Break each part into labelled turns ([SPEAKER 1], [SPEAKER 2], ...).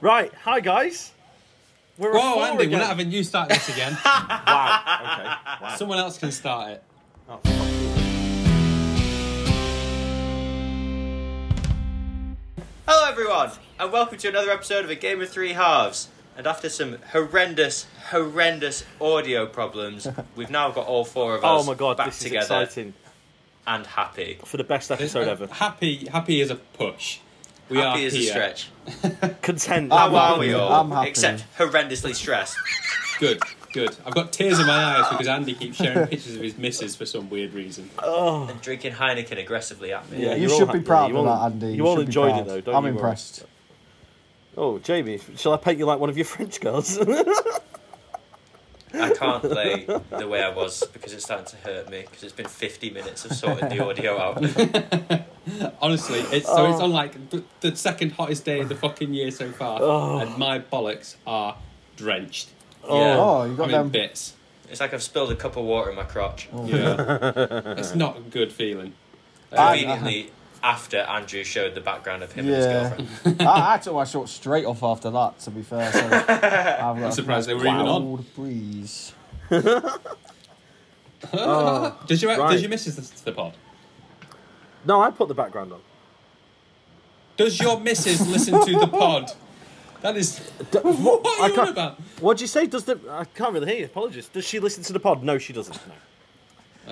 [SPEAKER 1] Right, hi guys. We're at
[SPEAKER 2] Whoa,
[SPEAKER 1] four
[SPEAKER 2] Andy, we're
[SPEAKER 1] again.
[SPEAKER 2] not having you start this again.
[SPEAKER 1] Wow. Okay. Wow.
[SPEAKER 2] Someone else can start it.
[SPEAKER 1] Oh, fuck.
[SPEAKER 3] Hello, everyone, and welcome to another episode of A Game of Three Halves. And after some horrendous, horrendous audio problems, we've now got all four of us
[SPEAKER 1] Oh my god,
[SPEAKER 3] back
[SPEAKER 1] this is
[SPEAKER 3] together
[SPEAKER 1] exciting
[SPEAKER 3] and happy.
[SPEAKER 1] for the best episode ever.
[SPEAKER 2] Uh, Happy, happy is a push. We
[SPEAKER 3] happy
[SPEAKER 2] are
[SPEAKER 3] is
[SPEAKER 2] here.
[SPEAKER 3] a stretch.
[SPEAKER 1] Content.
[SPEAKER 2] Ah,
[SPEAKER 3] How are
[SPEAKER 4] happy.
[SPEAKER 3] we all?
[SPEAKER 4] I'm happy.
[SPEAKER 3] Except horrendously stressed.
[SPEAKER 2] Good, good. I've got tears in my eyes because Andy keeps sharing pictures of his missus for some weird reason.
[SPEAKER 1] Oh,
[SPEAKER 3] Drinking Heineken aggressively at me.
[SPEAKER 1] yeah,
[SPEAKER 4] You
[SPEAKER 1] you're all
[SPEAKER 4] should be
[SPEAKER 1] happy.
[SPEAKER 4] proud
[SPEAKER 1] you
[SPEAKER 4] of
[SPEAKER 1] all,
[SPEAKER 4] that, Andy.
[SPEAKER 1] You,
[SPEAKER 4] You
[SPEAKER 1] all
[SPEAKER 4] should be
[SPEAKER 1] enjoyed
[SPEAKER 4] proud.
[SPEAKER 1] it though, don't
[SPEAKER 4] I'm
[SPEAKER 1] you? Warren?
[SPEAKER 4] impressed.
[SPEAKER 1] Oh, Jamie, shall I paint you like one of your French girls?
[SPEAKER 3] I can't play the way I was because it's starting to hurt me because it's been 50 minutes of sorting the audio out.
[SPEAKER 2] Honestly, it's so
[SPEAKER 1] Oh.
[SPEAKER 2] it's on like the, the second hottest day of the fucking year so far,
[SPEAKER 1] Oh.
[SPEAKER 2] and my bollocks are drenched.
[SPEAKER 3] Yeah.
[SPEAKER 4] Oh, you
[SPEAKER 2] I'm
[SPEAKER 4] got
[SPEAKER 2] in
[SPEAKER 4] them.
[SPEAKER 2] bits.
[SPEAKER 3] It's like I've spilled a cup of water in my crotch.
[SPEAKER 4] Oh.
[SPEAKER 2] Yeah, it's not a good feeling.
[SPEAKER 3] Conveniently, after Andrew showed the background of him and his
[SPEAKER 4] Yeah.
[SPEAKER 3] girlfriend.
[SPEAKER 4] I, I took my shorts straight off after that. To be fair, so I've got a
[SPEAKER 2] surprised they were
[SPEAKER 4] nice
[SPEAKER 2] even on.
[SPEAKER 4] cold Breeze.
[SPEAKER 2] Did you
[SPEAKER 1] Oh. Right.
[SPEAKER 2] did you missus listen to the pod?
[SPEAKER 1] no, I put the background on.
[SPEAKER 2] Does your missus listen to the pod? That is what are
[SPEAKER 1] I
[SPEAKER 2] you on
[SPEAKER 1] can't-
[SPEAKER 2] about?
[SPEAKER 1] What'd you say? Does the I can't really hear you. Apologies. Does she listen to the pod? No, she doesn't. No.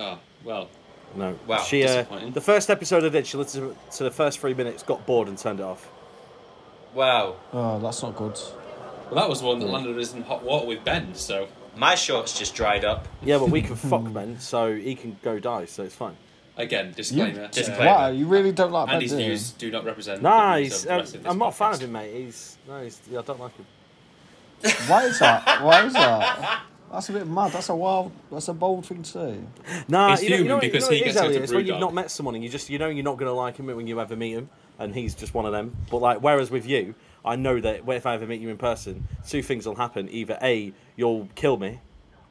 [SPEAKER 2] Oh well,
[SPEAKER 1] No.
[SPEAKER 3] Wow,
[SPEAKER 1] She uh,
[SPEAKER 2] disappointing.
[SPEAKER 1] the first episode I did, she listened to the first three minutes, got bored and turned it off.
[SPEAKER 3] Wow.
[SPEAKER 4] Oh, that's not good.
[SPEAKER 2] well that was one that landed us in hot water with Ben. So
[SPEAKER 3] My shorts just dried up.
[SPEAKER 1] Yeah, but we can fuck men, so he can go die, so it's fine.
[SPEAKER 2] again, disclaimer.
[SPEAKER 3] Disclaimer.
[SPEAKER 2] Uh,
[SPEAKER 4] Wow, you really don't like
[SPEAKER 2] Andy's
[SPEAKER 4] Ben, do you?
[SPEAKER 2] views do not represent. the views
[SPEAKER 1] Nice. Um,
[SPEAKER 2] of the rest of this
[SPEAKER 1] I'm not a fan
[SPEAKER 2] podcast.
[SPEAKER 1] of him, mate. He's no, he's, yeah, I don't like him.
[SPEAKER 4] Why is that? Why is that? That's a bit mad. That's a wild. That's a bold thing to say.
[SPEAKER 1] Nah,
[SPEAKER 2] He's
[SPEAKER 1] you know, you
[SPEAKER 2] human
[SPEAKER 1] know, what- you know
[SPEAKER 2] because
[SPEAKER 1] what
[SPEAKER 2] he
[SPEAKER 1] it is,
[SPEAKER 2] gets to go to
[SPEAKER 1] Elliot? It's when you've
[SPEAKER 2] Brewdog.
[SPEAKER 1] not met someone and you just you know you're not gonna like him when you ever meet him, and he's just one of them. But like, whereas with you, I know that if I ever meet you in person, two things will happen: either a, you'll kill me,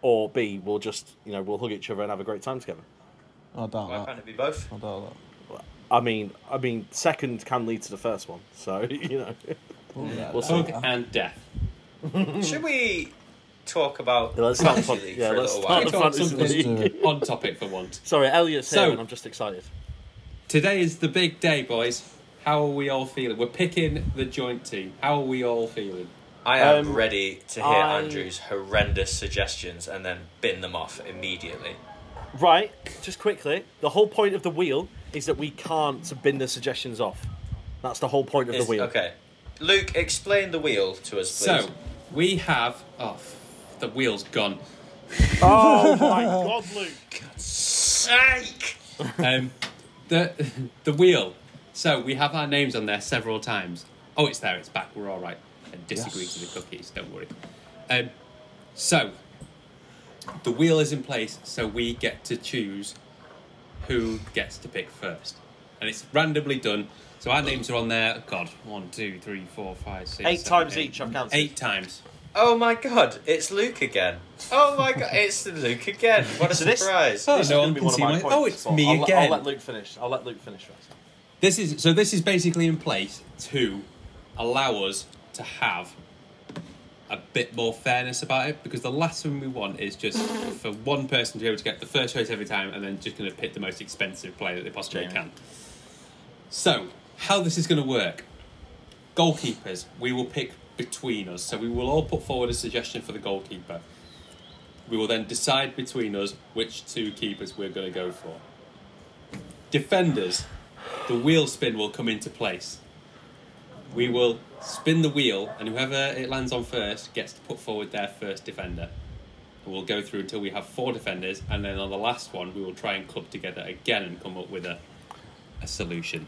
[SPEAKER 1] or b, we'll just you know we'll hug each other and have a great time together.
[SPEAKER 4] I doubt
[SPEAKER 3] Why
[SPEAKER 4] that.
[SPEAKER 3] can't it be both?
[SPEAKER 4] I doubt that.
[SPEAKER 1] I mean, I mean, second can lead to the first one, so you know.
[SPEAKER 4] Oh, yeah,
[SPEAKER 1] We'll
[SPEAKER 4] I
[SPEAKER 1] see.
[SPEAKER 4] doubt
[SPEAKER 2] Hug
[SPEAKER 4] that.
[SPEAKER 2] and death. Hmm.
[SPEAKER 3] Should we talk about
[SPEAKER 1] Yeah, let's start the
[SPEAKER 3] fantasy
[SPEAKER 1] pod-
[SPEAKER 3] league
[SPEAKER 1] yeah,
[SPEAKER 3] for a
[SPEAKER 1] let's
[SPEAKER 3] little
[SPEAKER 1] start
[SPEAKER 3] while?
[SPEAKER 2] We've
[SPEAKER 1] the
[SPEAKER 2] got
[SPEAKER 1] fantasy
[SPEAKER 2] something
[SPEAKER 1] league.
[SPEAKER 2] on topic for once.
[SPEAKER 1] Sorry, Elliot's here,
[SPEAKER 2] So-
[SPEAKER 1] and I'm just excited.
[SPEAKER 2] Today is the big day, boys. How are we all feeling? We're picking the joint team. How are we all feeling?
[SPEAKER 3] I am
[SPEAKER 1] Um,
[SPEAKER 3] ready to hear
[SPEAKER 1] I-
[SPEAKER 3] Andrew's horrendous suggestions and then bin them off immediately.
[SPEAKER 1] Right, just quickly, the whole point of the wheel is that we can't bin the suggestions off. That's the whole point of
[SPEAKER 3] Is-
[SPEAKER 1] the wheel.
[SPEAKER 3] Okay. Luke, explain the wheel to us, please.
[SPEAKER 2] So we have. Oh, f- the wheel's gone.
[SPEAKER 1] Oh my god, Luke!
[SPEAKER 3] Psych!
[SPEAKER 2] um, the the wheel. So we have our names on there several times. Oh, it's there. It's back. We're all right. I disagree
[SPEAKER 4] Yes.
[SPEAKER 2] to the cookies. Don't worry. Um, so the wheel is in place. So we get to choose who gets to pick first, and it's randomly done. So our names are on there. God, one, two, three, four, five, six,
[SPEAKER 1] Eight
[SPEAKER 2] seven,
[SPEAKER 1] times
[SPEAKER 2] eight.
[SPEAKER 1] each, I've counted.
[SPEAKER 2] Eight times.
[SPEAKER 3] Oh my god, it's Luke again. Oh my god, it's Luke again. What a
[SPEAKER 1] So this-
[SPEAKER 3] surprise.
[SPEAKER 2] Oh,
[SPEAKER 1] This is
[SPEAKER 2] no
[SPEAKER 1] gonna
[SPEAKER 2] one
[SPEAKER 1] be
[SPEAKER 2] can
[SPEAKER 1] one of
[SPEAKER 2] see
[SPEAKER 1] my
[SPEAKER 2] my.
[SPEAKER 1] points,
[SPEAKER 2] Oh, it's
[SPEAKER 1] but
[SPEAKER 2] me
[SPEAKER 1] I'll, let-
[SPEAKER 2] again.
[SPEAKER 1] I'll let Luke finish. I'll let Luke finish. Right?
[SPEAKER 2] This is so. This is basically in place to allow us to have a bit more fairness about it because the last thing we want is just for one person to be able to get the first choice every time and then just going to pick the most expensive player that they possibly
[SPEAKER 3] Jamie.
[SPEAKER 2] can. So, how this is going to work? Goalkeepers, we will pick between us. So we will all put forward a suggestion for the goalkeeper. We will then decide between us which two keepers we're going to go for. Defenders, the wheel spin will come into place. We will spin the wheel, and whoever it lands on first gets to put forward their first defender. And we'll go through until we have four defenders, and then on the last one, we will try and club together again and come up with a, a solution.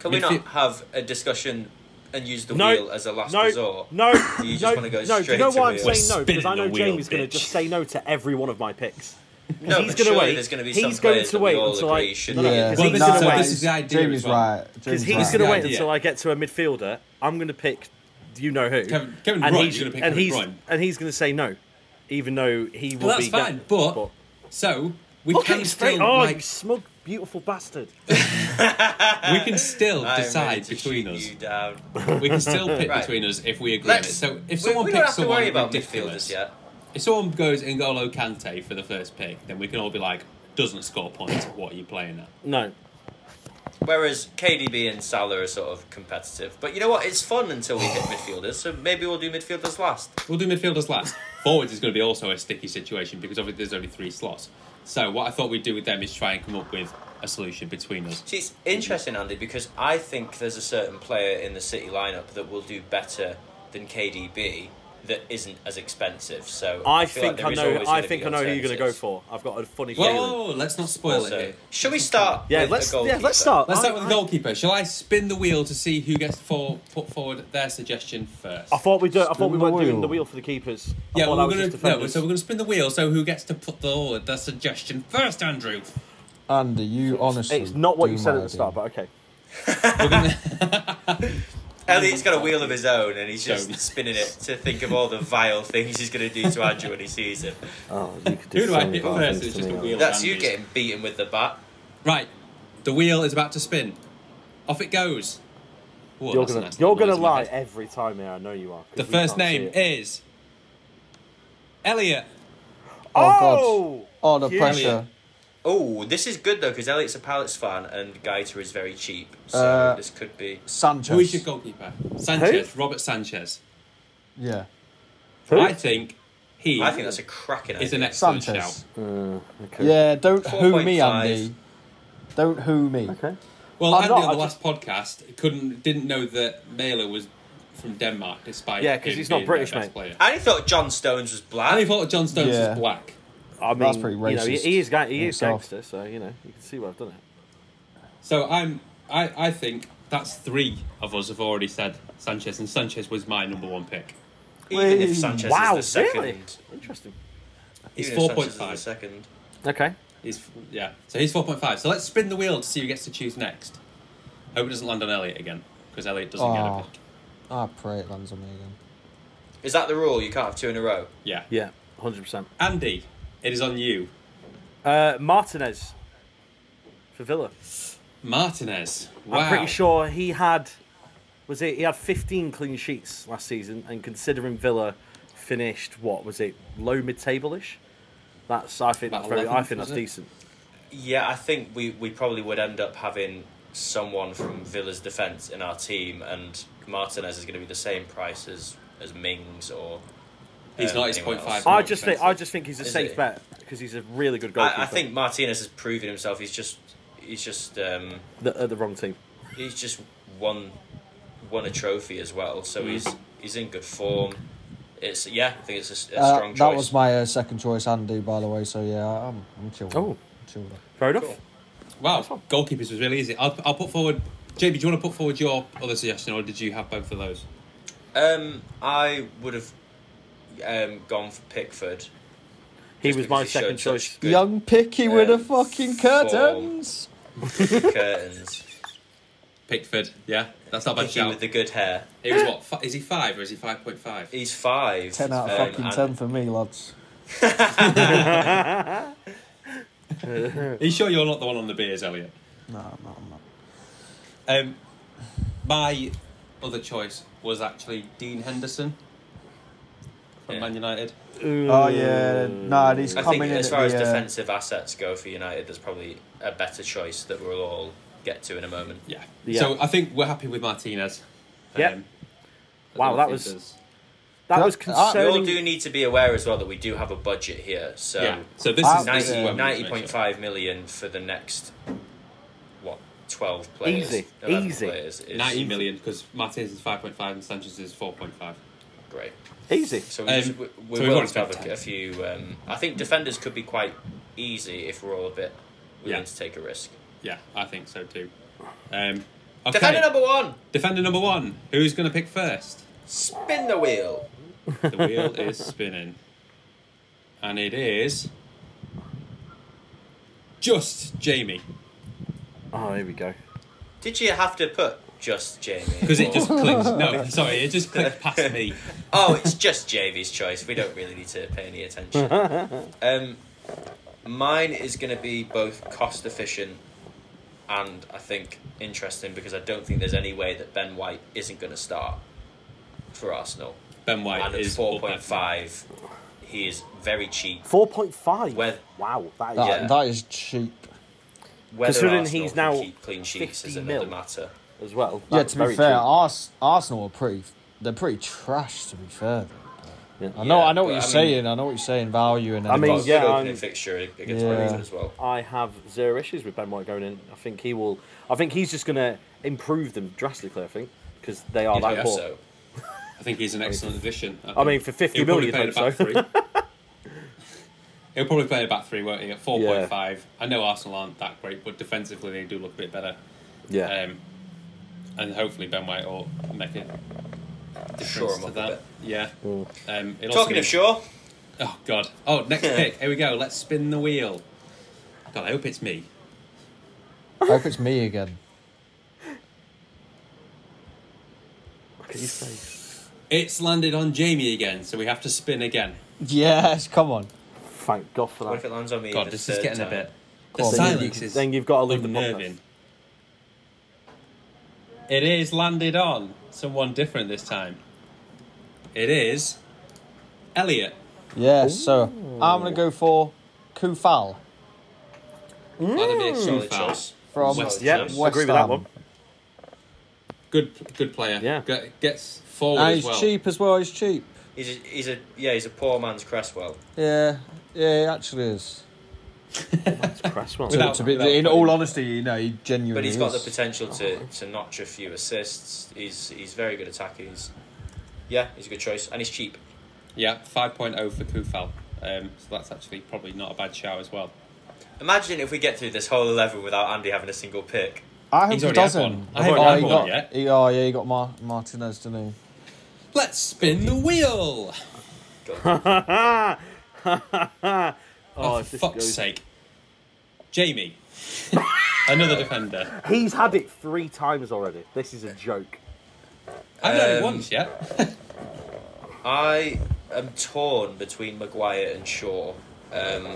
[SPEAKER 3] Can we
[SPEAKER 2] Midfi-
[SPEAKER 3] not have a discussion and use the
[SPEAKER 1] No,
[SPEAKER 3] wheel as a last
[SPEAKER 1] no,
[SPEAKER 3] resort?
[SPEAKER 1] no,
[SPEAKER 3] You just
[SPEAKER 1] no,
[SPEAKER 3] wanna go
[SPEAKER 1] no. Do you
[SPEAKER 3] straight
[SPEAKER 1] know
[SPEAKER 3] to
[SPEAKER 1] why I'm
[SPEAKER 3] wheel.
[SPEAKER 1] saying no? Because I know
[SPEAKER 2] Spinning the wheel,
[SPEAKER 1] Jamie's going to
[SPEAKER 2] bitch.
[SPEAKER 1] just say no to every one of my picks.
[SPEAKER 3] No,
[SPEAKER 1] he's
[SPEAKER 3] but
[SPEAKER 1] gonna
[SPEAKER 3] surely
[SPEAKER 1] wait.
[SPEAKER 3] there's gonna be
[SPEAKER 1] He's
[SPEAKER 3] some
[SPEAKER 1] going
[SPEAKER 3] players
[SPEAKER 1] to
[SPEAKER 3] that
[SPEAKER 1] wait
[SPEAKER 3] we all
[SPEAKER 1] until I-
[SPEAKER 3] agree should
[SPEAKER 1] No, no,
[SPEAKER 4] Yeah.
[SPEAKER 1] because
[SPEAKER 2] Well,
[SPEAKER 1] he's
[SPEAKER 2] this is
[SPEAKER 1] gonna
[SPEAKER 2] the-
[SPEAKER 1] wait.
[SPEAKER 2] this is the idea
[SPEAKER 4] Jamie's
[SPEAKER 2] as well.
[SPEAKER 4] right.
[SPEAKER 1] Because
[SPEAKER 4] Jamie's
[SPEAKER 1] he's
[SPEAKER 4] right.
[SPEAKER 1] going to
[SPEAKER 2] the
[SPEAKER 1] wait
[SPEAKER 2] idea.
[SPEAKER 1] until I get to a midfielder. I'm going to pick, you know who.
[SPEAKER 2] Kevin- Kevin De Bruyne's gonna pick
[SPEAKER 1] and
[SPEAKER 2] Kevin
[SPEAKER 1] he's,
[SPEAKER 2] De Bruyne.
[SPEAKER 1] And he's going to say no, even though he will
[SPEAKER 2] Well, that's
[SPEAKER 1] be.
[SPEAKER 2] fine, but, so we
[SPEAKER 1] Look at
[SPEAKER 2] can
[SPEAKER 1] his
[SPEAKER 2] still
[SPEAKER 1] face. Oh,
[SPEAKER 2] like
[SPEAKER 1] you smug Beautiful bastard.
[SPEAKER 2] We can still
[SPEAKER 3] I am ready
[SPEAKER 2] decide
[SPEAKER 3] to
[SPEAKER 2] between
[SPEAKER 3] shoot
[SPEAKER 2] us.
[SPEAKER 3] You down.
[SPEAKER 2] We can still pick
[SPEAKER 3] Right.
[SPEAKER 2] between us if we agree on it.
[SPEAKER 3] Let's,
[SPEAKER 2] So
[SPEAKER 3] we,
[SPEAKER 2] if someone
[SPEAKER 3] we don't
[SPEAKER 2] picks
[SPEAKER 3] have to
[SPEAKER 2] someone
[SPEAKER 3] worry about
[SPEAKER 2] ridiculous,
[SPEAKER 3] midfielders yet.
[SPEAKER 2] if someone goes N'Golo Kante for the first pick, then we can all be like, doesn't score points. What are you playing at?
[SPEAKER 1] No.
[SPEAKER 3] Whereas KDB and Salah are sort of competitive. But you know what? It's fun until we hit midfielders, so maybe we'll do midfielders last.
[SPEAKER 2] We'll do midfielders last. Forwards is going to be also a sticky situation because obviously there's only three slots. So what I thought we'd do with them is try and come up with a solution between us.
[SPEAKER 3] See, it's interesting, Andy, because I think there's a certain player in the City lineup that will do better than KDB that isn't as expensive. So
[SPEAKER 1] I,
[SPEAKER 3] feel
[SPEAKER 1] think
[SPEAKER 3] like there
[SPEAKER 1] I
[SPEAKER 3] is
[SPEAKER 1] know.
[SPEAKER 3] always
[SPEAKER 1] I
[SPEAKER 3] gonna
[SPEAKER 1] think
[SPEAKER 3] be
[SPEAKER 1] I know who you're going to go
[SPEAKER 3] alternatives.
[SPEAKER 1] for. I've got a funny
[SPEAKER 2] Whoa,
[SPEAKER 1] feeling.
[SPEAKER 2] let's not spoil
[SPEAKER 3] Also,
[SPEAKER 2] it here.
[SPEAKER 3] Shall we start?
[SPEAKER 1] Yeah,
[SPEAKER 3] with
[SPEAKER 1] let's-
[SPEAKER 3] the
[SPEAKER 1] yeah, let's
[SPEAKER 3] goalkeeper?
[SPEAKER 1] start.
[SPEAKER 2] Let's start
[SPEAKER 1] I-
[SPEAKER 2] with
[SPEAKER 1] I-
[SPEAKER 2] the goalkeeper. Shall I spin the wheel to see who gets for, put forward their suggestion first?
[SPEAKER 1] I thought we do, I thought
[SPEAKER 4] Spin
[SPEAKER 1] we
[SPEAKER 4] the
[SPEAKER 1] weren't doing
[SPEAKER 4] wheel.
[SPEAKER 1] the wheel for the keepers. I
[SPEAKER 2] yeah,
[SPEAKER 1] thought
[SPEAKER 2] well,
[SPEAKER 1] that
[SPEAKER 2] we're
[SPEAKER 1] was
[SPEAKER 2] gonna
[SPEAKER 1] just
[SPEAKER 2] no,
[SPEAKER 1] defenders.
[SPEAKER 2] so we're gonna spin the wheel. So who gets to put forward their suggestion first, Andrew?
[SPEAKER 4] Andy, you honestly.
[SPEAKER 1] It's not what
[SPEAKER 4] do
[SPEAKER 1] you said at
[SPEAKER 4] my
[SPEAKER 1] the start,
[SPEAKER 4] idea.
[SPEAKER 1] but okay.
[SPEAKER 3] Elliot's got a wheel of his own, and he's just
[SPEAKER 2] Don't.
[SPEAKER 3] spinning it to think of all the vile things he's going to do to Andrew when he sees him.
[SPEAKER 1] Oh, you could
[SPEAKER 2] Who do I hit first? It's just a wheel.
[SPEAKER 3] That's you
[SPEAKER 2] Andy's.
[SPEAKER 3] getting beaten with the bat.
[SPEAKER 2] Right, the wheel is about to spin. Off it goes. Whoa,
[SPEAKER 1] You're
[SPEAKER 2] that's a
[SPEAKER 1] gonna,
[SPEAKER 2] nice
[SPEAKER 1] you're
[SPEAKER 2] little
[SPEAKER 1] gonna
[SPEAKER 2] noise in my
[SPEAKER 1] lie
[SPEAKER 2] head.
[SPEAKER 1] every time here. I know you are. 'cause
[SPEAKER 2] The
[SPEAKER 1] we
[SPEAKER 2] first
[SPEAKER 1] can't see
[SPEAKER 2] name
[SPEAKER 1] it.
[SPEAKER 2] is Elliot.
[SPEAKER 4] Oh, God. Oh, the
[SPEAKER 1] Huge.
[SPEAKER 4] pressure.
[SPEAKER 3] Oh, this is good though because Elliot's a Palace fan and Gaeta is very cheap, so
[SPEAKER 4] Uh,
[SPEAKER 3] this could be.
[SPEAKER 4] Sanchez.
[SPEAKER 2] Who is your goalkeeper? Sanchez, Robert Sanchez.
[SPEAKER 4] Yeah.
[SPEAKER 1] Who?
[SPEAKER 2] I think he
[SPEAKER 3] I think that's a cracking
[SPEAKER 2] is
[SPEAKER 3] idea.
[SPEAKER 2] an excellent shout.
[SPEAKER 4] Sanchez.
[SPEAKER 1] Uh, okay.
[SPEAKER 4] Yeah, don't who me,
[SPEAKER 3] 4.5.
[SPEAKER 4] Andy. Don't who me.
[SPEAKER 1] Okay.
[SPEAKER 2] Well,
[SPEAKER 1] I'm
[SPEAKER 2] Andy
[SPEAKER 1] not,
[SPEAKER 2] on the
[SPEAKER 1] I
[SPEAKER 2] last podcast couldn't didn't know that Mailer was from Denmark, despite
[SPEAKER 1] Yeah, 'cause
[SPEAKER 2] him
[SPEAKER 1] he's not
[SPEAKER 2] being
[SPEAKER 1] British,
[SPEAKER 2] their best
[SPEAKER 1] mate.
[SPEAKER 2] Player.
[SPEAKER 3] I thought John Stones was black.
[SPEAKER 2] And he thought John Stones
[SPEAKER 4] Yeah.
[SPEAKER 2] was black.
[SPEAKER 1] I mean,
[SPEAKER 4] That's pretty
[SPEAKER 1] You know, he,
[SPEAKER 4] racist
[SPEAKER 1] he is, ga- he is
[SPEAKER 4] himself.
[SPEAKER 1] gangster, so you know you can see where I've done it.
[SPEAKER 2] So I'm I, I think that's three of us have already said Sanchez, and Sanchez was my number one pick.
[SPEAKER 3] even
[SPEAKER 4] Wait.
[SPEAKER 3] if Sanchez
[SPEAKER 1] wow,
[SPEAKER 3] is the second,
[SPEAKER 1] really interesting.
[SPEAKER 2] He's
[SPEAKER 3] even if
[SPEAKER 2] four
[SPEAKER 3] Sanchez
[SPEAKER 2] point
[SPEAKER 3] is the
[SPEAKER 2] five.
[SPEAKER 3] second.
[SPEAKER 1] Okay.
[SPEAKER 2] He's yeah. So he's four point five. So let's spin the wheel to see who gets to choose next. Hope it doesn't land on Elliot again, because Elliot doesn't
[SPEAKER 4] Aw.
[SPEAKER 1] Ah.
[SPEAKER 2] get a pick.
[SPEAKER 4] I Ah, pray it lands on me again.
[SPEAKER 3] Is that the rule? You can't have two in a row.
[SPEAKER 2] Yeah.
[SPEAKER 1] Yeah, hundred percent.
[SPEAKER 2] Andy, it is on you.
[SPEAKER 1] Uh, Martinez for Villa.
[SPEAKER 2] Martinez. Wow.
[SPEAKER 1] I'm pretty sure he had was it he had 15 clean sheets last season, and considering Villa finished what was it low mid table ish, that's I think that's
[SPEAKER 2] About
[SPEAKER 1] very I
[SPEAKER 2] 11th,
[SPEAKER 1] think
[SPEAKER 2] was
[SPEAKER 1] that's
[SPEAKER 2] it?
[SPEAKER 1] decent.
[SPEAKER 3] Yeah, I think we, we probably would end up having someone from Villa's defence in our team, and Martinez is going to be the same price as, as Mings or.
[SPEAKER 2] He's
[SPEAKER 3] um,
[SPEAKER 2] not. He's
[SPEAKER 3] anyone
[SPEAKER 2] point five.
[SPEAKER 3] else.
[SPEAKER 1] I
[SPEAKER 2] more
[SPEAKER 1] just think I
[SPEAKER 2] expensive.
[SPEAKER 1] just think he's a
[SPEAKER 3] Is
[SPEAKER 1] safe
[SPEAKER 3] he?
[SPEAKER 1] bet because he's a really good goalkeeper.
[SPEAKER 3] I, I think Martinez has proven himself. He's just he's just um,
[SPEAKER 1] the, uh, the wrong team.
[SPEAKER 3] he's just won won a trophy as well. So
[SPEAKER 1] Mm.
[SPEAKER 3] he's he's in good form. It's yeah, I think it's a, s- a
[SPEAKER 4] Uh,
[SPEAKER 3] strong choice.
[SPEAKER 4] that was my uh, second choice, Andy, by the way, so yeah, I'm, I'm chilled.
[SPEAKER 1] Oh.
[SPEAKER 4] I'm chilled.
[SPEAKER 1] Fair enough.
[SPEAKER 3] Cool.
[SPEAKER 2] Wow, goalkeepers was really easy. I'll, I'll put forward. JB, do you want to put forward your other suggestion, or did you have both of those?
[SPEAKER 3] Um, I would have um, gone for Pickford.
[SPEAKER 1] He
[SPEAKER 3] Just
[SPEAKER 1] was
[SPEAKER 3] because
[SPEAKER 1] my
[SPEAKER 3] he showed
[SPEAKER 1] second
[SPEAKER 3] such
[SPEAKER 1] choice.
[SPEAKER 3] good
[SPEAKER 4] Young Picky with
[SPEAKER 3] Uh,
[SPEAKER 4] the fucking
[SPEAKER 3] form.
[SPEAKER 4] curtains.
[SPEAKER 3] curtains.
[SPEAKER 2] Pickford. Yeah, that's not a bad
[SPEAKER 3] Picky
[SPEAKER 2] shout.
[SPEAKER 3] with the good hair.
[SPEAKER 2] He was what? Fi- is he five or is he five point five?
[SPEAKER 3] He's five.
[SPEAKER 4] 10 out of
[SPEAKER 3] um,
[SPEAKER 4] fucking
[SPEAKER 3] and
[SPEAKER 4] 10 for me, lads.
[SPEAKER 2] Are you sure you're not the one on the beers, Elliot?
[SPEAKER 4] No, I'm not. I'm not.
[SPEAKER 2] Um, my other choice was actually Dean Henderson from
[SPEAKER 3] Yeah.
[SPEAKER 2] Man United.
[SPEAKER 4] Oh, yeah. No, he's
[SPEAKER 3] I
[SPEAKER 4] coming
[SPEAKER 3] think
[SPEAKER 4] in.
[SPEAKER 3] as
[SPEAKER 4] at
[SPEAKER 3] far as
[SPEAKER 4] the, uh,
[SPEAKER 3] defensive assets go for United, there's probably a better choice that we'll all get to in a moment.
[SPEAKER 2] Yeah.
[SPEAKER 1] Yeah.
[SPEAKER 2] So I think we're happy with Martinez. Um,
[SPEAKER 1] Yeah. Wow, that was- That was
[SPEAKER 4] That- uh,
[SPEAKER 3] We all
[SPEAKER 1] concerning.
[SPEAKER 3] do need to be aware as well that we do have a budget here. So
[SPEAKER 2] Yeah. Um, So this
[SPEAKER 1] Oh,
[SPEAKER 4] Ah,
[SPEAKER 2] is this is
[SPEAKER 4] yeah.
[SPEAKER 2] where we
[SPEAKER 3] 90,
[SPEAKER 2] need to
[SPEAKER 3] 90.5 million for the next what 12 players
[SPEAKER 1] Easy,
[SPEAKER 3] 11
[SPEAKER 1] easy.
[SPEAKER 3] players
[SPEAKER 2] make sure.
[SPEAKER 3] is
[SPEAKER 2] Ninety million because Martinez is five point five and Sanchez is four point five.
[SPEAKER 3] great
[SPEAKER 1] Easy.
[SPEAKER 3] so we,
[SPEAKER 2] Um,
[SPEAKER 3] just, we, we're
[SPEAKER 2] so we've
[SPEAKER 3] willing
[SPEAKER 2] already
[SPEAKER 3] to have
[SPEAKER 2] spent
[SPEAKER 3] a, a few um, I think defenders could be quite easy if we're all a bit willing
[SPEAKER 2] Yeah.
[SPEAKER 3] to take a risk
[SPEAKER 2] Yeah, I think so too. Um, okay.
[SPEAKER 3] defender number one
[SPEAKER 2] Defender number one. Who's going to pick first?
[SPEAKER 3] spin the wheel
[SPEAKER 2] The wheel is spinning. And it is. Just Jamie.
[SPEAKER 1] Oh, here we go.
[SPEAKER 3] did you have to put just Jamie
[SPEAKER 2] Because it
[SPEAKER 3] Or-
[SPEAKER 2] just clicked. No, sorry, it just clicked past me.
[SPEAKER 3] oh it's just Jamie's choice we don't really need to pay any attention um, mine is going to be both cost efficient and I think interesting because I don't think there's any way that Ben White isn't going to start for Arsenal.
[SPEAKER 2] Ben White
[SPEAKER 3] and at
[SPEAKER 2] is
[SPEAKER 3] four
[SPEAKER 2] all back.
[SPEAKER 3] point five, he is very cheap.
[SPEAKER 1] Four point five.
[SPEAKER 3] Well-
[SPEAKER 1] Wow, that is
[SPEAKER 4] That,
[SPEAKER 3] Yeah.
[SPEAKER 4] that is cheap.
[SPEAKER 3] Whether
[SPEAKER 1] Considering
[SPEAKER 3] Arsenal
[SPEAKER 1] he's
[SPEAKER 3] can
[SPEAKER 1] now
[SPEAKER 3] keep clean sheets
[SPEAKER 1] 50
[SPEAKER 3] is another
[SPEAKER 1] mil.
[SPEAKER 3] matter.
[SPEAKER 1] as well.
[SPEAKER 4] yeah,
[SPEAKER 1] That's
[SPEAKER 4] to be
[SPEAKER 1] very
[SPEAKER 4] fair,
[SPEAKER 1] cheap.
[SPEAKER 4] Ars- Arsenal are pretty. They're pretty trash, to be fair.
[SPEAKER 1] Yeah.
[SPEAKER 4] I know,
[SPEAKER 3] Yeah,
[SPEAKER 4] I know
[SPEAKER 3] but
[SPEAKER 4] what you're
[SPEAKER 3] I mean-
[SPEAKER 4] saying. I know what you're saying. Value and
[SPEAKER 1] I mean,
[SPEAKER 4] everything.
[SPEAKER 3] But
[SPEAKER 1] yeah,
[SPEAKER 3] good opening
[SPEAKER 1] I'm-
[SPEAKER 3] fixture against
[SPEAKER 4] Yeah.
[SPEAKER 3] Brighton as well.
[SPEAKER 1] I have zero issues with Ben White going in. I think he will. I think he's just going to improve them drastically. I think because they are
[SPEAKER 3] You'd
[SPEAKER 1] that
[SPEAKER 3] hope
[SPEAKER 1] poor.
[SPEAKER 3] so.
[SPEAKER 2] I think he's an excellent addition.
[SPEAKER 1] I mean, for 50
[SPEAKER 2] He'll
[SPEAKER 1] million,
[SPEAKER 2] probably
[SPEAKER 1] I'd
[SPEAKER 2] play in a back three. He'll probably play in a back three, won't he? At four point five. I know Arsenal aren't that great, but defensively they do look a bit better.
[SPEAKER 1] Yeah.
[SPEAKER 2] Um, and hopefully Ben White will make a difference
[SPEAKER 3] Shore him
[SPEAKER 2] to
[SPEAKER 3] up a
[SPEAKER 2] that.
[SPEAKER 3] bit.
[SPEAKER 2] Yeah.
[SPEAKER 1] Mm.
[SPEAKER 2] Um, it also
[SPEAKER 3] Talking of
[SPEAKER 2] means-
[SPEAKER 3] Shaw,
[SPEAKER 2] Oh God! Oh, next pick. Here we go. Let's spin the wheel. God, I hope it's me.
[SPEAKER 4] I hope it's me again.
[SPEAKER 1] Look at his face.
[SPEAKER 2] It's landed on Jamie again, so we have to spin again.
[SPEAKER 4] Yes, come on.
[SPEAKER 1] Thank God for
[SPEAKER 3] what if it
[SPEAKER 1] that.
[SPEAKER 3] lands on me?
[SPEAKER 2] God,
[SPEAKER 3] the
[SPEAKER 2] this is
[SPEAKER 3] third
[SPEAKER 2] getting a
[SPEAKER 3] time?
[SPEAKER 2] bit. The
[SPEAKER 4] Come on,
[SPEAKER 1] Then you-
[SPEAKER 2] silence is
[SPEAKER 1] Then you've got to leave the podcast.
[SPEAKER 2] unnerving. It is landed on someone different this time. It is Elliot.
[SPEAKER 4] Yes, so I'm gonna go for Kufal
[SPEAKER 1] Mm.
[SPEAKER 2] Vladimir
[SPEAKER 3] Solid
[SPEAKER 2] Kufal.
[SPEAKER 3] choice.
[SPEAKER 4] from
[SPEAKER 3] Solid
[SPEAKER 4] West,
[SPEAKER 1] Yeah,
[SPEAKER 3] choice.
[SPEAKER 1] What- agree with that
[SPEAKER 4] Ham.
[SPEAKER 1] one.
[SPEAKER 2] Good, good player.
[SPEAKER 1] Yeah.
[SPEAKER 2] Get- gets forward
[SPEAKER 4] And
[SPEAKER 2] as
[SPEAKER 4] he's
[SPEAKER 2] well.
[SPEAKER 4] cheap as well. He's cheap.
[SPEAKER 3] He's a, he's a yeah, he's a poor man's Cresswell.
[SPEAKER 4] Yeah, yeah, he actually is.
[SPEAKER 1] Cresswell.
[SPEAKER 4] To-
[SPEAKER 2] Without-
[SPEAKER 4] to be-
[SPEAKER 2] without
[SPEAKER 4] in
[SPEAKER 2] playing.
[SPEAKER 4] all honesty, you know, he genuinely.
[SPEAKER 3] But he's got the
[SPEAKER 4] is.
[SPEAKER 3] potential to, to notch a few assists. He's he's very good attacking. He's yeah, he's a good choice and he's cheap.
[SPEAKER 2] Yeah, 5.0 for Kufal. Um, so that's actually probably not a bad shout as well.
[SPEAKER 3] Imagine if we get through this whole eleven without Andy having a single pick.
[SPEAKER 4] I hope
[SPEAKER 2] He's
[SPEAKER 4] he
[SPEAKER 2] already had
[SPEAKER 4] doesn't.
[SPEAKER 2] one. I
[SPEAKER 1] haven't
[SPEAKER 4] oh,
[SPEAKER 1] had
[SPEAKER 4] he
[SPEAKER 2] one
[SPEAKER 4] got,
[SPEAKER 2] yet.
[SPEAKER 4] he- oh, yeah, he got Mar- Martinez, didn't he?
[SPEAKER 2] Let's spin the wheel.
[SPEAKER 3] Go.
[SPEAKER 1] oh,
[SPEAKER 2] oh,
[SPEAKER 1] if
[SPEAKER 2] for
[SPEAKER 1] this
[SPEAKER 2] fuck's
[SPEAKER 1] goes-
[SPEAKER 2] sake. Jamie. Another defender.
[SPEAKER 1] He's had it three times already. This is a joke.
[SPEAKER 2] I've done it
[SPEAKER 3] Um,
[SPEAKER 2] once yet.
[SPEAKER 3] I am torn between Maguire and Shaw. Um,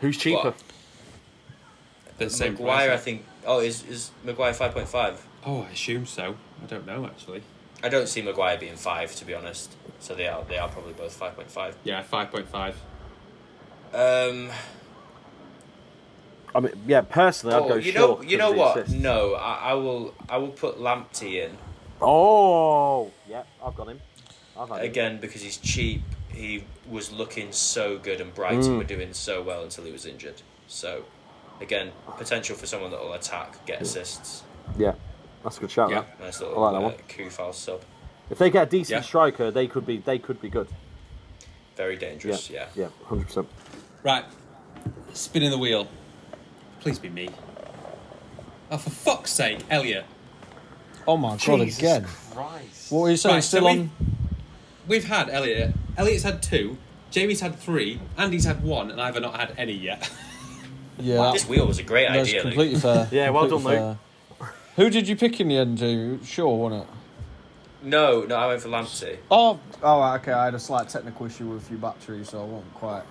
[SPEAKER 1] Who's cheaper?
[SPEAKER 3] What?
[SPEAKER 2] the same
[SPEAKER 3] Maguire, I
[SPEAKER 2] price.
[SPEAKER 3] think. Oh, is is Maguire five point five?
[SPEAKER 2] Oh, I assume so. I don't know actually.
[SPEAKER 3] I don't see Maguire being five to be honest. So they are they are probably both five point five.
[SPEAKER 2] Yeah, five point five.
[SPEAKER 3] Um,
[SPEAKER 1] I mean, yeah. Personally, I'd
[SPEAKER 3] oh,
[SPEAKER 1] go.
[SPEAKER 3] you
[SPEAKER 1] Shaw
[SPEAKER 3] know you
[SPEAKER 1] because
[SPEAKER 3] know
[SPEAKER 1] of the
[SPEAKER 3] what?
[SPEAKER 1] assists.
[SPEAKER 3] No, I, I will I will put Lamptey in.
[SPEAKER 1] Oh, yeah. I've got him. I've had him.
[SPEAKER 3] again because he's cheap. He was looking so good, and Brighton
[SPEAKER 1] Mm.
[SPEAKER 3] were doing so well until he was injured. So, again, potential for someone that will attack, get assists.
[SPEAKER 1] Yeah, that's a good shout.
[SPEAKER 2] Yeah.
[SPEAKER 1] that.
[SPEAKER 3] Nice
[SPEAKER 1] I
[SPEAKER 3] little
[SPEAKER 1] like that
[SPEAKER 3] uh,
[SPEAKER 1] one.
[SPEAKER 3] Kufal sub.
[SPEAKER 1] If they get a decent
[SPEAKER 2] Yeah.
[SPEAKER 1] striker, they could be. They could be good.
[SPEAKER 3] Very
[SPEAKER 1] Yeah.
[SPEAKER 3] dangerous. Yeah.
[SPEAKER 1] Yeah. Hundred percent.
[SPEAKER 2] Right. Spinning the wheel. Please be me. Oh, for fuck's sake, Elliot.
[SPEAKER 4] Oh my god, again.
[SPEAKER 1] Christ.
[SPEAKER 4] What were you saying?
[SPEAKER 2] Right, so
[SPEAKER 4] Still
[SPEAKER 2] we-
[SPEAKER 4] on?
[SPEAKER 2] We've had Elliot. Elliot's had two. Jamie's had three. Andy's had one, and I've not had any yet.
[SPEAKER 4] Yeah,
[SPEAKER 3] This wheel was a great
[SPEAKER 4] that's
[SPEAKER 3] idea. Luke.
[SPEAKER 4] completely fair.
[SPEAKER 1] Yeah, well
[SPEAKER 4] completely
[SPEAKER 1] done, Luke.
[SPEAKER 4] fair. Who did you pick in the end, Jamie? Sure, wasn't it?
[SPEAKER 3] No, no, I went for Lamptey.
[SPEAKER 4] Oh, oh, right, okay. I had a slight technical issue with a few batteries, so I wasn't quite,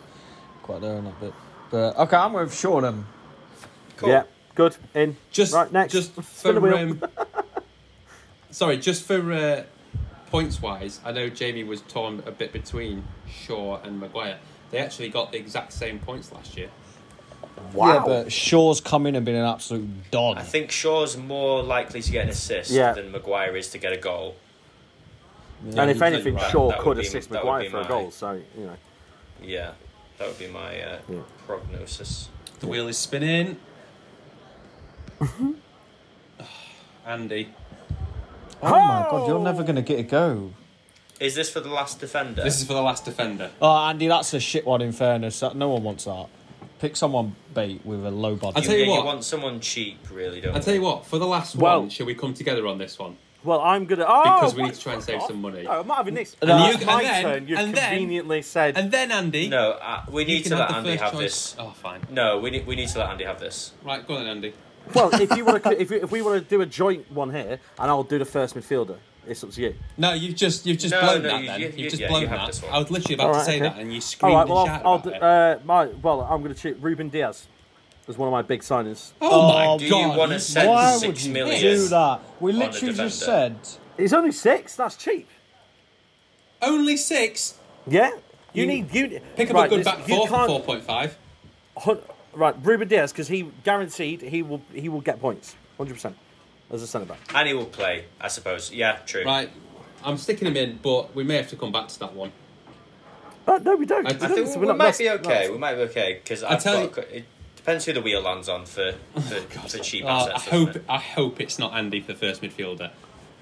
[SPEAKER 4] quite there on that bit. But okay, I'm with Shaw then.
[SPEAKER 3] Cool.
[SPEAKER 1] Yeah. Good. In.
[SPEAKER 2] Just
[SPEAKER 1] right next.
[SPEAKER 2] Just
[SPEAKER 1] Spin the
[SPEAKER 2] for
[SPEAKER 1] wheel.
[SPEAKER 2] um, sorry, just for uh, points wise, I know Jamie was torn a bit between Shaw and Maguire. They actually got the exact same points last year.
[SPEAKER 1] wow.
[SPEAKER 4] Yeah, but Shaw's come in and been an absolute don.
[SPEAKER 3] I think Shaw's more likely to get an assist
[SPEAKER 1] Yeah.
[SPEAKER 3] than Maguire is to get a goal.
[SPEAKER 1] and if
[SPEAKER 2] you're
[SPEAKER 1] anything,
[SPEAKER 2] right.
[SPEAKER 1] Shaw
[SPEAKER 3] That would
[SPEAKER 1] could
[SPEAKER 3] be-
[SPEAKER 1] assist
[SPEAKER 3] that would
[SPEAKER 1] Maguire
[SPEAKER 3] be
[SPEAKER 1] for a
[SPEAKER 3] my-
[SPEAKER 1] goal. So you know.
[SPEAKER 3] Yeah, that would be my uh,
[SPEAKER 1] Yeah.
[SPEAKER 3] prognosis.
[SPEAKER 2] The wheel is spinning. Andy,
[SPEAKER 4] Oh my god, you're never gonna get a go.
[SPEAKER 3] Is this for the last defender?
[SPEAKER 2] this is for the last defender.
[SPEAKER 4] Oh, Andy, that's a shit one. In fairness, that no one wants that. Pick someone bait with a low
[SPEAKER 2] I'll
[SPEAKER 4] budget.
[SPEAKER 2] tell you
[SPEAKER 3] yeah,
[SPEAKER 2] what.
[SPEAKER 3] want someone cheap, really, don't
[SPEAKER 2] I tell you what, for the last
[SPEAKER 1] Well-
[SPEAKER 2] one, shall we come together on this one?
[SPEAKER 1] Well, I'm gonna. Oh,
[SPEAKER 2] Because we
[SPEAKER 1] what Oh,
[SPEAKER 2] need to try and
[SPEAKER 1] the
[SPEAKER 2] save
[SPEAKER 1] fuck?
[SPEAKER 2] some money.
[SPEAKER 1] No, I'm not having this.
[SPEAKER 4] And
[SPEAKER 1] That's
[SPEAKER 2] you- and
[SPEAKER 1] my
[SPEAKER 2] then-
[SPEAKER 1] turn. You've
[SPEAKER 2] and then-
[SPEAKER 1] conveniently said.
[SPEAKER 2] And then Andy,
[SPEAKER 3] No, uh, we
[SPEAKER 2] you
[SPEAKER 3] need
[SPEAKER 2] can
[SPEAKER 3] to
[SPEAKER 2] have
[SPEAKER 3] let
[SPEAKER 2] the
[SPEAKER 3] Andy
[SPEAKER 2] first
[SPEAKER 3] have
[SPEAKER 2] choice.
[SPEAKER 3] this.
[SPEAKER 2] Oh, fine.
[SPEAKER 3] No, we need, we need to let Andy have this.
[SPEAKER 2] Right, go on, then, Andy.
[SPEAKER 1] well, if you want to, if, we- if we want to do a joint one here, and I'll do the first midfielder. It's up to you.
[SPEAKER 2] No, you've just you've just
[SPEAKER 3] No,
[SPEAKER 2] blown
[SPEAKER 3] no,
[SPEAKER 2] that.
[SPEAKER 3] you-
[SPEAKER 2] then
[SPEAKER 3] you-
[SPEAKER 2] you've
[SPEAKER 3] you-
[SPEAKER 2] just
[SPEAKER 3] yeah,
[SPEAKER 2] blown
[SPEAKER 3] you have this
[SPEAKER 2] that.
[SPEAKER 3] one.
[SPEAKER 2] I was literally about
[SPEAKER 1] All
[SPEAKER 2] to
[SPEAKER 1] right,
[SPEAKER 2] say
[SPEAKER 1] okay.
[SPEAKER 2] that, and you screamed
[SPEAKER 1] All right. uh, Well,
[SPEAKER 2] and shouted
[SPEAKER 1] I'll, I'll
[SPEAKER 2] about
[SPEAKER 1] do,
[SPEAKER 2] it.
[SPEAKER 1] uh, my well. I'm gonna choose Ruben Diaz. was one of my big signings.
[SPEAKER 2] Oh, my
[SPEAKER 3] do
[SPEAKER 2] god!
[SPEAKER 3] you want to
[SPEAKER 2] he's-
[SPEAKER 3] send
[SPEAKER 4] Why would
[SPEAKER 3] six
[SPEAKER 4] you
[SPEAKER 3] million?
[SPEAKER 4] do that? We
[SPEAKER 3] on a
[SPEAKER 4] literally just said
[SPEAKER 3] defender.
[SPEAKER 1] He's only six. That's cheap.
[SPEAKER 2] Only six.
[SPEAKER 1] Yeah. You, need you
[SPEAKER 2] Pick up
[SPEAKER 1] right,
[SPEAKER 2] a good
[SPEAKER 1] this-
[SPEAKER 2] back
[SPEAKER 1] you
[SPEAKER 2] four for
[SPEAKER 1] can't-
[SPEAKER 2] four point five.
[SPEAKER 1] hun- Right, Ruben Diaz because he guaranteed he will he will get points, hundred percent, as a centre back.
[SPEAKER 3] And he will play, I suppose. Yeah, true.
[SPEAKER 2] Right, I'm sticking him in, but we may have to come back to that one.
[SPEAKER 1] Uh, no, we don't.
[SPEAKER 2] I- I
[SPEAKER 3] I
[SPEAKER 1] don't,
[SPEAKER 3] think
[SPEAKER 1] so
[SPEAKER 3] we
[SPEAKER 1] we're not
[SPEAKER 3] might be
[SPEAKER 1] messed-
[SPEAKER 3] okay.
[SPEAKER 1] no,
[SPEAKER 3] We might be okay because
[SPEAKER 2] I
[SPEAKER 3] I've
[SPEAKER 2] tell you-
[SPEAKER 3] got. It depends who the wheel lands on for for, for cheap
[SPEAKER 2] Uh, I
[SPEAKER 3] assets. doesn't
[SPEAKER 2] hope
[SPEAKER 3] it?
[SPEAKER 2] I hope it's not Andy for first midfielder.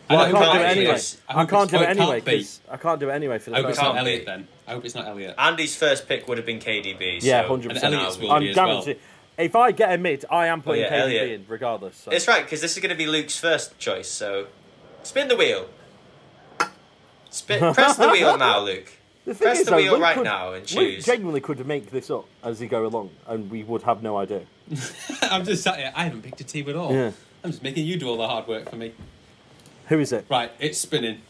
[SPEAKER 1] Well, I can't
[SPEAKER 2] hope
[SPEAKER 1] do
[SPEAKER 2] it's-
[SPEAKER 1] it
[SPEAKER 3] can't
[SPEAKER 1] anyway.
[SPEAKER 3] use-
[SPEAKER 2] I
[SPEAKER 1] I
[SPEAKER 2] hope
[SPEAKER 1] can't
[SPEAKER 2] it's-
[SPEAKER 1] do it
[SPEAKER 2] oh, can't
[SPEAKER 1] anyway
[SPEAKER 2] be.
[SPEAKER 1] because I can't do it anyway for
[SPEAKER 2] I
[SPEAKER 1] the
[SPEAKER 2] hope
[SPEAKER 1] first
[SPEAKER 2] it's
[SPEAKER 1] time.
[SPEAKER 2] not
[SPEAKER 3] be.
[SPEAKER 2] Elliot then. I hope it's not Elliot.
[SPEAKER 3] Andy's first pick would have been KDB.
[SPEAKER 1] Yeah,
[SPEAKER 3] so-
[SPEAKER 1] 100%.
[SPEAKER 2] And Elliot's will be
[SPEAKER 1] I'm
[SPEAKER 2] as well.
[SPEAKER 1] guaranteed. If I get a mid, I am putting
[SPEAKER 3] yeah,
[SPEAKER 1] KDB
[SPEAKER 3] Elliot.
[SPEAKER 1] in regardless. So.
[SPEAKER 3] It's right because this is going to be Luke's first choice. So, spin the wheel. Spin, press the wheel now, Luke.
[SPEAKER 1] The thing
[SPEAKER 3] Press
[SPEAKER 1] is,
[SPEAKER 3] the
[SPEAKER 1] though,
[SPEAKER 3] wheel
[SPEAKER 1] Luke
[SPEAKER 3] right
[SPEAKER 1] could-
[SPEAKER 3] now and
[SPEAKER 1] Luke
[SPEAKER 3] choose.
[SPEAKER 1] genuinely could make this up as he go along, and we would have no idea.
[SPEAKER 2] I'm just sat here. I haven't picked a team at all.
[SPEAKER 1] Yeah.
[SPEAKER 2] I'm just making you do all the hard work for me.
[SPEAKER 1] Who is it?
[SPEAKER 2] Right, it's spinning.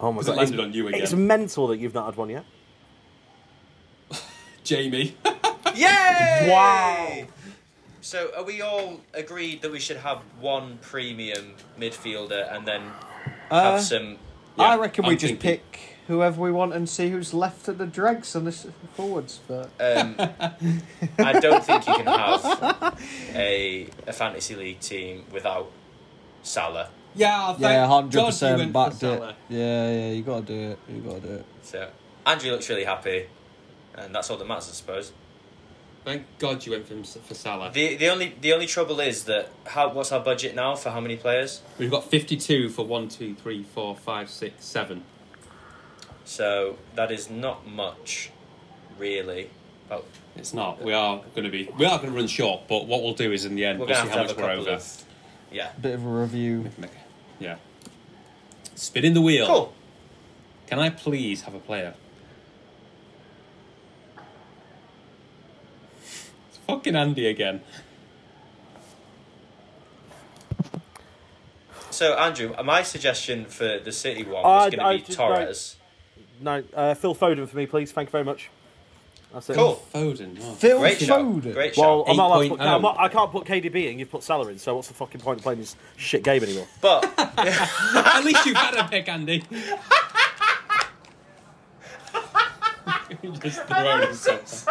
[SPEAKER 1] Oh my
[SPEAKER 2] Because it
[SPEAKER 1] god! It's,
[SPEAKER 2] landed on you
[SPEAKER 1] it's
[SPEAKER 2] again.
[SPEAKER 1] mental that you've not had one yet.
[SPEAKER 2] Jamie.
[SPEAKER 3] Yay!
[SPEAKER 1] Wow.
[SPEAKER 3] So, are we all agreed that we should have one premium midfielder and then
[SPEAKER 4] Uh,
[SPEAKER 3] have some?
[SPEAKER 4] I
[SPEAKER 2] Yeah,
[SPEAKER 4] reckon
[SPEAKER 2] I'm
[SPEAKER 4] we just
[SPEAKER 2] thinking.
[SPEAKER 4] pick whoever we want and see who's left at the dregs and the s- forwards. But
[SPEAKER 3] Um, I don't think you can have a a fantasy league team without Salah.
[SPEAKER 2] yeah, thank
[SPEAKER 4] yeah, hundred
[SPEAKER 2] God you
[SPEAKER 4] percent
[SPEAKER 2] went
[SPEAKER 4] backed
[SPEAKER 2] for
[SPEAKER 4] it.
[SPEAKER 2] Salah.
[SPEAKER 4] Yeah, yeah, you gotta do it. You gotta do it.
[SPEAKER 3] So, Andrew looks really happy, and that's all that matters, I suppose.
[SPEAKER 2] Thank God you went for, for Salah.
[SPEAKER 3] The the only the only trouble is that how what's our budget now for how many players?
[SPEAKER 2] We've got 52 for one, two, three, four, five, six, seven.
[SPEAKER 3] So that is not much, really. But
[SPEAKER 2] It's not. We are going to be. We are going to run short. But what we'll do is in the end,
[SPEAKER 3] we're
[SPEAKER 2] we'll
[SPEAKER 3] gonna
[SPEAKER 2] see
[SPEAKER 3] have to
[SPEAKER 2] how
[SPEAKER 3] have a
[SPEAKER 2] much we're
[SPEAKER 3] couple
[SPEAKER 2] over.
[SPEAKER 3] of yeah.
[SPEAKER 4] Bit of a review.
[SPEAKER 2] Make- Yeah. Spinning the wheel.
[SPEAKER 3] Cool.
[SPEAKER 2] Can I please have a player? It's fucking Andy again.
[SPEAKER 3] So Andrew, my suggestion for the City one
[SPEAKER 1] I-
[SPEAKER 3] was going
[SPEAKER 1] I
[SPEAKER 3] to be
[SPEAKER 1] just
[SPEAKER 3] Torres.
[SPEAKER 1] No, uh, Phil Foden for me, please. Thank you very much. That's it.
[SPEAKER 3] Cool.
[SPEAKER 2] Foden. oh.
[SPEAKER 4] Phil
[SPEAKER 3] Great show.
[SPEAKER 4] Foden.
[SPEAKER 3] Great
[SPEAKER 1] Well,
[SPEAKER 3] show.
[SPEAKER 1] I'm not allowed to put,
[SPEAKER 2] 8.0.
[SPEAKER 1] I'm not, I can't put
[SPEAKER 2] um,
[SPEAKER 1] KDB in. You've put Salah in, so what's the fucking point of playing this shit game anymore?
[SPEAKER 3] but
[SPEAKER 2] At least you had a pick, Andy. He just throwing himself.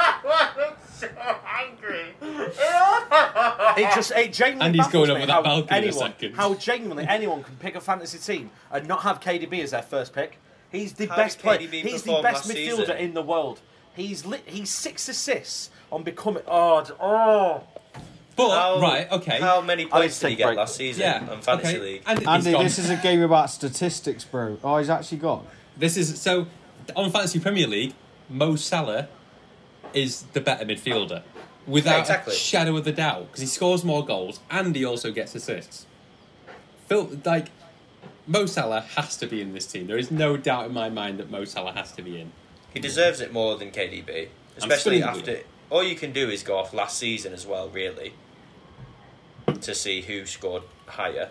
[SPEAKER 1] It just it genuinely
[SPEAKER 2] And he's
[SPEAKER 1] baffles
[SPEAKER 2] going
[SPEAKER 1] me
[SPEAKER 2] over that
[SPEAKER 1] how
[SPEAKER 2] balcony in a
[SPEAKER 1] anyone,
[SPEAKER 2] second.
[SPEAKER 1] How genuinely anyone can pick a fantasy team and not have KDB as their first pick. He's the
[SPEAKER 3] How
[SPEAKER 1] best
[SPEAKER 3] did
[SPEAKER 1] player.
[SPEAKER 3] KDB
[SPEAKER 1] He's the
[SPEAKER 3] perform
[SPEAKER 1] best midfielder
[SPEAKER 3] last season?
[SPEAKER 1] in the world. He's lit, he's six assists on becoming. Oh, d- oh.
[SPEAKER 2] But
[SPEAKER 3] how,
[SPEAKER 2] right, okay,
[SPEAKER 3] How many points did
[SPEAKER 1] take
[SPEAKER 3] he
[SPEAKER 1] a
[SPEAKER 3] get
[SPEAKER 1] break.
[SPEAKER 3] last season
[SPEAKER 2] yeah,
[SPEAKER 3] on fantasy
[SPEAKER 2] okay.
[SPEAKER 3] league?
[SPEAKER 2] And
[SPEAKER 4] Andy,
[SPEAKER 2] he's gone.
[SPEAKER 4] this is a game about statistics, bro. Oh, he's actually gone.
[SPEAKER 2] This is so on fantasy Premier League. Mo Salah is the better midfielder, without
[SPEAKER 3] Yeah, exactly.
[SPEAKER 2] a shadow of a doubt, because he scores more goals and he also gets assists. Phil, like Mo Salah has to be in this team. There is no doubt in my mind that Mo Salah has to be in.
[SPEAKER 3] He deserves it more than KDB, especially
[SPEAKER 2] still
[SPEAKER 3] after. All you can do is go off last season as well, really, to see who scored higher.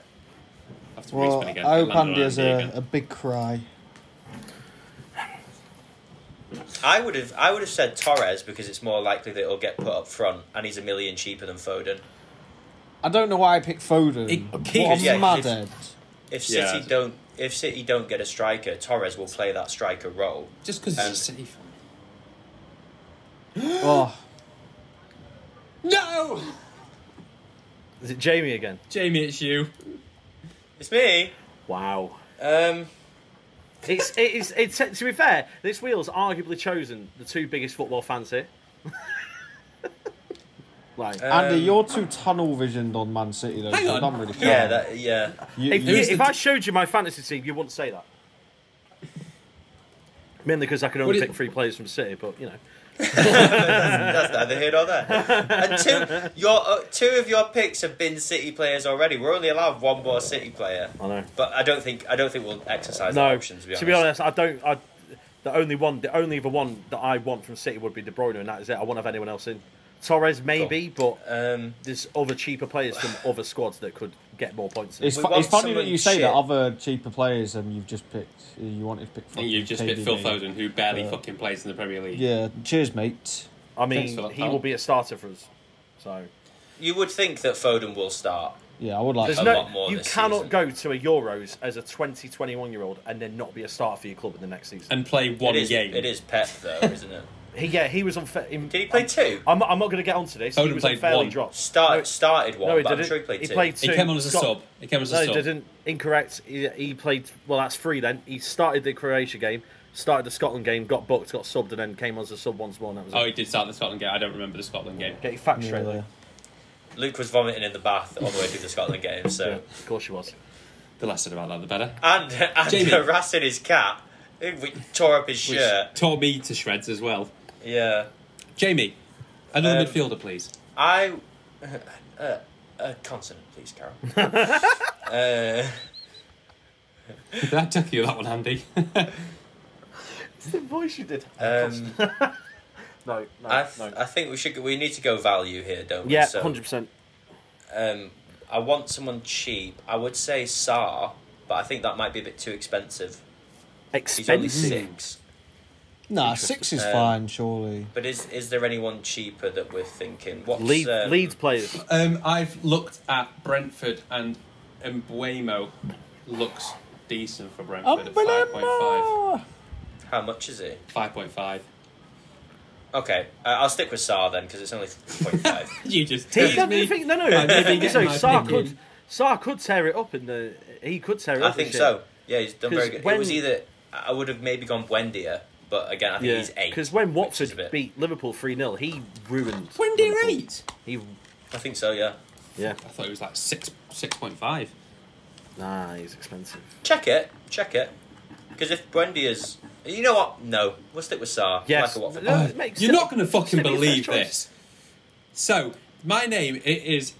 [SPEAKER 2] I have to
[SPEAKER 4] Well,
[SPEAKER 2] respin again.
[SPEAKER 4] I
[SPEAKER 2] It
[SPEAKER 4] hope
[SPEAKER 2] landed on
[SPEAKER 4] Andy has
[SPEAKER 2] Andy
[SPEAKER 4] a,
[SPEAKER 2] again.
[SPEAKER 4] a big cry.
[SPEAKER 3] I would have, I would have said Torres because it's more likely that he'll get put up front, and he's a million cheaper than Foden.
[SPEAKER 4] I don't know why I picked Foden.
[SPEAKER 2] It-
[SPEAKER 4] what a
[SPEAKER 3] yeah,
[SPEAKER 4] madhead.
[SPEAKER 3] If
[SPEAKER 2] Yeah.
[SPEAKER 3] City don't, if City don't get a striker, Torres will play that striker role.
[SPEAKER 2] Just because
[SPEAKER 3] Um,
[SPEAKER 2] it's a City fan.
[SPEAKER 4] Oh,
[SPEAKER 2] No,
[SPEAKER 1] Is it Jamie again?
[SPEAKER 2] Jamie, it's you.
[SPEAKER 3] It's me.
[SPEAKER 1] Wow.
[SPEAKER 3] Um,
[SPEAKER 1] It's it is it's to be fair, this wheel's arguably chosen the two biggest football fans here. like
[SPEAKER 4] Andy,
[SPEAKER 3] um,
[SPEAKER 4] you're too tunnel visioned on Man City though.
[SPEAKER 2] Hang
[SPEAKER 4] so I
[SPEAKER 2] on.
[SPEAKER 4] don't really care.
[SPEAKER 3] yeah, that, yeah.
[SPEAKER 4] You-
[SPEAKER 1] If,
[SPEAKER 4] you-
[SPEAKER 2] Who's
[SPEAKER 1] if
[SPEAKER 2] the-
[SPEAKER 1] I showed you my fantasy team, you wouldn't say that. Mainly because I can only
[SPEAKER 2] What
[SPEAKER 1] pick
[SPEAKER 2] is-
[SPEAKER 1] three players from City, but you know.
[SPEAKER 3] That's neither here nor there. And two, your uh, two of your picks have been City players already. We're only allowed one more City player,
[SPEAKER 1] I know.
[SPEAKER 3] but I don't think I don't think we'll exercise
[SPEAKER 1] No,
[SPEAKER 3] that option. To be honest,
[SPEAKER 1] I don't. I the only one, the only other one that I want from City would be De Bruyne, and that is it. I won't have anyone else in. Torres maybe, but
[SPEAKER 3] Um,
[SPEAKER 1] there's other cheaper players from other squads that could get more points. Than
[SPEAKER 4] It's,
[SPEAKER 1] him.
[SPEAKER 3] we
[SPEAKER 4] fu-
[SPEAKER 3] want
[SPEAKER 4] it's funny that
[SPEAKER 3] someone
[SPEAKER 4] you say that
[SPEAKER 3] shit.
[SPEAKER 4] other cheaper players and you've just picked. You wanted to pick.
[SPEAKER 2] I think you've just
[SPEAKER 4] fucking
[SPEAKER 2] picked Phil
[SPEAKER 4] KDB.
[SPEAKER 2] Foden,
[SPEAKER 4] Uh,
[SPEAKER 2] who barely fucking plays in the Premier League.
[SPEAKER 4] Yeah, cheers, mate.
[SPEAKER 1] I
[SPEAKER 2] Thanks
[SPEAKER 1] mean,
[SPEAKER 2] for that,
[SPEAKER 1] he
[SPEAKER 2] pal.
[SPEAKER 1] will be a starter for us. So
[SPEAKER 3] You would think that Foden will start.
[SPEAKER 4] Yeah, I would like.
[SPEAKER 1] there's
[SPEAKER 3] a
[SPEAKER 4] that.
[SPEAKER 1] no,
[SPEAKER 3] lot more
[SPEAKER 1] you
[SPEAKER 3] this
[SPEAKER 1] cannot
[SPEAKER 3] season.
[SPEAKER 1] go to a Euros as a 20, 21 year old and then not be a starter for your club in the next season.
[SPEAKER 2] and play one
[SPEAKER 3] it is,
[SPEAKER 2] game.
[SPEAKER 3] It is Pep though, isn't it?
[SPEAKER 1] He, yeah, he was unfair. Did
[SPEAKER 3] he play two?
[SPEAKER 1] I'm, I'm not going to get onto this.
[SPEAKER 2] Foden
[SPEAKER 1] he was
[SPEAKER 2] played
[SPEAKER 1] unfairly
[SPEAKER 2] one.
[SPEAKER 1] dropped.
[SPEAKER 3] Start,
[SPEAKER 1] No,
[SPEAKER 3] started one,
[SPEAKER 1] no, he
[SPEAKER 3] but I'm
[SPEAKER 1] didn't.
[SPEAKER 3] sure he played two.
[SPEAKER 2] He came on as a
[SPEAKER 1] Scott-
[SPEAKER 2] sub. He came on as a
[SPEAKER 1] No, he
[SPEAKER 2] sub.
[SPEAKER 1] didn't. Incorrect. He, he played. Well, that's three then. He started the Croatia game, started the Scotland game, got booked, got subbed, and then came on as a sub once more. And that was
[SPEAKER 2] Oh,
[SPEAKER 1] it.
[SPEAKER 2] he did start the Scotland game. I don't remember the Scotland game.
[SPEAKER 1] Get your facts straight,
[SPEAKER 4] Yeah.
[SPEAKER 1] Luke.
[SPEAKER 3] Luke was vomiting in the bath all the way through the Scotland game.
[SPEAKER 1] Yeah,
[SPEAKER 3] So
[SPEAKER 1] of course she was.
[SPEAKER 2] The less said about that, the better.
[SPEAKER 3] and and
[SPEAKER 2] Jamie.
[SPEAKER 3] harassing his cat, who tore up his
[SPEAKER 2] Which
[SPEAKER 3] shirt.
[SPEAKER 2] tore me to shreds as well.
[SPEAKER 3] Yeah,
[SPEAKER 2] Jamie, another
[SPEAKER 3] Um,
[SPEAKER 2] midfielder, please.
[SPEAKER 3] I. Uh, uh, consonant, please, Carol. uh,
[SPEAKER 2] That took you that one, Andy.
[SPEAKER 1] It's the voice you did.
[SPEAKER 3] um,
[SPEAKER 1] no, no,
[SPEAKER 3] I, th-
[SPEAKER 1] no.
[SPEAKER 3] I think we should. We need to go value here, don't we?
[SPEAKER 1] yeah,
[SPEAKER 3] So,
[SPEAKER 1] hundred percent.
[SPEAKER 3] Um, I want someone cheap. I would say Sar, but I think that might be a bit too expensive. He's only
[SPEAKER 1] Expensive.
[SPEAKER 3] six.
[SPEAKER 4] Nah, six is
[SPEAKER 3] Um,
[SPEAKER 4] fine, surely.
[SPEAKER 3] But is is there anyone cheaper that we're thinking? What's
[SPEAKER 1] Leeds,
[SPEAKER 3] um,
[SPEAKER 1] Leeds players.
[SPEAKER 2] Um, I've looked at Brentford and Embuemo looks decent for Brentford at 5.5.
[SPEAKER 4] Unbelievable!
[SPEAKER 3] How much is it?
[SPEAKER 2] 5.5.
[SPEAKER 3] Okay, uh, I'll stick with Sar then because it's only point five.
[SPEAKER 2] You just
[SPEAKER 1] He,
[SPEAKER 2] teased
[SPEAKER 1] no,
[SPEAKER 2] me.
[SPEAKER 1] the thing- no, no.
[SPEAKER 2] I'm
[SPEAKER 1] the
[SPEAKER 2] never
[SPEAKER 1] thing is, though,
[SPEAKER 2] getting my
[SPEAKER 1] Sarr
[SPEAKER 2] opinion.
[SPEAKER 1] could, Sarr could tear it up in the. He could tear it
[SPEAKER 3] I
[SPEAKER 1] up.
[SPEAKER 3] think
[SPEAKER 1] this
[SPEAKER 3] so.
[SPEAKER 1] year.
[SPEAKER 3] Yeah, he's done very
[SPEAKER 1] 'Cause
[SPEAKER 3] good.
[SPEAKER 1] when-
[SPEAKER 3] it was either I would have maybe gone Wendier, but again, I think
[SPEAKER 1] Yeah,
[SPEAKER 3] he's eight.
[SPEAKER 1] because when
[SPEAKER 3] which is a
[SPEAKER 1] Watford
[SPEAKER 3] bit-
[SPEAKER 1] beat Liverpool three 0 he ruined.
[SPEAKER 2] When did
[SPEAKER 1] Liverpool.
[SPEAKER 2] eight?
[SPEAKER 1] He,
[SPEAKER 3] I think so, yeah.
[SPEAKER 1] yeah,
[SPEAKER 2] I thought it was like six, six point five.
[SPEAKER 1] nah, he's expensive.
[SPEAKER 3] Check it, check it. Because if Wendier's, you know what? No, we'll stick with Sar.
[SPEAKER 1] Yes.
[SPEAKER 3] Like a Watford.
[SPEAKER 1] No, it makes
[SPEAKER 2] Uh, You're
[SPEAKER 1] sense.
[SPEAKER 2] not going to fucking
[SPEAKER 1] It's gonna be a
[SPEAKER 2] believe
[SPEAKER 1] fair choice.
[SPEAKER 2] this. So, my name it is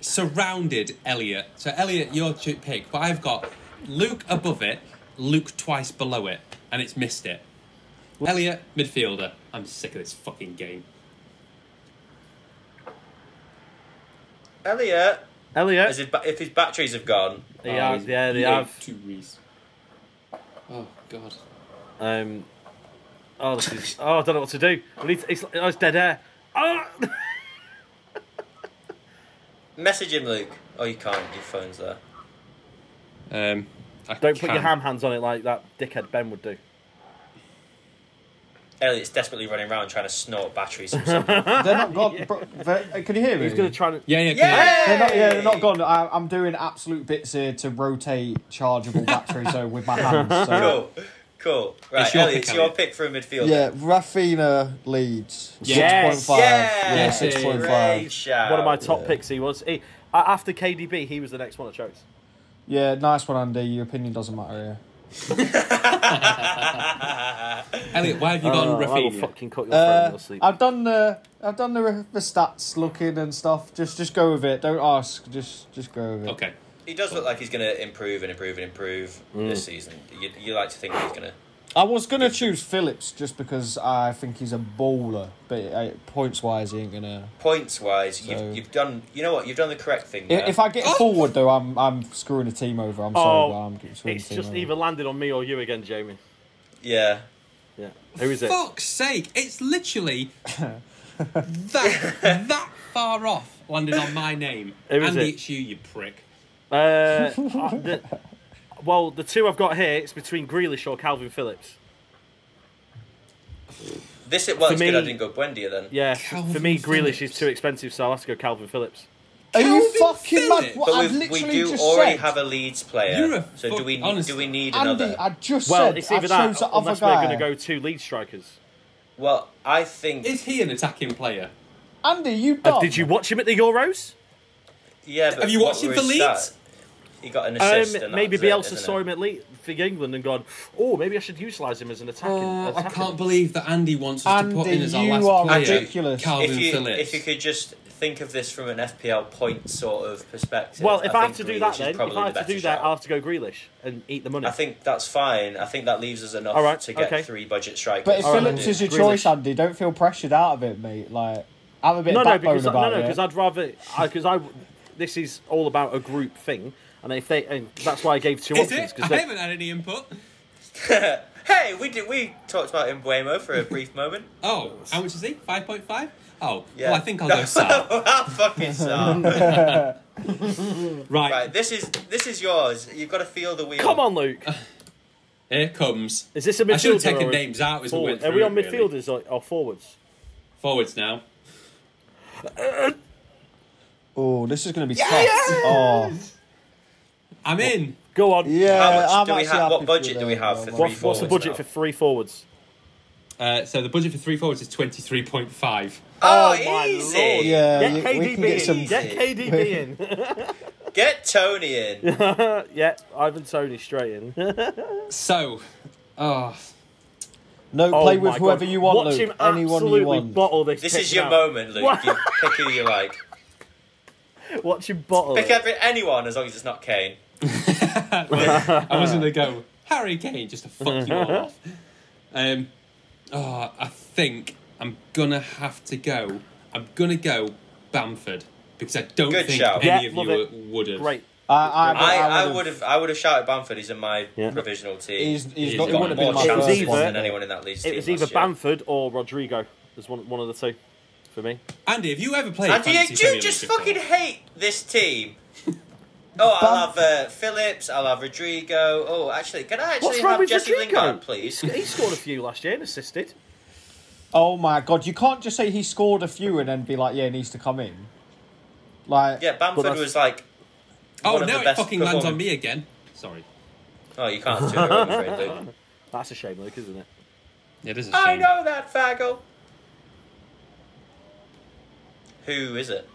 [SPEAKER 2] surrounded Elliot. So, Elliot, your ch- pick, but I've got Luke above it, Luke twice below it, and it's missed it. Elliot, midfielder. I'm sick of this fucking game.
[SPEAKER 3] Elliot, as
[SPEAKER 1] Elliot,
[SPEAKER 3] if, if his batteries have gone,
[SPEAKER 1] they are,
[SPEAKER 2] Um,
[SPEAKER 1] yeah, they
[SPEAKER 2] no
[SPEAKER 1] have.
[SPEAKER 2] Two Reese. Oh god.
[SPEAKER 1] Um, oh, this is, oh, I don't know what to do. We need to, it's, oh, it's dead air. Oh,
[SPEAKER 3] message him, Luke. Oh, you can't. Your phone's there.
[SPEAKER 2] Um, I
[SPEAKER 1] don't put your
[SPEAKER 2] can't.
[SPEAKER 1] ham hands on it like that dickhead Ben would do.
[SPEAKER 3] Elliot's desperately running around trying to snort batteries. From something.
[SPEAKER 4] They're not gone. bro- they're- uh, can you hear me?
[SPEAKER 1] He's gonna try and.
[SPEAKER 2] Yeah, yeah, yeah.
[SPEAKER 3] Yay!
[SPEAKER 4] They're not, yeah, they're not gone. I, I'm doing absolute bits here to rotate chargeable batteries so with my hands. So.
[SPEAKER 3] Cool, cool. Right,
[SPEAKER 2] your
[SPEAKER 3] Elliot,
[SPEAKER 2] pick,
[SPEAKER 3] it's your
[SPEAKER 2] Elliot.
[SPEAKER 3] pick for a midfielder.
[SPEAKER 4] Yeah, Rafina leads
[SPEAKER 1] Yes.
[SPEAKER 4] 6.5. Yeah,
[SPEAKER 3] Yes.
[SPEAKER 2] Yes.
[SPEAKER 4] 6.5.
[SPEAKER 3] Great shout.
[SPEAKER 1] One of my top
[SPEAKER 4] Yeah.
[SPEAKER 1] picks. He was. He, a- after KDB, he was the next one I chose.
[SPEAKER 4] Yeah, nice one, Andy. Your opinion doesn't matter
[SPEAKER 2] Elliot, why have you gone
[SPEAKER 1] Oh, I will
[SPEAKER 2] Rafinha?
[SPEAKER 1] fucking cut your
[SPEAKER 4] here.
[SPEAKER 1] throat in
[SPEAKER 4] Uh,
[SPEAKER 1] your sleep.
[SPEAKER 4] I've done the I've done the, the stats looking and stuff. Just just go with it. Don't ask. Just just go with it.
[SPEAKER 2] Okay.
[SPEAKER 3] He does look like he's going to improve and improve and improve
[SPEAKER 1] Mm.
[SPEAKER 3] this season. You, you like to think he's going to.
[SPEAKER 4] I was gonna choose Phillips just because I think he's a bowler, but uh, points wise, he ain't gonna.
[SPEAKER 3] Points wise,
[SPEAKER 4] So-
[SPEAKER 3] you've, you've done. You know what? You've done the correct thing.
[SPEAKER 4] I-
[SPEAKER 3] there.
[SPEAKER 4] If I get forward though, I'm I'm screwing the team over. I'm sorry,
[SPEAKER 1] Oh,
[SPEAKER 4] but I'm getting screwing
[SPEAKER 1] it's
[SPEAKER 4] the team
[SPEAKER 1] just
[SPEAKER 4] over.
[SPEAKER 1] either landed on me or you again, Jamie.
[SPEAKER 3] yeah,
[SPEAKER 1] Yeah. Who is it?
[SPEAKER 2] Fuck's sake! It's literally that that far off landed on my name.
[SPEAKER 1] Who is
[SPEAKER 2] Andy,
[SPEAKER 1] it?
[SPEAKER 2] it's you, you prick.
[SPEAKER 1] Uh, uh, the, well, the two I've got here, it's between Grealish or Calvin Phillips.
[SPEAKER 3] this it well,
[SPEAKER 1] For
[SPEAKER 3] it's good I
[SPEAKER 1] me-
[SPEAKER 3] didn't go Buendia then.
[SPEAKER 1] Yeah, f- for
[SPEAKER 2] Calvin
[SPEAKER 1] me, Grealish
[SPEAKER 2] Phillips.
[SPEAKER 1] is too expensive, so I'll have to go Calvin Phillips.
[SPEAKER 4] Are you
[SPEAKER 2] Calvin
[SPEAKER 4] fucking
[SPEAKER 2] Phillips?
[SPEAKER 4] mad? What
[SPEAKER 3] but
[SPEAKER 4] I've
[SPEAKER 3] we've, we
[SPEAKER 4] literally
[SPEAKER 3] do
[SPEAKER 4] just
[SPEAKER 3] already
[SPEAKER 4] said.
[SPEAKER 3] have a Leeds player.
[SPEAKER 2] You're a
[SPEAKER 3] so do
[SPEAKER 2] fuck-
[SPEAKER 3] we
[SPEAKER 2] honest-
[SPEAKER 3] do we need
[SPEAKER 4] Andy,
[SPEAKER 3] another?
[SPEAKER 4] I just
[SPEAKER 1] Well,
[SPEAKER 4] said
[SPEAKER 1] it's
[SPEAKER 4] I
[SPEAKER 1] either
[SPEAKER 4] chose
[SPEAKER 1] that,
[SPEAKER 4] the other
[SPEAKER 1] unless we're
[SPEAKER 4] guy.
[SPEAKER 1] going to go two lead strikers.
[SPEAKER 3] Well, I think
[SPEAKER 2] Is he an attacking player?
[SPEAKER 4] Andy, you
[SPEAKER 1] Uh,
[SPEAKER 4] dumb.
[SPEAKER 1] did you watch him at the Euros?
[SPEAKER 3] yeah. But
[SPEAKER 2] Have you
[SPEAKER 3] what
[SPEAKER 2] watched him
[SPEAKER 3] were
[SPEAKER 2] for
[SPEAKER 3] his
[SPEAKER 2] Leeds?
[SPEAKER 3] stats? He got an assist.
[SPEAKER 1] Um,
[SPEAKER 3] and
[SPEAKER 1] maybe
[SPEAKER 3] that was
[SPEAKER 1] Bielsa
[SPEAKER 3] it,
[SPEAKER 1] saw him
[SPEAKER 3] isn't
[SPEAKER 1] at Le- for England and gone, oh, maybe I should utilise him as an attacking.
[SPEAKER 2] Oh, I
[SPEAKER 1] attacking."
[SPEAKER 2] can't believe that Andy wants us to put in
[SPEAKER 4] Andy,
[SPEAKER 2] as our
[SPEAKER 4] you
[SPEAKER 2] last
[SPEAKER 4] are
[SPEAKER 2] player.
[SPEAKER 4] ridiculous.
[SPEAKER 3] it?
[SPEAKER 2] Calvin
[SPEAKER 3] If you
[SPEAKER 2] Phillips.
[SPEAKER 3] if you could just think of this from an FPL point sort of perspective.
[SPEAKER 1] Well, if I, have to
[SPEAKER 3] think
[SPEAKER 1] do
[SPEAKER 3] Grealish
[SPEAKER 1] that,
[SPEAKER 3] is
[SPEAKER 1] then if I
[SPEAKER 3] probably the
[SPEAKER 1] have to
[SPEAKER 3] better
[SPEAKER 1] do that,
[SPEAKER 3] shout.
[SPEAKER 1] I'll have to go Grealish and eat the money.
[SPEAKER 3] I think that's fine. I think that leaves us enough
[SPEAKER 1] All right,
[SPEAKER 3] to get
[SPEAKER 1] okay.
[SPEAKER 3] three budget strikers.
[SPEAKER 4] But if
[SPEAKER 1] All right,
[SPEAKER 4] Phillips
[SPEAKER 1] then.
[SPEAKER 4] is your
[SPEAKER 1] Grealish.
[SPEAKER 4] choice, Andy, don't feel pressured out of it, mate. Like, have a bit
[SPEAKER 1] no,
[SPEAKER 4] of
[SPEAKER 1] no,
[SPEAKER 4] backbone
[SPEAKER 1] because I, no,
[SPEAKER 4] about
[SPEAKER 1] no, because
[SPEAKER 4] it.
[SPEAKER 1] I'd rather because I, this is all about a group thing, and if they and that's why I gave two
[SPEAKER 2] is
[SPEAKER 1] options
[SPEAKER 2] it?
[SPEAKER 1] because
[SPEAKER 2] I haven't had any input.
[SPEAKER 3] hey, we did. We talked about Embuemo for a brief moment.
[SPEAKER 2] Oh, how much is he? Five point five. Oh,
[SPEAKER 3] Yeah.
[SPEAKER 2] well, I think I'll go Sam.
[SPEAKER 3] I'll Oh, fucking Sam.
[SPEAKER 2] Right.
[SPEAKER 3] right, this is this is yours. You've got to feel the wheel.
[SPEAKER 1] Come on, Luke.
[SPEAKER 2] here comes.
[SPEAKER 1] Is this a midfielder?
[SPEAKER 2] I should have taken
[SPEAKER 1] or a
[SPEAKER 2] names out as we
[SPEAKER 1] Forward?
[SPEAKER 2] went through.
[SPEAKER 1] Are we on
[SPEAKER 2] it, really.
[SPEAKER 1] midfielders or, or forwards?
[SPEAKER 2] Forwards now.
[SPEAKER 4] Oh, this is going to be tough. Oh,
[SPEAKER 2] I'm in.
[SPEAKER 1] Go on.
[SPEAKER 4] yeah.
[SPEAKER 3] How much
[SPEAKER 4] I'm
[SPEAKER 3] do we
[SPEAKER 4] actually
[SPEAKER 3] have- what
[SPEAKER 4] happy
[SPEAKER 3] budget
[SPEAKER 4] for
[SPEAKER 3] do we
[SPEAKER 4] that.
[SPEAKER 3] have for
[SPEAKER 4] Well,
[SPEAKER 1] What,
[SPEAKER 3] Three
[SPEAKER 1] what's the
[SPEAKER 3] forwards
[SPEAKER 1] budget
[SPEAKER 3] now.
[SPEAKER 1] for three forwards?
[SPEAKER 2] Uh, so the budget for three forwards is twenty three point five.
[SPEAKER 3] Oh,
[SPEAKER 1] Oh, my
[SPEAKER 3] easy.
[SPEAKER 1] lord.
[SPEAKER 4] Yeah,
[SPEAKER 1] Get
[SPEAKER 4] Uh, we- we,
[SPEAKER 1] KDB
[SPEAKER 4] can get
[SPEAKER 1] in.
[SPEAKER 4] some.
[SPEAKER 1] Get KDB
[SPEAKER 3] Get Tony in.
[SPEAKER 1] in. yeah, Ivan Tony straight in.
[SPEAKER 2] So, oh,
[SPEAKER 4] No,
[SPEAKER 1] Oh
[SPEAKER 4] play
[SPEAKER 1] my
[SPEAKER 4] with whoever
[SPEAKER 1] God.
[SPEAKER 4] you want,
[SPEAKER 1] Watch
[SPEAKER 4] Luke.
[SPEAKER 1] him
[SPEAKER 4] Anyone
[SPEAKER 1] absolutely
[SPEAKER 4] you want.
[SPEAKER 1] bottle this.
[SPEAKER 3] This
[SPEAKER 1] pick
[SPEAKER 3] is your
[SPEAKER 1] now.
[SPEAKER 3] moment, Luke.
[SPEAKER 1] What?
[SPEAKER 3] You pick who you like.
[SPEAKER 1] Watch him bottle.
[SPEAKER 3] Pick
[SPEAKER 1] it.
[SPEAKER 3] every, anyone as long as it's not Kane.
[SPEAKER 2] I was gonna go Harry Kane just to fuck you all off. Um, oh, I think I'm gonna have to go. I'm gonna go Bamford because I don't
[SPEAKER 3] Good
[SPEAKER 2] think
[SPEAKER 3] shout.
[SPEAKER 2] any
[SPEAKER 1] Yeah,
[SPEAKER 2] of
[SPEAKER 1] love
[SPEAKER 2] you
[SPEAKER 1] it.
[SPEAKER 2] would have.
[SPEAKER 1] Great.
[SPEAKER 4] I, I,
[SPEAKER 3] I, I
[SPEAKER 4] would've-
[SPEAKER 3] would have I would have shouted Bamford. He's in my
[SPEAKER 1] Yeah.
[SPEAKER 3] provisional team.
[SPEAKER 4] He's, he's
[SPEAKER 2] He's
[SPEAKER 4] not, he
[SPEAKER 2] got
[SPEAKER 4] wouldn't have
[SPEAKER 3] more
[SPEAKER 4] been my
[SPEAKER 1] It was
[SPEAKER 4] first
[SPEAKER 3] chances
[SPEAKER 1] either-
[SPEAKER 3] than
[SPEAKER 4] one.
[SPEAKER 3] anyone in that Leeds
[SPEAKER 1] It
[SPEAKER 3] team
[SPEAKER 1] was either
[SPEAKER 3] last year.
[SPEAKER 1] Bamford or Rodrigo. There's one one of the two for me.
[SPEAKER 2] Andy, have you ever played?
[SPEAKER 3] And do you,
[SPEAKER 2] Fantasy
[SPEAKER 3] do you
[SPEAKER 2] Premier
[SPEAKER 3] just
[SPEAKER 2] League before?
[SPEAKER 3] fucking hate this team? Oh, I'll have uh, Phillips. I'll have Rodrigo. Oh, actually, can I actually
[SPEAKER 1] What's wrong
[SPEAKER 3] have
[SPEAKER 1] with
[SPEAKER 3] Jesse
[SPEAKER 1] Rodrigo?
[SPEAKER 3] Lingard,
[SPEAKER 1] He,
[SPEAKER 3] please?
[SPEAKER 1] sc- he scored a few last year and assisted.
[SPEAKER 4] Oh my god, you can't just say he scored a few and then be like, yeah, he needs to come in. Like,
[SPEAKER 3] Yeah,
[SPEAKER 1] But
[SPEAKER 3] Bamford
[SPEAKER 1] that's-
[SPEAKER 3] was like.
[SPEAKER 2] Oh,
[SPEAKER 3] one of
[SPEAKER 2] now
[SPEAKER 3] the
[SPEAKER 2] it
[SPEAKER 3] best
[SPEAKER 2] fucking lands on
[SPEAKER 3] performing-
[SPEAKER 2] me again. Sorry.
[SPEAKER 3] Oh, you can't do it. I'm afraid, dude.
[SPEAKER 1] That's a shame, Luke, isn't it?
[SPEAKER 2] It is a shame.
[SPEAKER 3] I know that faggle. Who is it?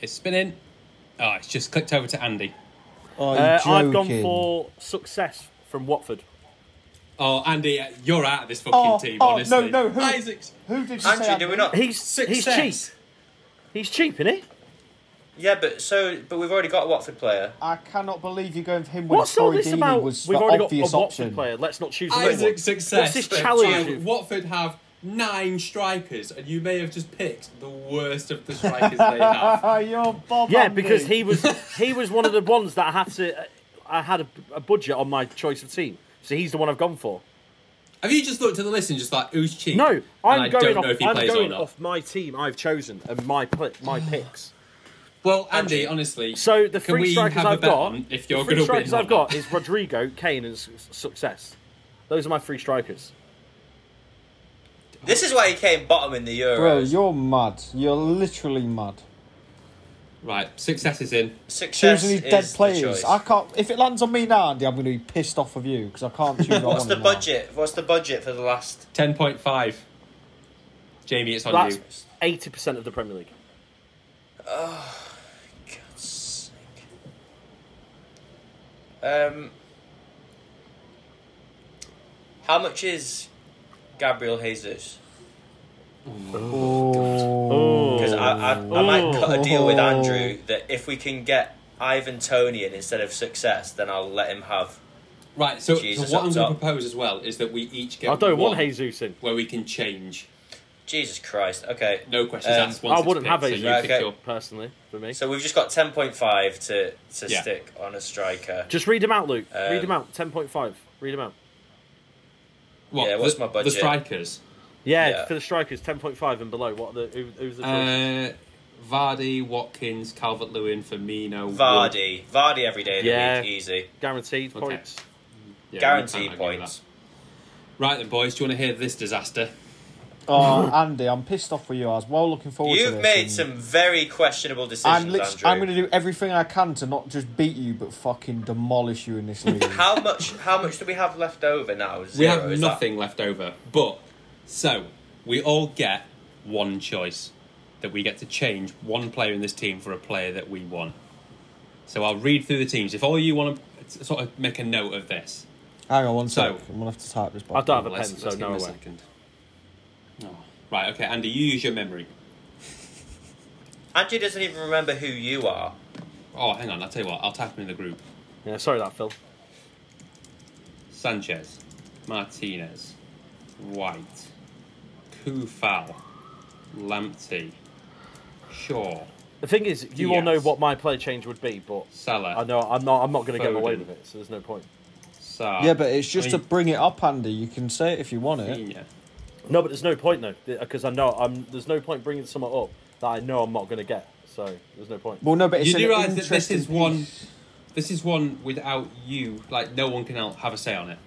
[SPEAKER 2] It's spinning. Oh, it's just clicked over to Andy.
[SPEAKER 4] oh,
[SPEAKER 1] Uh,
[SPEAKER 4] you're
[SPEAKER 1] I've gone
[SPEAKER 4] joking.
[SPEAKER 1] for success from Watford.
[SPEAKER 2] Oh, Andy, uh, you're out of this fucking
[SPEAKER 4] Oh,
[SPEAKER 2] team,
[SPEAKER 4] oh,
[SPEAKER 2] honestly.
[SPEAKER 4] no, no, who-
[SPEAKER 2] Isaacs.
[SPEAKER 4] Who did you say?
[SPEAKER 3] Andrew, do we not?
[SPEAKER 1] He's
[SPEAKER 2] Success.
[SPEAKER 1] he's cheap. He's cheap, isn't he?
[SPEAKER 3] Yeah, but so but we've already got a Watford player.
[SPEAKER 4] I cannot believe you're going for him when
[SPEAKER 1] What's all
[SPEAKER 4] Troy
[SPEAKER 1] this
[SPEAKER 4] Deeney
[SPEAKER 1] about?
[SPEAKER 4] was
[SPEAKER 1] We've
[SPEAKER 4] the
[SPEAKER 1] already got a
[SPEAKER 4] obvious
[SPEAKER 1] Watford
[SPEAKER 4] option.
[SPEAKER 1] player. Let's not choose another one.
[SPEAKER 2] Isaac success.
[SPEAKER 1] What's this
[SPEAKER 2] but
[SPEAKER 1] challenge?
[SPEAKER 2] Giants- Watford have nine strikers, and you may have just picked the worst of the strikers they have.
[SPEAKER 4] Oh, you're Bob.
[SPEAKER 1] Yeah,
[SPEAKER 4] Andy.
[SPEAKER 1] because he was he was one of the ones that I had to. I had a, a budget on my choice of team, so he's the one I've gone for.
[SPEAKER 2] Have you just looked at the list and just like, who's cheap?
[SPEAKER 1] No,
[SPEAKER 2] And
[SPEAKER 1] I'm
[SPEAKER 2] I
[SPEAKER 1] going
[SPEAKER 2] don't
[SPEAKER 1] off.
[SPEAKER 2] know if he
[SPEAKER 1] I'm
[SPEAKER 2] plays
[SPEAKER 1] going
[SPEAKER 2] or not.
[SPEAKER 1] off my team I've chosen and my pl- my picks.
[SPEAKER 2] Well, Andy, honestly.
[SPEAKER 1] So the
[SPEAKER 2] can
[SPEAKER 1] three
[SPEAKER 2] we
[SPEAKER 1] strikers
[SPEAKER 2] have a
[SPEAKER 1] I've
[SPEAKER 2] bet
[SPEAKER 1] got,
[SPEAKER 2] on If
[SPEAKER 1] the
[SPEAKER 2] you're
[SPEAKER 1] three
[SPEAKER 2] going to
[SPEAKER 1] strikers
[SPEAKER 2] win,
[SPEAKER 1] I've got is Rodrigo, Kane, and S- Success. Those are my three strikers.
[SPEAKER 3] This is why he came bottom in the Euros.
[SPEAKER 4] Bro, you're mad. You're literally mad.
[SPEAKER 2] Right, success is in.
[SPEAKER 3] Success
[SPEAKER 4] Choosing these
[SPEAKER 3] is
[SPEAKER 4] dead
[SPEAKER 3] the
[SPEAKER 4] players.
[SPEAKER 3] choice.
[SPEAKER 4] I can't. If it lands on me now, Andy, I'm going to be pissed off of you because I can't choose. what I
[SPEAKER 3] What's
[SPEAKER 4] want
[SPEAKER 3] the
[SPEAKER 4] now.
[SPEAKER 3] budget? What's the budget for the last?
[SPEAKER 2] 10.5. Jamie, it's on
[SPEAKER 1] That's
[SPEAKER 2] you.
[SPEAKER 1] eighty percent of the Premier League.
[SPEAKER 3] God's sake. Um, how much is Gabriel Jesus?
[SPEAKER 4] Oh.
[SPEAKER 3] Because I, I, I might cut a deal with
[SPEAKER 4] Ooh.
[SPEAKER 3] Andrew that if we can get Ivan Tony in instead of success, then I'll let him have.
[SPEAKER 2] Right, so,
[SPEAKER 3] Jesus,
[SPEAKER 2] so what I'm
[SPEAKER 3] up
[SPEAKER 2] going to
[SPEAKER 3] top.
[SPEAKER 2] propose as well is that we each get
[SPEAKER 1] I don't
[SPEAKER 2] one
[SPEAKER 1] want Jesus in.
[SPEAKER 2] where we can change.
[SPEAKER 3] Jesus Christ. Okay.
[SPEAKER 2] No questions
[SPEAKER 3] Um,
[SPEAKER 2] asked.
[SPEAKER 1] I
[SPEAKER 2] Once it's
[SPEAKER 1] wouldn't
[SPEAKER 2] picked,
[SPEAKER 1] have
[SPEAKER 2] so
[SPEAKER 1] Hazard.
[SPEAKER 2] you
[SPEAKER 3] Right,
[SPEAKER 2] pick
[SPEAKER 3] okay.
[SPEAKER 2] your-
[SPEAKER 1] personally for me.
[SPEAKER 3] So we've just got 10.5 to, to
[SPEAKER 2] Yeah.
[SPEAKER 3] stick on a striker.
[SPEAKER 1] Just read them out, Luke. read them
[SPEAKER 3] Um,
[SPEAKER 1] out. Ten point five. Read them out.
[SPEAKER 2] What,
[SPEAKER 3] Yeah, what's
[SPEAKER 2] the,
[SPEAKER 3] my
[SPEAKER 2] the
[SPEAKER 3] budget?
[SPEAKER 2] strikers.
[SPEAKER 1] Yeah,
[SPEAKER 3] Yeah.
[SPEAKER 1] for the strikers, ten point five and below. What are the who, who's the choice?
[SPEAKER 2] Uh, Vardy, Watkins, Calvert Lewin, Firmino. Wood.
[SPEAKER 3] Vardy. Vardy every day of the
[SPEAKER 1] Yeah.
[SPEAKER 3] week. Easy.
[SPEAKER 1] guaranteed
[SPEAKER 2] okay.
[SPEAKER 1] points?
[SPEAKER 2] Yeah, we
[SPEAKER 3] Guaranteed
[SPEAKER 2] can't argue
[SPEAKER 3] points.
[SPEAKER 2] with that. Right then, boys, do you want to hear this disaster?
[SPEAKER 4] Oh, Andy, I'm pissed off with you. I was well looking forward to
[SPEAKER 3] You've
[SPEAKER 4] this,
[SPEAKER 3] made
[SPEAKER 4] and
[SPEAKER 3] some very questionable
[SPEAKER 4] I'm,
[SPEAKER 3] decisions,
[SPEAKER 4] lit-
[SPEAKER 3] Andrew.
[SPEAKER 4] I'm going to do everything I can to not just beat you, but fucking demolish you in this league.
[SPEAKER 3] How much? How much do we have left over now?
[SPEAKER 2] We
[SPEAKER 3] Zero,
[SPEAKER 2] have
[SPEAKER 3] is that-
[SPEAKER 2] nothing left over, but so we all get one choice that we get to change one player in this team for a player that we want. So I'll read through the teams. If all you want to sort of make a note of this,
[SPEAKER 4] Hang on one
[SPEAKER 2] So-
[SPEAKER 4] sec. I'm going to have to type this.
[SPEAKER 1] I
[SPEAKER 4] back.
[SPEAKER 1] don't have a pen,
[SPEAKER 2] Let's-
[SPEAKER 1] so
[SPEAKER 2] let's give
[SPEAKER 1] no
[SPEAKER 2] him a
[SPEAKER 1] way.
[SPEAKER 2] second. Oh. Right, okay, Andy, you use your memory.
[SPEAKER 3] Andrew doesn't even remember who you are.
[SPEAKER 2] Oh, hang on, I'll tell you what, I'll type him in the group.
[SPEAKER 1] Yeah, sorry that Phil.
[SPEAKER 2] Sanchez, Martinez, White, Kufal, Lamptey, Shaw,
[SPEAKER 1] The thing is, you all know
[SPEAKER 2] Diaz.
[SPEAKER 1] what my play change would be, but
[SPEAKER 2] Salah.
[SPEAKER 1] I know I'm not. I'm not going to get away
[SPEAKER 2] Foden.
[SPEAKER 1] with it, so there's no point.
[SPEAKER 2] Sarr,
[SPEAKER 4] Yeah, but it's just
[SPEAKER 2] I
[SPEAKER 4] to
[SPEAKER 2] mean,
[SPEAKER 1] Hmm.
[SPEAKER 4] bring it up, Andy. You can say it if you want it.
[SPEAKER 2] Fabinho.
[SPEAKER 1] No, but there's no point though, because I know I'm. There's no point bringing someone up that I know I'm not going to get. So there's no point.
[SPEAKER 4] Well, no, but it's
[SPEAKER 2] you
[SPEAKER 4] an
[SPEAKER 2] do realise that this
[SPEAKER 4] interesting
[SPEAKER 2] is one.
[SPEAKER 4] piece.
[SPEAKER 2] This is one without you. Like no one can out- have a say on it.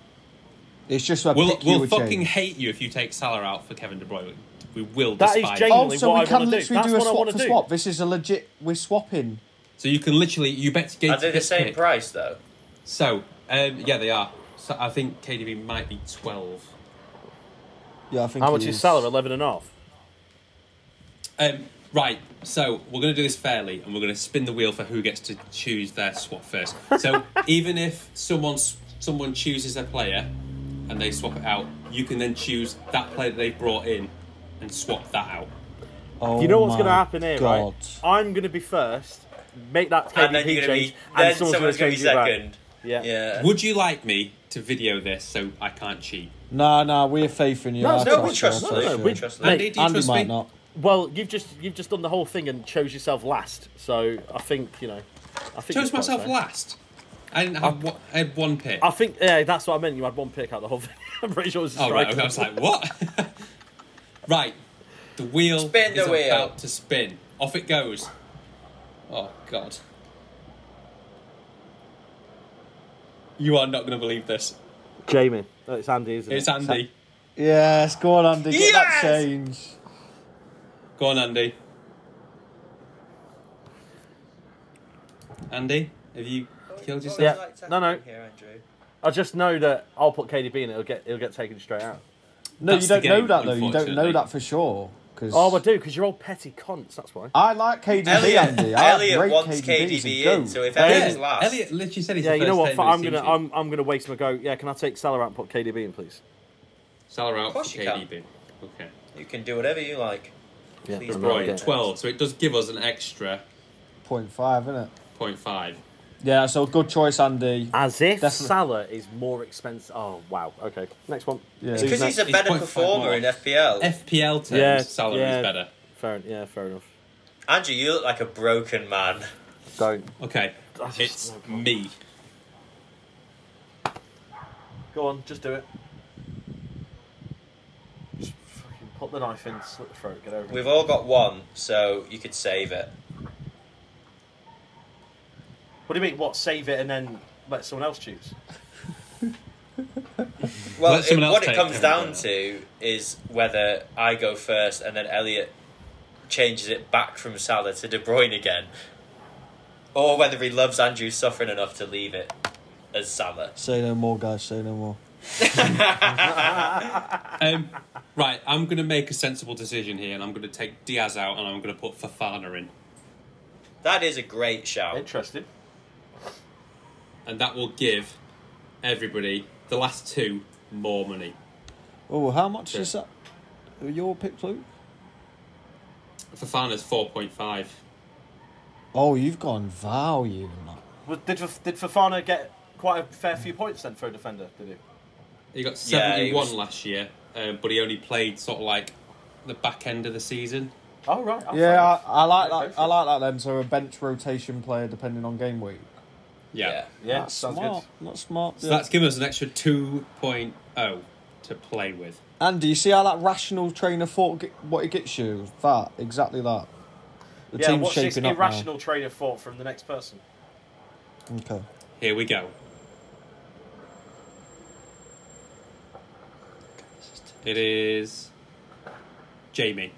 [SPEAKER 4] It's just a
[SPEAKER 2] We'll,
[SPEAKER 4] pick you
[SPEAKER 2] we'll
[SPEAKER 4] would
[SPEAKER 2] fucking
[SPEAKER 4] change.
[SPEAKER 2] hate you if you take Salah out for Kevin De Bruyne. We will
[SPEAKER 1] That is
[SPEAKER 2] despise
[SPEAKER 1] genuine. genuinely
[SPEAKER 2] you.
[SPEAKER 4] Also,
[SPEAKER 1] what
[SPEAKER 4] Oh, we
[SPEAKER 1] I
[SPEAKER 4] can
[SPEAKER 1] wanna do.
[SPEAKER 4] literally
[SPEAKER 1] That's
[SPEAKER 4] do a
[SPEAKER 1] what I
[SPEAKER 4] swap
[SPEAKER 1] wanna
[SPEAKER 4] to
[SPEAKER 1] do.
[SPEAKER 4] swap. This is a legit. We're swapping.
[SPEAKER 2] So you can literally you bet Gates.
[SPEAKER 3] Are they the
[SPEAKER 2] this
[SPEAKER 3] same
[SPEAKER 2] pick.
[SPEAKER 3] price though?
[SPEAKER 2] So um, yeah, they are. So I think KDB might be twelve.
[SPEAKER 4] Yeah, I think.
[SPEAKER 1] How
[SPEAKER 4] it
[SPEAKER 1] much is
[SPEAKER 4] is
[SPEAKER 1] Salah? Eleven and a half.
[SPEAKER 2] Um, right, so we're going to do this fairly, and we're going to spin the wheel for who gets to choose their swap first. So even if someone s- someone chooses a player and they swap it out, you can then choose that player that they brought in and swap that out.
[SPEAKER 4] Oh
[SPEAKER 1] you know what's going to
[SPEAKER 4] my
[SPEAKER 1] happen here,
[SPEAKER 4] God.
[SPEAKER 1] right? I'm going to be first. Make that KDP
[SPEAKER 3] And then you're gonna
[SPEAKER 1] change,
[SPEAKER 3] be. Then
[SPEAKER 1] and
[SPEAKER 3] someone's
[SPEAKER 1] going
[SPEAKER 3] gonna
[SPEAKER 1] to
[SPEAKER 3] be second.
[SPEAKER 1] Yeah.
[SPEAKER 3] Yeah.
[SPEAKER 2] Would you like me to video this so I can't cheat?
[SPEAKER 4] Nah, nah, we have faith in you.
[SPEAKER 1] No,
[SPEAKER 4] I
[SPEAKER 1] no, we
[SPEAKER 4] you,
[SPEAKER 3] trust
[SPEAKER 4] I
[SPEAKER 3] them.
[SPEAKER 4] you.
[SPEAKER 3] We trust them.
[SPEAKER 1] Mate,
[SPEAKER 2] Andy, do you
[SPEAKER 4] Andy
[SPEAKER 2] trust
[SPEAKER 4] might
[SPEAKER 2] me?
[SPEAKER 4] not.
[SPEAKER 1] Well, you've just you've just done the whole thing and chose yourself last. So I think you know. I think
[SPEAKER 2] Chose
[SPEAKER 1] you're quite
[SPEAKER 2] myself
[SPEAKER 1] fair.
[SPEAKER 2] last. I didn't have one, I had one pick.
[SPEAKER 1] I think yeah, that's what I meant. You had one pick out of the whole thing. I'm pretty sure it was a
[SPEAKER 2] Oh right,
[SPEAKER 1] striker.
[SPEAKER 2] I was like, what? right, the wheel
[SPEAKER 3] Spin the
[SPEAKER 2] is
[SPEAKER 3] wheel.
[SPEAKER 2] about to spin. Off it goes. Oh god. You are not going to believe this.
[SPEAKER 1] Jamie. No, it's Andy, isn't
[SPEAKER 2] It's
[SPEAKER 1] it?
[SPEAKER 2] Andy.
[SPEAKER 4] Yes, go on, Andy. Get
[SPEAKER 3] Yes!
[SPEAKER 4] that change.
[SPEAKER 2] Go on, Andy. Andy, have you killed yourself?
[SPEAKER 1] Yeah. No, no.
[SPEAKER 3] Here, Andrew.
[SPEAKER 1] I just know that I'll put KDB in. It'll get it'll get taken straight out.
[SPEAKER 4] No,
[SPEAKER 2] That's
[SPEAKER 4] you don't
[SPEAKER 2] the
[SPEAKER 4] know
[SPEAKER 2] game,
[SPEAKER 4] that though. You don't know
[SPEAKER 2] unfortunately.
[SPEAKER 4] that for sure. 'cause
[SPEAKER 1] Oh, I do because you're all petty cons. That's why.
[SPEAKER 4] I like KDB,
[SPEAKER 3] Elliot,
[SPEAKER 4] Andy. I
[SPEAKER 3] Elliot
[SPEAKER 4] rate
[SPEAKER 3] wants
[SPEAKER 4] KDB 's a
[SPEAKER 3] KDB
[SPEAKER 4] goat.
[SPEAKER 3] in, so if
[SPEAKER 1] Yeah.
[SPEAKER 3] Elliot's last,
[SPEAKER 2] Elliot literally said he's
[SPEAKER 1] Yeah,
[SPEAKER 2] the
[SPEAKER 1] you
[SPEAKER 2] first
[SPEAKER 1] know what?
[SPEAKER 2] 10
[SPEAKER 1] I'm
[SPEAKER 2] this
[SPEAKER 1] gonna
[SPEAKER 2] season.
[SPEAKER 1] I'm I'm gonna waste my go. Yeah, can I take Salah out and put KDB in, please?
[SPEAKER 2] Salah out
[SPEAKER 3] Of course
[SPEAKER 2] for
[SPEAKER 3] you can.
[SPEAKER 2] KDB. Okay.
[SPEAKER 3] you can do whatever you like.
[SPEAKER 1] Yeah,
[SPEAKER 3] Please,
[SPEAKER 1] I'm not
[SPEAKER 2] Right,
[SPEAKER 1] getting it.
[SPEAKER 2] 12. So it does give us an extra
[SPEAKER 4] Point five, isn't it?
[SPEAKER 2] 0.5.
[SPEAKER 4] Yeah, so good choice, Andy.
[SPEAKER 1] As if
[SPEAKER 4] Definitely.
[SPEAKER 1] Salah is more expensive. Oh wow. Okay. Next one.
[SPEAKER 4] Yeah.
[SPEAKER 3] It's
[SPEAKER 4] Who's
[SPEAKER 3] because he's a
[SPEAKER 2] He's
[SPEAKER 3] better
[SPEAKER 2] 0.5
[SPEAKER 3] performer
[SPEAKER 2] more.
[SPEAKER 3] in FPL.
[SPEAKER 2] FPL terms,
[SPEAKER 1] Yeah,
[SPEAKER 2] Salah
[SPEAKER 1] yeah.
[SPEAKER 2] is better.
[SPEAKER 1] Fair. Yeah. Fair enough.
[SPEAKER 3] Andrew, you look like a broken man.
[SPEAKER 1] Don't
[SPEAKER 2] Okay,
[SPEAKER 1] That's
[SPEAKER 2] it's
[SPEAKER 1] just no problem.
[SPEAKER 2] me.
[SPEAKER 1] go on. Just do it. Just fucking put the knife in, slit the throat, get over
[SPEAKER 3] We've
[SPEAKER 1] it.
[SPEAKER 3] all got one, so you could save it.
[SPEAKER 1] What do you mean? What? Save it and then let someone else choose.
[SPEAKER 3] Well,
[SPEAKER 2] Let
[SPEAKER 3] it,
[SPEAKER 2] someone else
[SPEAKER 3] what it
[SPEAKER 2] take
[SPEAKER 3] comes
[SPEAKER 2] Kevin
[SPEAKER 3] down
[SPEAKER 2] Brown.
[SPEAKER 3] to is whether I go first and then Elliot changes it back from Salah to De Bruyne again, or whether he loves Andrew suffering enough to leave it as Salah.
[SPEAKER 4] Say no more, guys. Say no more.
[SPEAKER 2] Um, right, I'm going to make a sensible decision here, and I'm going to take Diaz out, and I'm going to put Fafana in,
[SPEAKER 3] That is a great shout.
[SPEAKER 1] Interesting.
[SPEAKER 2] and that will give everybody the last two more money.
[SPEAKER 4] Oh, how much
[SPEAKER 2] Yeah.
[SPEAKER 4] is that? Your pick, Luke?
[SPEAKER 2] Fafana's 4.5.
[SPEAKER 4] Oh, you've gone value. and that.
[SPEAKER 1] Was- Did Faf- did Fafana get quite a fair few points then for a defender? Did he?
[SPEAKER 2] He got
[SPEAKER 3] Yeah,
[SPEAKER 2] 71
[SPEAKER 3] he was-
[SPEAKER 2] last year, um, but he only played sort of like the back end of the season.
[SPEAKER 1] Oh right. oh, fair
[SPEAKER 4] Yeah, I,
[SPEAKER 1] enough.
[SPEAKER 4] I like
[SPEAKER 1] Yeah, go
[SPEAKER 4] that.
[SPEAKER 1] for
[SPEAKER 4] I
[SPEAKER 1] it.
[SPEAKER 4] like that. Then, so a bench rotation player depending on game week.
[SPEAKER 2] Yeah.
[SPEAKER 1] Yeah,
[SPEAKER 4] that's
[SPEAKER 1] sounds
[SPEAKER 4] smart. That's smart.
[SPEAKER 2] So
[SPEAKER 4] yeah.
[SPEAKER 2] that's given us an extra 2.0 to play with.
[SPEAKER 4] Andy, you see how that rational trainer thought get, what it gets you? That exactly that. The
[SPEAKER 1] good. Yeah,
[SPEAKER 4] team's
[SPEAKER 1] what's this
[SPEAKER 4] shaping up
[SPEAKER 1] irrational trainer thought from the next person?
[SPEAKER 4] now. Okay.
[SPEAKER 2] Here we go. It is Jamie.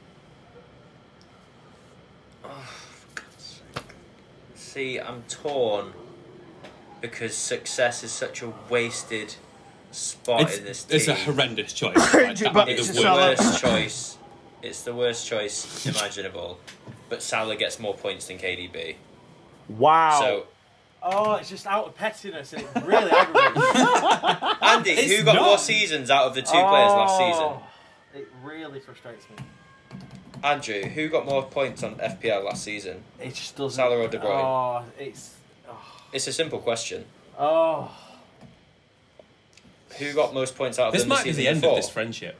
[SPEAKER 3] See, I'm torn because success is such a wasted spot
[SPEAKER 2] It's,
[SPEAKER 3] in this team.
[SPEAKER 2] it's a horrendous choice. Like,
[SPEAKER 4] Jim
[SPEAKER 2] that would be
[SPEAKER 4] Buckets
[SPEAKER 2] the
[SPEAKER 4] is
[SPEAKER 3] the
[SPEAKER 4] Salah.
[SPEAKER 2] worst.
[SPEAKER 3] worst choice. It's the worst choice imaginable. But Salah gets more points than KDB.
[SPEAKER 1] Wow.
[SPEAKER 3] So,
[SPEAKER 1] oh, it's just out of pettiness, and it really aggravates me.
[SPEAKER 3] Andy,
[SPEAKER 2] It's
[SPEAKER 3] who got
[SPEAKER 2] not-
[SPEAKER 3] more seasons out of the two players last season?
[SPEAKER 1] Oh. It really frustrates me.
[SPEAKER 3] Andrew, who got more points on FPL last season?
[SPEAKER 1] It just doesn't.
[SPEAKER 3] Salah or De Bruyne?
[SPEAKER 1] Oh, it's. Oh,
[SPEAKER 3] It's a simple question.
[SPEAKER 1] oh.
[SPEAKER 3] Who got most points out of
[SPEAKER 2] This
[SPEAKER 3] them the
[SPEAKER 2] might be
[SPEAKER 3] season
[SPEAKER 2] the end
[SPEAKER 3] before?
[SPEAKER 2] of this friendship.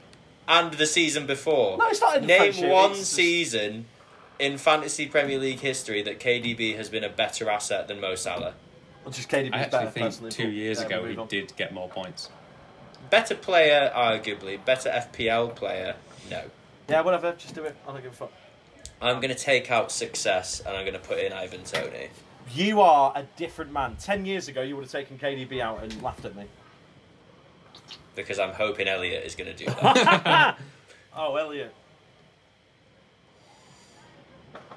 [SPEAKER 3] and the season before.
[SPEAKER 1] No, it's not in the
[SPEAKER 3] Name
[SPEAKER 1] friendship,
[SPEAKER 3] one
[SPEAKER 1] it's just-
[SPEAKER 3] season in fantasy Premier League history that KDB has been a better asset than Mo Salah.
[SPEAKER 1] Well, just KDB's
[SPEAKER 2] I
[SPEAKER 1] better
[SPEAKER 2] actually
[SPEAKER 1] personally.
[SPEAKER 2] think two
[SPEAKER 1] but,
[SPEAKER 2] years
[SPEAKER 1] yeah,
[SPEAKER 2] ago
[SPEAKER 1] we'll
[SPEAKER 2] he
[SPEAKER 1] move on.
[SPEAKER 2] did get more points.
[SPEAKER 3] Better player, arguably. Better FPL player, no.
[SPEAKER 1] Yeah, whatever. Just do it. I don't give a fuck.
[SPEAKER 3] I'm going to take out success and I'm going to put in Ivan Tony.
[SPEAKER 1] You are a different man. Ten years ago, you would have taken KDB out and laughed at me.
[SPEAKER 3] because I'm hoping Elliot is going to do that.
[SPEAKER 1] oh, Elliot.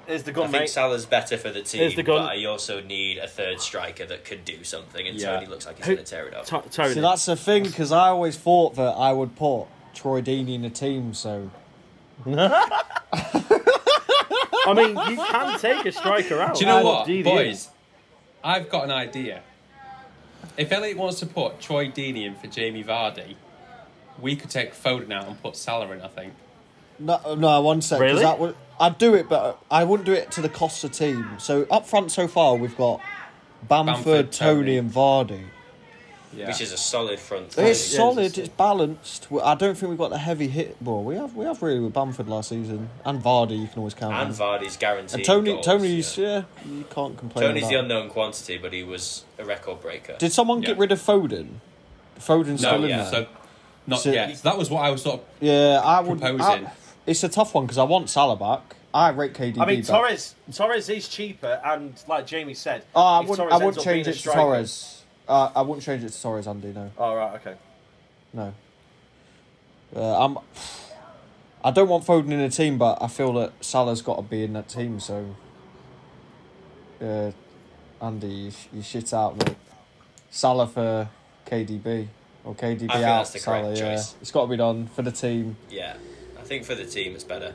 [SPEAKER 1] Here's the
[SPEAKER 3] I
[SPEAKER 1] gun,
[SPEAKER 3] think
[SPEAKER 1] mate.
[SPEAKER 3] Salah's better for the team,
[SPEAKER 1] Here's the gun.
[SPEAKER 3] but I also need a third striker that could do something, and
[SPEAKER 1] Yeah.
[SPEAKER 3] Tony looks like he's
[SPEAKER 1] Who-
[SPEAKER 3] going to tear it up.
[SPEAKER 1] T- Tony.
[SPEAKER 4] See, that's the thing because I always thought that I would put Troy Deeney in the team. So
[SPEAKER 1] I mean, you can take a striker out.
[SPEAKER 2] Do you know
[SPEAKER 1] I'll
[SPEAKER 2] what,
[SPEAKER 1] DD.
[SPEAKER 2] boys? I've got an idea. If Elliot wants to put Troy Deeney in for Jamie Vardy, we could take Foden out and put Salah in. I think.
[SPEAKER 4] no, no, one sec. 'cause
[SPEAKER 1] Really?
[SPEAKER 4] That would, I'd do it, but I wouldn't do it to the cost of the team. So up front, so far we've got Bamford,
[SPEAKER 2] Bamford,
[SPEAKER 4] Tony,
[SPEAKER 2] Tony.
[SPEAKER 4] and Vardy.
[SPEAKER 2] Yeah.
[SPEAKER 3] Which is a solid front three.
[SPEAKER 4] It's
[SPEAKER 1] yeah,
[SPEAKER 4] solid.
[SPEAKER 1] it's-
[SPEAKER 4] It's, balanced. We- I don't think we've got the heavy hit ball. We have we have really with Bamford last season and Vardy. You can always count. on.
[SPEAKER 3] and Vardy's guaranteed.
[SPEAKER 4] and Tony.
[SPEAKER 3] goals,
[SPEAKER 4] Tony's
[SPEAKER 3] yeah.
[SPEAKER 4] yeah. You can't complain.
[SPEAKER 3] Tony's
[SPEAKER 4] about
[SPEAKER 3] the
[SPEAKER 4] that.
[SPEAKER 3] unknown quantity, but he was a record breaker.
[SPEAKER 4] Did someone get
[SPEAKER 2] Yeah.
[SPEAKER 4] rid of Foden? Foden's
[SPEAKER 2] no,
[SPEAKER 4] still in
[SPEAKER 2] yeah.
[SPEAKER 4] there.
[SPEAKER 2] So not
[SPEAKER 4] So-
[SPEAKER 2] yet. So that was what I was sort of.
[SPEAKER 4] yeah, I would.
[SPEAKER 2] Proposing.
[SPEAKER 4] I, it's a tough one because I want Salah back. I rate KDB.
[SPEAKER 1] I mean,
[SPEAKER 4] back.
[SPEAKER 1] Torres. Torres is cheaper, and like Jamie said,
[SPEAKER 4] Oh, I
[SPEAKER 1] if
[SPEAKER 4] wouldn't.
[SPEAKER 1] Torres
[SPEAKER 4] I
[SPEAKER 1] ends
[SPEAKER 4] wouldn't
[SPEAKER 1] up being
[SPEAKER 4] change
[SPEAKER 1] a
[SPEAKER 4] it to
[SPEAKER 1] striker-
[SPEAKER 4] Torres. Uh, I wouldn't change it to Torres, Andy. No,
[SPEAKER 1] Oh right, okay.
[SPEAKER 4] no. Uh, I'm. I don't want Foden in a team, but I feel that Salah's got to be in that team. So, uh, Andy, you, sh- you shit out, mate. Salah for KDB or KDB
[SPEAKER 3] I think
[SPEAKER 4] out.
[SPEAKER 3] that's the
[SPEAKER 4] Salah,
[SPEAKER 3] correct
[SPEAKER 4] yeah.
[SPEAKER 3] choice.
[SPEAKER 4] It's got to be done for the team.
[SPEAKER 3] Yeah. I think for the team it's better.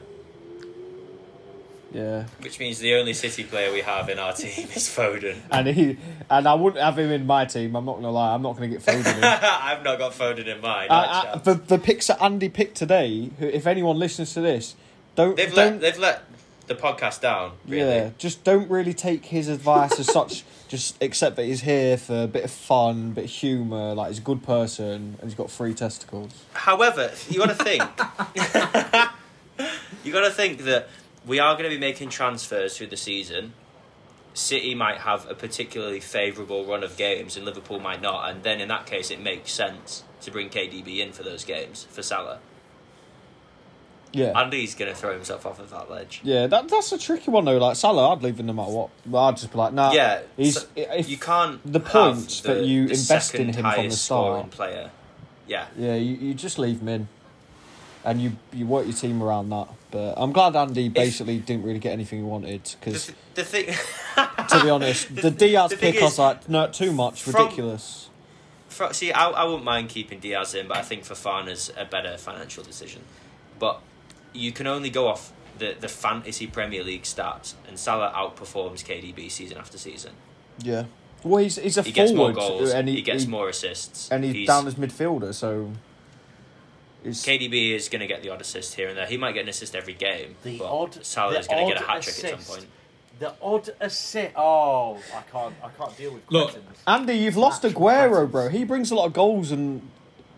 [SPEAKER 4] Yeah,
[SPEAKER 3] Which means the only City player we have in our team is Foden.
[SPEAKER 4] and he and I wouldn't have him in my team. I'm not gonna lie. I'm not gonna get Foden. in.
[SPEAKER 3] I've not got Foden in mind.
[SPEAKER 4] Uh, uh, the the picks that Andy picked today. Who, if anyone listens to this, don't
[SPEAKER 3] they've let
[SPEAKER 4] don't
[SPEAKER 3] they've let the podcast down. Really.
[SPEAKER 4] yeah, just don't really take his advice as such. Just accept that he's here for a bit of fun, bit of humour. Like he's a good person and he's got three testicles.
[SPEAKER 3] However, you got to think. you got to think that we are going to be making transfers through the season. City might have a particularly favourable run of games, and Liverpool might not. And then in that case, it makes sense to bring KDB in for those games for Salah.
[SPEAKER 4] Yeah,
[SPEAKER 3] Andy's going to throw himself off of that ledge.
[SPEAKER 4] yeah. That that's a tricky one though. Like Salah, I'd leave him no matter what. But I'd just be like, nah.
[SPEAKER 3] Yeah,
[SPEAKER 4] he's
[SPEAKER 3] so
[SPEAKER 4] if,
[SPEAKER 3] you can't
[SPEAKER 4] the
[SPEAKER 3] have
[SPEAKER 4] points
[SPEAKER 3] the-
[SPEAKER 4] that you
[SPEAKER 3] the
[SPEAKER 4] invest
[SPEAKER 3] second
[SPEAKER 4] in him from the
[SPEAKER 3] highest scoring
[SPEAKER 4] start.
[SPEAKER 3] player. Yeah,
[SPEAKER 4] Yeah, you, you just leave him in, and you you work your team around that. But I'm glad Andy basically didn't really get anything he wanted
[SPEAKER 3] the,
[SPEAKER 4] because.
[SPEAKER 3] th- the thing.
[SPEAKER 4] to be honest. The Diaz
[SPEAKER 3] the thing
[SPEAKER 4] pick, I was
[SPEAKER 3] is-
[SPEAKER 4] like, no, too much,
[SPEAKER 3] From-
[SPEAKER 4] ridiculous.
[SPEAKER 3] For, see, I, I wouldn't mind keeping Diaz in, but I think Fafana's a better financial decision. But you can only go off the, the fantasy Premier League stats, and Salah outperforms KDB season after season.
[SPEAKER 4] Yeah. Well, he's, he's a
[SPEAKER 3] He gets
[SPEAKER 4] forward, uh,
[SPEAKER 3] more goals,
[SPEAKER 4] and
[SPEAKER 3] he,
[SPEAKER 4] he,
[SPEAKER 3] gets more assists,
[SPEAKER 4] and he's, down as midfielder, so. It's,
[SPEAKER 3] KDB is going to get the odd assist here and there. He might get an assist every game,
[SPEAKER 1] The
[SPEAKER 3] but
[SPEAKER 1] odd.
[SPEAKER 3] Salah
[SPEAKER 1] the
[SPEAKER 3] is going to get a
[SPEAKER 1] odd
[SPEAKER 3] hat trick at
[SPEAKER 1] assist.
[SPEAKER 3] some point.
[SPEAKER 1] The odd assist. Oh, I can't. I can't deal with
[SPEAKER 2] Look.
[SPEAKER 1] cretins.
[SPEAKER 4] Andy, you've lost
[SPEAKER 1] Actual
[SPEAKER 4] Aguero,
[SPEAKER 1] presence.
[SPEAKER 4] bro. He brings a lot of goals and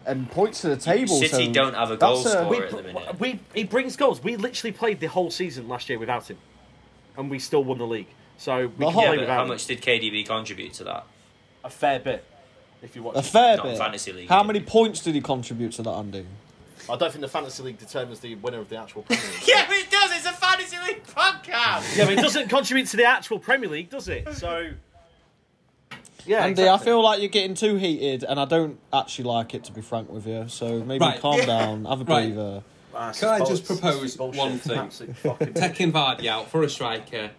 [SPEAKER 4] and points to the table.
[SPEAKER 3] City
[SPEAKER 4] so
[SPEAKER 3] don't have a
[SPEAKER 4] that's
[SPEAKER 3] goal
[SPEAKER 1] we,
[SPEAKER 3] scorer. at the minute.
[SPEAKER 1] we he brings goals. We literally played the whole season last year without him, and we still won the league. So we
[SPEAKER 4] The
[SPEAKER 1] can
[SPEAKER 4] whole-
[SPEAKER 1] play
[SPEAKER 3] Yeah, but
[SPEAKER 1] without
[SPEAKER 3] how
[SPEAKER 1] him.
[SPEAKER 3] much did KDB contribute to that?
[SPEAKER 1] a fair bit. If you watch,
[SPEAKER 4] A fair
[SPEAKER 3] Not
[SPEAKER 4] bit.
[SPEAKER 3] fantasy league,
[SPEAKER 4] How
[SPEAKER 3] yeah.
[SPEAKER 4] many points did he contribute to that, Andy?
[SPEAKER 1] I don't think the fantasy league determines the winner of the actual Premier League.
[SPEAKER 3] it does. It's a fantasy league podcast.
[SPEAKER 1] yeah, but it doesn't contribute to the actual Premier League, does it? So, yeah,
[SPEAKER 4] Andy, I
[SPEAKER 1] exactly.
[SPEAKER 4] feel like you're getting too heated, and I don't actually like it, to be frank with you. So maybe
[SPEAKER 2] Right.
[SPEAKER 4] calm down, have a
[SPEAKER 2] Right.
[SPEAKER 4] breather.
[SPEAKER 1] Ah, it's
[SPEAKER 2] Can I
[SPEAKER 1] bull-
[SPEAKER 2] just
[SPEAKER 1] it's
[SPEAKER 2] propose
[SPEAKER 1] bullshit.
[SPEAKER 2] one
[SPEAKER 1] It's
[SPEAKER 2] thing?
[SPEAKER 1] Absolute fucking,
[SPEAKER 2] Taking Vardy out for a striker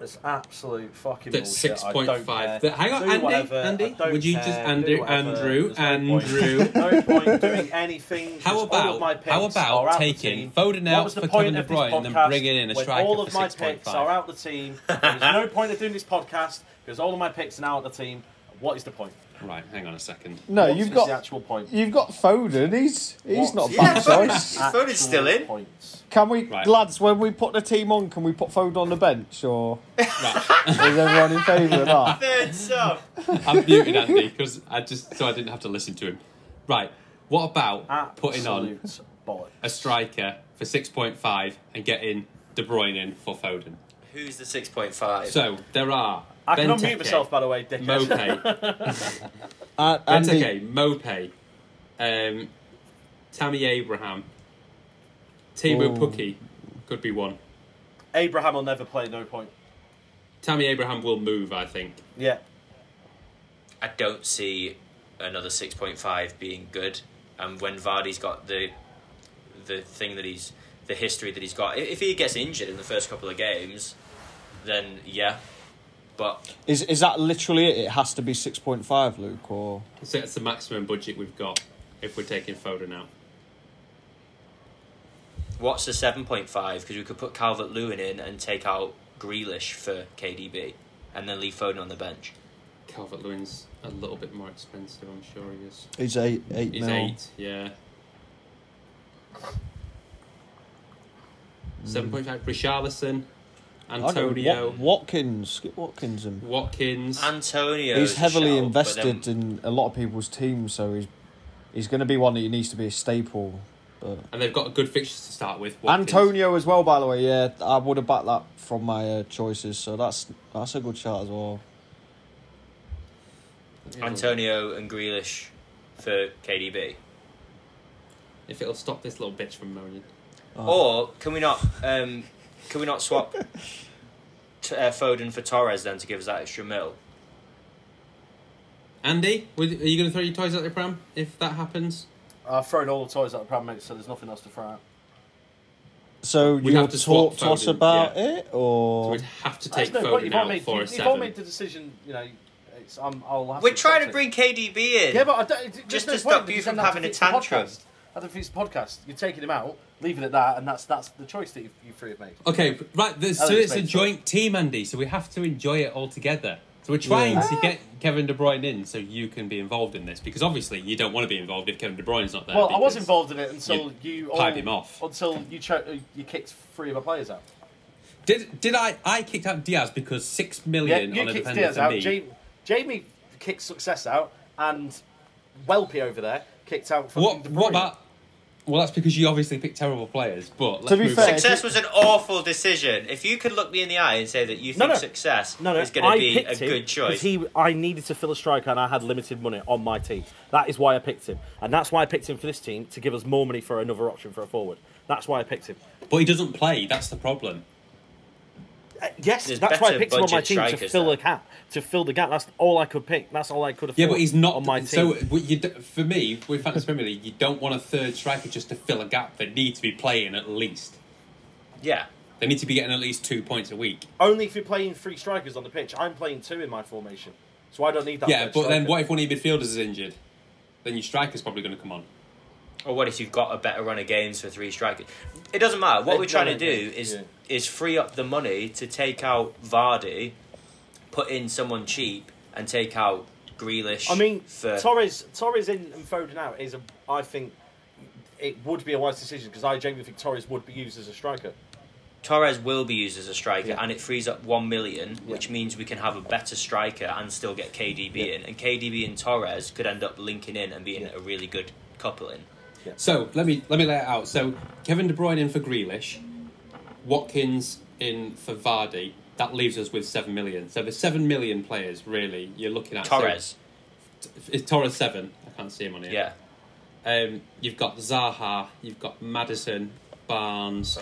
[SPEAKER 1] it's absolute fucking
[SPEAKER 2] that's
[SPEAKER 1] bullshit.
[SPEAKER 2] six
[SPEAKER 1] I
[SPEAKER 2] point
[SPEAKER 1] don't
[SPEAKER 2] five.
[SPEAKER 1] care.
[SPEAKER 2] That, hang on,
[SPEAKER 1] Do
[SPEAKER 2] Andy,
[SPEAKER 1] whatever. I
[SPEAKER 2] Andy,
[SPEAKER 1] don't
[SPEAKER 2] would you
[SPEAKER 1] care.
[SPEAKER 2] just
[SPEAKER 1] Do
[SPEAKER 2] Andrew,
[SPEAKER 1] whatever.
[SPEAKER 2] Andrew,
[SPEAKER 1] There's no point.
[SPEAKER 2] Andrew?
[SPEAKER 1] no point doing anything.
[SPEAKER 2] How
[SPEAKER 1] Just all
[SPEAKER 2] about-
[SPEAKER 1] of my
[SPEAKER 2] how
[SPEAKER 1] picks
[SPEAKER 2] about
[SPEAKER 1] are out the
[SPEAKER 2] taking
[SPEAKER 1] team.
[SPEAKER 2] Foden
[SPEAKER 1] What
[SPEAKER 2] out
[SPEAKER 1] was the
[SPEAKER 2] for
[SPEAKER 1] point
[SPEAKER 2] Kevin De
[SPEAKER 1] of this
[SPEAKER 2] Bruyne and then
[SPEAKER 1] podcast
[SPEAKER 2] bringing in a
[SPEAKER 1] when
[SPEAKER 2] striker
[SPEAKER 1] All
[SPEAKER 2] for
[SPEAKER 1] of my
[SPEAKER 2] 6.5?
[SPEAKER 1] picks are out the team. There's no point of doing this podcast because all of my picks are now out the team. What is the point?
[SPEAKER 2] Right, hang on a second.
[SPEAKER 4] No,
[SPEAKER 1] What
[SPEAKER 4] you've
[SPEAKER 1] is
[SPEAKER 4] got
[SPEAKER 1] the actual point.
[SPEAKER 4] You've got Foden. He's he's
[SPEAKER 1] What?
[SPEAKER 4] not a
[SPEAKER 1] Yeah,
[SPEAKER 4] bad
[SPEAKER 3] Foden.
[SPEAKER 4] choice.
[SPEAKER 3] Foden's
[SPEAKER 1] Actual
[SPEAKER 3] still in.
[SPEAKER 1] Points.
[SPEAKER 4] Can we,
[SPEAKER 2] Right.
[SPEAKER 4] lads? When we put the team on, can we put Foden on the bench, or
[SPEAKER 2] Right.
[SPEAKER 4] is everyone in favour of that?
[SPEAKER 3] Third sub.
[SPEAKER 2] I'm muted Andy because I just so I didn't have to listen to him. Right. What about putting on
[SPEAKER 1] Absolute bollocks.
[SPEAKER 2] a striker for six point five and getting De Bruyne in for Foden?
[SPEAKER 3] Who's the six point five?
[SPEAKER 2] So there are.
[SPEAKER 1] I can
[SPEAKER 2] Benteke,
[SPEAKER 1] unmute myself, by the way, dickhead.
[SPEAKER 2] Mope,
[SPEAKER 4] Uh, Andy,
[SPEAKER 2] Benteke, Mope, Um, Tammy Abraham, Timo
[SPEAKER 4] Ooh.
[SPEAKER 2] Pukki could be one.
[SPEAKER 1] Abraham will never play. No point.
[SPEAKER 2] Tammy Abraham will move, I think.
[SPEAKER 1] Yeah.
[SPEAKER 3] I don't see another six point five being good. And when Vardy's got the the thing that he's the history that he's got, i- if he gets injured in the first couple of games, then yeah. But
[SPEAKER 4] Is is that literally it? It has to be six point five, Luke, or
[SPEAKER 2] So that's the maximum budget we've got if we're taking Foden out.
[SPEAKER 3] what's the seven point five? Because we could put Calvert Lewin in and take out Grealish for KDB, and then leave Foden on the bench.
[SPEAKER 2] Calvert Lewin's a little bit more expensive, I'm sure he is.
[SPEAKER 4] he's eight eight
[SPEAKER 2] He's
[SPEAKER 4] mil.
[SPEAKER 2] eight, yeah. Seven point five. Richarlison,
[SPEAKER 4] I don't know,
[SPEAKER 2] Antonio,
[SPEAKER 4] Wat- Watkins, Skip Watkins, and
[SPEAKER 2] Watkins.
[SPEAKER 3] Antonio.
[SPEAKER 4] he's
[SPEAKER 3] is a
[SPEAKER 4] heavily
[SPEAKER 3] shout, but
[SPEAKER 4] invested
[SPEAKER 3] then-
[SPEAKER 4] in a lot of people's teams, so he's he's going to be one that needs to be a staple. But
[SPEAKER 2] and they've got a good fixtures to start with. Watkins.
[SPEAKER 4] Antonio as well, by the way. Yeah, I would have backed that from my uh, choices, so that's that's a good shot as well.
[SPEAKER 2] Yeah.
[SPEAKER 3] Antonio and Grealish for KDB.
[SPEAKER 2] If it'll stop this little bitch from moaning.
[SPEAKER 3] Or can we not? Um, can we not swap t- uh, Foden for Torres then to give us that extra mil?
[SPEAKER 2] Andy, would- are you going to throw your toys at the pram if that happens?
[SPEAKER 1] I've thrown all the toys at the pram, mate, so there's nothing else to throw out.
[SPEAKER 4] So
[SPEAKER 2] We'd
[SPEAKER 4] you
[SPEAKER 2] have
[SPEAKER 4] will
[SPEAKER 2] to swap
[SPEAKER 4] talk to us
[SPEAKER 2] Foden,
[SPEAKER 4] about
[SPEAKER 2] yeah.
[SPEAKER 4] it, or
[SPEAKER 2] So we'd have to take
[SPEAKER 1] There's no point.
[SPEAKER 2] Foden
[SPEAKER 1] You've
[SPEAKER 2] out
[SPEAKER 1] all made,
[SPEAKER 2] for a
[SPEAKER 1] you've all made
[SPEAKER 2] seven.
[SPEAKER 1] the decision. You know, it's, I'm, I'll have
[SPEAKER 3] We're
[SPEAKER 1] accept
[SPEAKER 3] trying to
[SPEAKER 1] it.
[SPEAKER 3] bring KDB in.
[SPEAKER 1] Yeah, but I don't, it- there's
[SPEAKER 3] Just
[SPEAKER 1] no
[SPEAKER 3] to
[SPEAKER 1] point
[SPEAKER 3] stop
[SPEAKER 1] because
[SPEAKER 3] you
[SPEAKER 1] then
[SPEAKER 3] from
[SPEAKER 1] that
[SPEAKER 3] having a
[SPEAKER 1] defeats the
[SPEAKER 3] tantrum.
[SPEAKER 1] podcast. That defeats the podcast. You're taking him out, leaving it at that, and that's that's the choice that you, you three have made.
[SPEAKER 2] Okay, right. There's,
[SPEAKER 1] I
[SPEAKER 2] so
[SPEAKER 1] think
[SPEAKER 2] it's
[SPEAKER 1] it's
[SPEAKER 2] a
[SPEAKER 1] made
[SPEAKER 2] joint team, Andy. So we have to enjoy it all together. So we're trying
[SPEAKER 4] Yeah.
[SPEAKER 2] to get Kevin De Bruyne in, so you can be involved in this because obviously you don't want to be involved if Kevin De Bruyne's not there.
[SPEAKER 1] Well, I was
[SPEAKER 2] because-
[SPEAKER 1] involved in it until
[SPEAKER 2] you'd
[SPEAKER 1] you, all,
[SPEAKER 2] pipe him off.
[SPEAKER 1] Until you cho- you kicked three of our players out.
[SPEAKER 2] Did did I? I kicked out Diaz because six
[SPEAKER 1] Yeah,
[SPEAKER 2] million
[SPEAKER 1] you
[SPEAKER 2] on a
[SPEAKER 1] kicked
[SPEAKER 2] defender
[SPEAKER 1] Diaz
[SPEAKER 2] for
[SPEAKER 1] out.
[SPEAKER 2] me.
[SPEAKER 1] Jamie, Jamie kicked success out, and Welpy over there kicked out. fucking
[SPEAKER 2] What
[SPEAKER 1] De
[SPEAKER 2] what
[SPEAKER 1] Bruyne.
[SPEAKER 2] about? Well, that's because you obviously picked terrible players. But let's
[SPEAKER 4] To be
[SPEAKER 2] move
[SPEAKER 4] fair-
[SPEAKER 2] on.
[SPEAKER 3] Success was an awful decision. If you could look me in the eye and say that you think
[SPEAKER 1] No, no.
[SPEAKER 3] success
[SPEAKER 1] No, no,
[SPEAKER 3] is going to
[SPEAKER 1] I
[SPEAKER 3] be
[SPEAKER 1] picked
[SPEAKER 3] a
[SPEAKER 1] him
[SPEAKER 3] good
[SPEAKER 1] 'cause
[SPEAKER 3] choice,
[SPEAKER 1] He, I needed to fill a striker, and I had limited money on my team. That is why I picked him, and that's why I picked him for this team to give us more money for another option for a forward. That's why I picked him.
[SPEAKER 2] but he doesn't play. That's the problem.
[SPEAKER 1] Uh, yes,
[SPEAKER 3] There's
[SPEAKER 1] that's why I
[SPEAKER 3] better
[SPEAKER 1] picked him on my
[SPEAKER 3] budget
[SPEAKER 1] team to
[SPEAKER 3] strikers
[SPEAKER 1] fill
[SPEAKER 3] there.
[SPEAKER 1] a gap. To fill the gap, that's all I could pick. That's all I could afford.
[SPEAKER 2] Yeah, but he's not
[SPEAKER 1] on my team.
[SPEAKER 2] So w- you d- for me, with fantasy Premier League, you don't want a third striker just to fill a gap. They need to be playing at least.
[SPEAKER 3] yeah.
[SPEAKER 2] They need to be getting at least two points a week.
[SPEAKER 1] Only if you're playing three strikers on the pitch. I'm playing two in my formation, so I don't need that.
[SPEAKER 2] yeah,
[SPEAKER 1] third
[SPEAKER 2] but then
[SPEAKER 1] striker.
[SPEAKER 2] what if one of your midfielders is injured? Then your striker's probably going to come on.
[SPEAKER 3] Or what if you've got a better run of games for three strikers? It doesn't matter. What
[SPEAKER 1] It-
[SPEAKER 3] we're trying
[SPEAKER 1] no,
[SPEAKER 3] to
[SPEAKER 1] no,
[SPEAKER 3] do
[SPEAKER 1] yeah,
[SPEAKER 3] is
[SPEAKER 1] yeah.
[SPEAKER 3] is free up the money to take out Vardy, put in someone cheap, and take out Grealish.
[SPEAKER 1] I mean,
[SPEAKER 3] for
[SPEAKER 1] Torres, Torres in and Foden out is a. I think it would be a wise decision because I genuinely think Torres would be used as a striker.
[SPEAKER 3] Torres will be used as a striker,
[SPEAKER 1] Yeah.
[SPEAKER 3] and it frees up one million,
[SPEAKER 1] Yeah.
[SPEAKER 3] which means we can have a better striker and still get KDB in, and KDB and Torres could end up linking in and being
[SPEAKER 1] Yeah.
[SPEAKER 3] a really good coupling.
[SPEAKER 2] So let me let me lay it out. So Kevin De Bruyne in for Grealish, Watkins in for Vardy. That leaves us with seven million. So the seven million players really you're looking at. So
[SPEAKER 3] Torres,
[SPEAKER 2] is Torres seven? I can't see him on here.
[SPEAKER 3] yeah,
[SPEAKER 2] Um, you've got Zaha, you've got Madison, Barnes,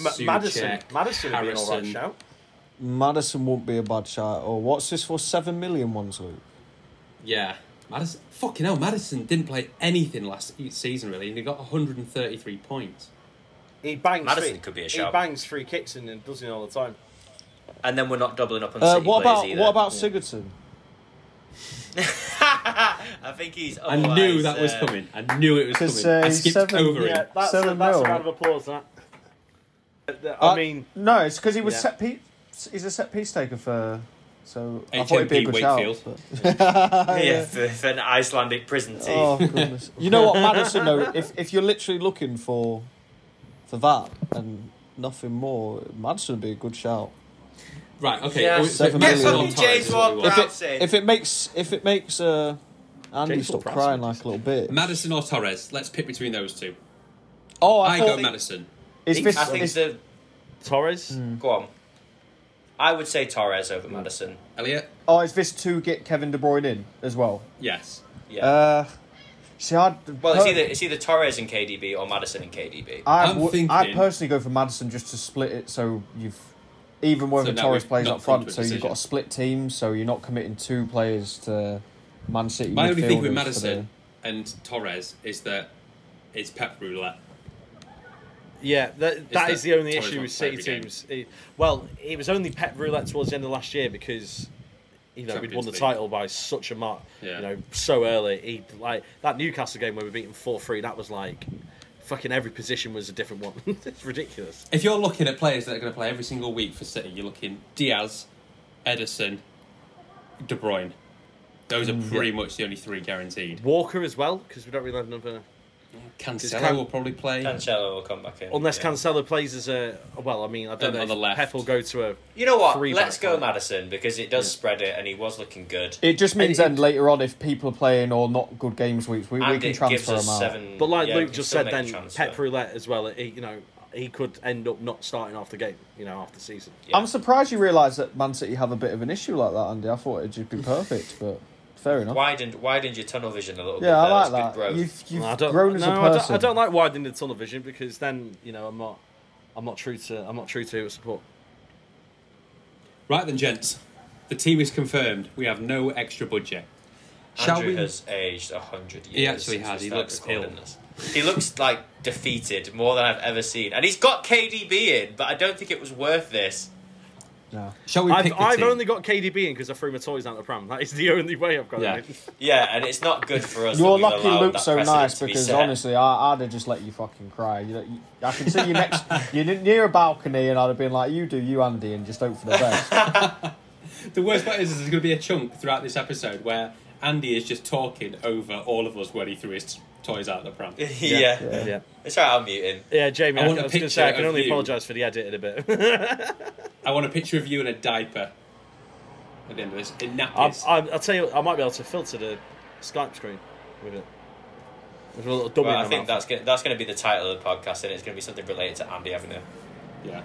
[SPEAKER 1] Ma-
[SPEAKER 2] Suchek,
[SPEAKER 1] Madison, Madison would be an all right
[SPEAKER 2] Harrison.
[SPEAKER 1] shout.
[SPEAKER 4] Madison won't be a bad shot. Or what's this for? Seven million ones, Luke.
[SPEAKER 2] Yeah. Madison, fucking hell, Madison didn't play anything last e- season really, and he got 133 points.
[SPEAKER 1] He bangs.
[SPEAKER 3] Madison
[SPEAKER 1] three,
[SPEAKER 3] could be a
[SPEAKER 1] He
[SPEAKER 3] shout.
[SPEAKER 1] bangs three kicks and, and does it all the time.
[SPEAKER 3] and then we're not doubling up on
[SPEAKER 4] Uh,
[SPEAKER 3] City
[SPEAKER 4] what
[SPEAKER 3] players
[SPEAKER 4] about
[SPEAKER 3] either.
[SPEAKER 4] what about Sigurdsson?
[SPEAKER 3] I think he's.
[SPEAKER 2] I
[SPEAKER 3] otherwise,
[SPEAKER 2] knew that was
[SPEAKER 3] uh,
[SPEAKER 2] coming. I knew it was
[SPEAKER 4] 'Cause,
[SPEAKER 2] coming.
[SPEAKER 4] uh,
[SPEAKER 2] I
[SPEAKER 4] he's
[SPEAKER 2] skipped
[SPEAKER 4] seven-
[SPEAKER 2] over
[SPEAKER 1] Yeah,
[SPEAKER 2] it.
[SPEAKER 1] that's, a,
[SPEAKER 4] Seven
[SPEAKER 1] that's a
[SPEAKER 4] mil.
[SPEAKER 1] round of applause. That. I mean,
[SPEAKER 4] no, it's because he was
[SPEAKER 1] yeah.
[SPEAKER 4] set piece. He's a set piece taker for. So I
[SPEAKER 2] HMP
[SPEAKER 4] thought it'd be a good
[SPEAKER 2] Wakefield.
[SPEAKER 4] shout. but-
[SPEAKER 3] yeah, for, for an Icelandic prison team.
[SPEAKER 4] Oh goodness! you know what, Madison? Though, if if you're literally looking for for that and nothing more, Madison would be a good shout.
[SPEAKER 2] Right, okay.
[SPEAKER 3] Yeah.
[SPEAKER 2] well,
[SPEAKER 4] Seven
[SPEAKER 2] Mason
[SPEAKER 4] million.
[SPEAKER 2] Mount
[SPEAKER 3] James
[SPEAKER 2] is what we
[SPEAKER 3] Ward-
[SPEAKER 2] want.
[SPEAKER 4] If
[SPEAKER 3] Perhaps
[SPEAKER 4] it,
[SPEAKER 3] it-
[SPEAKER 4] if it makes if it makes uh, Andy
[SPEAKER 1] James
[SPEAKER 4] stop
[SPEAKER 1] Ward-Prowse
[SPEAKER 4] crying
[SPEAKER 1] would be
[SPEAKER 4] like a little bit.
[SPEAKER 2] Madison or Torres? Let's pick between those two.
[SPEAKER 4] oh, I,
[SPEAKER 2] I,
[SPEAKER 4] thought
[SPEAKER 2] go Madison.
[SPEAKER 4] is this
[SPEAKER 3] I think
[SPEAKER 4] is,
[SPEAKER 3] the
[SPEAKER 1] Torres.
[SPEAKER 3] go on. I would say Torres over Madison.
[SPEAKER 2] Elliot?
[SPEAKER 4] oh is this to get Kevin De Bruyne in as well?
[SPEAKER 2] Yes.
[SPEAKER 3] Yeah,
[SPEAKER 4] Uh, See, I'd
[SPEAKER 3] Well, it's
[SPEAKER 4] per-
[SPEAKER 3] either it's either Torres and KDB or Madison and KDB.
[SPEAKER 4] I
[SPEAKER 2] I'm
[SPEAKER 4] would
[SPEAKER 2] thinking-
[SPEAKER 4] I'd personally go for Madison just to split it so you've even when
[SPEAKER 2] So
[SPEAKER 4] the
[SPEAKER 2] now
[SPEAKER 4] Torres
[SPEAKER 2] we've
[SPEAKER 4] plays
[SPEAKER 2] not
[SPEAKER 4] up
[SPEAKER 2] come to
[SPEAKER 4] front,
[SPEAKER 2] a
[SPEAKER 4] so you've got
[SPEAKER 2] decision.
[SPEAKER 4] a split team, so you're not committing two players to Man City.
[SPEAKER 2] My only thing with
[SPEAKER 4] midfielders for
[SPEAKER 2] Madison and Torres is that it's Pep roulette.
[SPEAKER 1] Yeah, that, that
[SPEAKER 2] that
[SPEAKER 1] is the only
[SPEAKER 2] Torres
[SPEAKER 1] issue
[SPEAKER 2] won't
[SPEAKER 1] with
[SPEAKER 2] play
[SPEAKER 1] City
[SPEAKER 2] every game.
[SPEAKER 1] teams. It- well, it was only Pep roulette towards the end of last year because you know we'd won
[SPEAKER 2] Champions
[SPEAKER 1] the
[SPEAKER 2] League.
[SPEAKER 1] title by such a mark,
[SPEAKER 2] Yeah.
[SPEAKER 1] you know, so early. He like that Newcastle game where we beat him four three. That was like fucking every position was a different one. it's ridiculous.
[SPEAKER 2] If you're looking at players that are going to play every single week for City, you're looking Diaz, Edison, De Bruyne. Those
[SPEAKER 3] Mm,
[SPEAKER 2] are pretty much the only three guaranteed.
[SPEAKER 1] Walker as well because we don't really have another.
[SPEAKER 2] Cancelo
[SPEAKER 1] Can-
[SPEAKER 2] will probably play.
[SPEAKER 3] Cancelo will come back in.
[SPEAKER 1] Unless
[SPEAKER 3] yeah.
[SPEAKER 1] Cancelo plays as a well, I mean, I
[SPEAKER 2] On
[SPEAKER 1] don't
[SPEAKER 2] the
[SPEAKER 1] know. if
[SPEAKER 2] left.
[SPEAKER 1] Pep will go to a
[SPEAKER 3] You know what?
[SPEAKER 1] Three
[SPEAKER 3] Let's
[SPEAKER 1] back
[SPEAKER 3] go
[SPEAKER 1] line.
[SPEAKER 3] Madison because it does spread it, and he was looking good.
[SPEAKER 4] It just means
[SPEAKER 1] it-
[SPEAKER 4] then later on, if people are playing or not good games weeks, we, we
[SPEAKER 3] and
[SPEAKER 4] can
[SPEAKER 3] it gives
[SPEAKER 4] transfer them
[SPEAKER 3] us
[SPEAKER 4] out.
[SPEAKER 3] seven.
[SPEAKER 1] But like
[SPEAKER 3] yeah, we
[SPEAKER 1] Luke
[SPEAKER 3] can
[SPEAKER 1] just
[SPEAKER 3] still
[SPEAKER 1] said,
[SPEAKER 3] make a
[SPEAKER 1] then
[SPEAKER 3] transfer.
[SPEAKER 1] Pep Roulette as well. He, you know, he could end up not starting off the game. You know, after the season.
[SPEAKER 3] Yeah.
[SPEAKER 4] I'm surprised you realise that Man City have a bit of an issue like that, Andy. I thought it'd just be perfect, but fair enough.
[SPEAKER 3] widened widened your tunnel vision a little bit.
[SPEAKER 4] Yeah, I
[SPEAKER 3] there.
[SPEAKER 4] like
[SPEAKER 3] That's good
[SPEAKER 4] that.
[SPEAKER 3] growth.
[SPEAKER 4] You've, you've
[SPEAKER 1] No, I don't,
[SPEAKER 4] grown as
[SPEAKER 1] no,
[SPEAKER 4] a
[SPEAKER 1] I don't-
[SPEAKER 4] person.
[SPEAKER 1] I don't, like widening the tunnel vision because then you know I'm not, I'm not true to I'm not true to who I support.
[SPEAKER 2] Right then, gents. The team is confirmed. We have no extra budget. Shall
[SPEAKER 3] Andrew
[SPEAKER 2] we-
[SPEAKER 3] has aged a hundred years.
[SPEAKER 2] actually
[SPEAKER 3] since
[SPEAKER 2] has.
[SPEAKER 3] we
[SPEAKER 2] He
[SPEAKER 3] started
[SPEAKER 2] looks
[SPEAKER 3] recording
[SPEAKER 2] ill.
[SPEAKER 3] this. He looks like defeated more than I've ever seen, and he's got KDB in, but I don't think it was worth this.
[SPEAKER 4] No.
[SPEAKER 2] Shall we
[SPEAKER 1] I've,
[SPEAKER 2] pick the
[SPEAKER 1] I've
[SPEAKER 2] team?
[SPEAKER 1] only got KDB in because I threw my toys out the pram. That is the only way I've got
[SPEAKER 2] Yeah.
[SPEAKER 1] it.
[SPEAKER 3] Yeah, and it's not good for us.
[SPEAKER 4] You're
[SPEAKER 3] that we've
[SPEAKER 4] lucky
[SPEAKER 3] allowed
[SPEAKER 4] Luke's
[SPEAKER 3] that
[SPEAKER 4] so
[SPEAKER 3] precedent
[SPEAKER 4] nice
[SPEAKER 3] to be
[SPEAKER 4] because
[SPEAKER 3] set.
[SPEAKER 4] honestly, I, I'd have just let you fucking cry. You, know, you, I can see you next, you're near a balcony, and I'd have been like, "You do you, Andy, and just hope for the best."
[SPEAKER 2] The worst part is, is there's going to be a chunk throughout this episode where Andy is just talking over all of us when he threw his toys out the pram.
[SPEAKER 3] yeah.
[SPEAKER 1] Yeah, yeah.
[SPEAKER 3] it's alright. I'll mute him.
[SPEAKER 1] Jamie.
[SPEAKER 2] I
[SPEAKER 1] I,
[SPEAKER 2] want a
[SPEAKER 1] I was going to
[SPEAKER 2] picture
[SPEAKER 1] say I can
[SPEAKER 2] of
[SPEAKER 1] only
[SPEAKER 2] you.
[SPEAKER 1] apologise for the edit in a bit.
[SPEAKER 2] I want a picture of you in a diaper at the end of this. In
[SPEAKER 1] I'm,
[SPEAKER 2] nappies.
[SPEAKER 1] I'm, I'll tell you, what, I might be able to filter the Skype screen with it. With a little dummy
[SPEAKER 3] Well,
[SPEAKER 1] in
[SPEAKER 3] I
[SPEAKER 1] my
[SPEAKER 3] think
[SPEAKER 1] mouth.
[SPEAKER 3] that's gonna, that's going to be the title of the podcast, and it's going to be something related to Andy having a
[SPEAKER 2] yeah.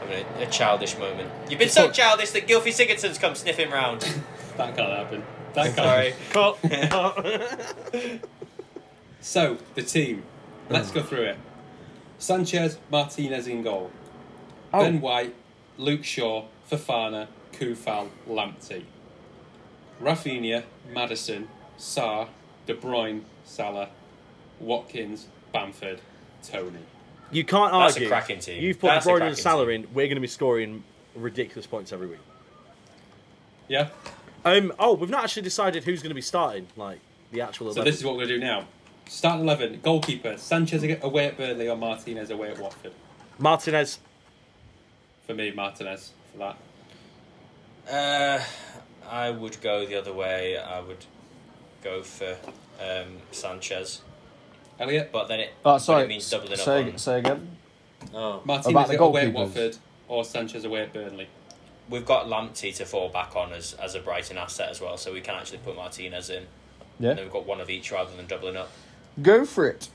[SPEAKER 3] having a, a childish moment. You've been so childish that Gilfie Sigurdsson's come sniffing round.
[SPEAKER 2] That can't happen. That can't
[SPEAKER 3] Sorry.
[SPEAKER 1] Cut. Cut.
[SPEAKER 2] So, the team. Let's go through it. Sanchez, Martinez in goal. Ben White, Luke Shaw, Fafana, Kufal, Lamptey. Rafinha, Madison, Saar, De Bruyne, Salah, Watkins, Bamford, Tony.
[SPEAKER 1] You can't
[SPEAKER 3] That's a
[SPEAKER 1] argue.
[SPEAKER 3] cracking team.
[SPEAKER 1] You've put
[SPEAKER 3] That's a
[SPEAKER 1] Bruyne
[SPEAKER 3] cracking
[SPEAKER 1] and Salah in. We're going to be scoring ridiculous points every week.
[SPEAKER 2] Yeah?
[SPEAKER 1] Um. Oh, we've not actually decided who's going to be starting. Like the actual.
[SPEAKER 2] So
[SPEAKER 1] 11.
[SPEAKER 2] this is what we're going to do now. Starting 11, goalkeeper, Sanchez away at Burnley or Martinez away at Watford.
[SPEAKER 1] Martinez.
[SPEAKER 2] For me, Martinez for that.
[SPEAKER 3] Uh, I would go the other way. I would go for um, Sanchez,
[SPEAKER 2] Elliot,
[SPEAKER 3] but then it,
[SPEAKER 4] Oh,
[SPEAKER 3] but
[SPEAKER 4] sorry.
[SPEAKER 3] it means doubling up.
[SPEAKER 4] say,
[SPEAKER 3] On,
[SPEAKER 4] say again.
[SPEAKER 3] oh.
[SPEAKER 2] Martinez
[SPEAKER 4] About the
[SPEAKER 2] away at
[SPEAKER 4] goalkeepers.
[SPEAKER 2] Watford or Sanchez away at Burnley.
[SPEAKER 3] We've got Lamptey to fall back on as, as a Brighton asset as well, so we can actually put Martinez in.
[SPEAKER 4] Yeah,
[SPEAKER 3] And then we've got one of each rather than doubling up.
[SPEAKER 4] go for it.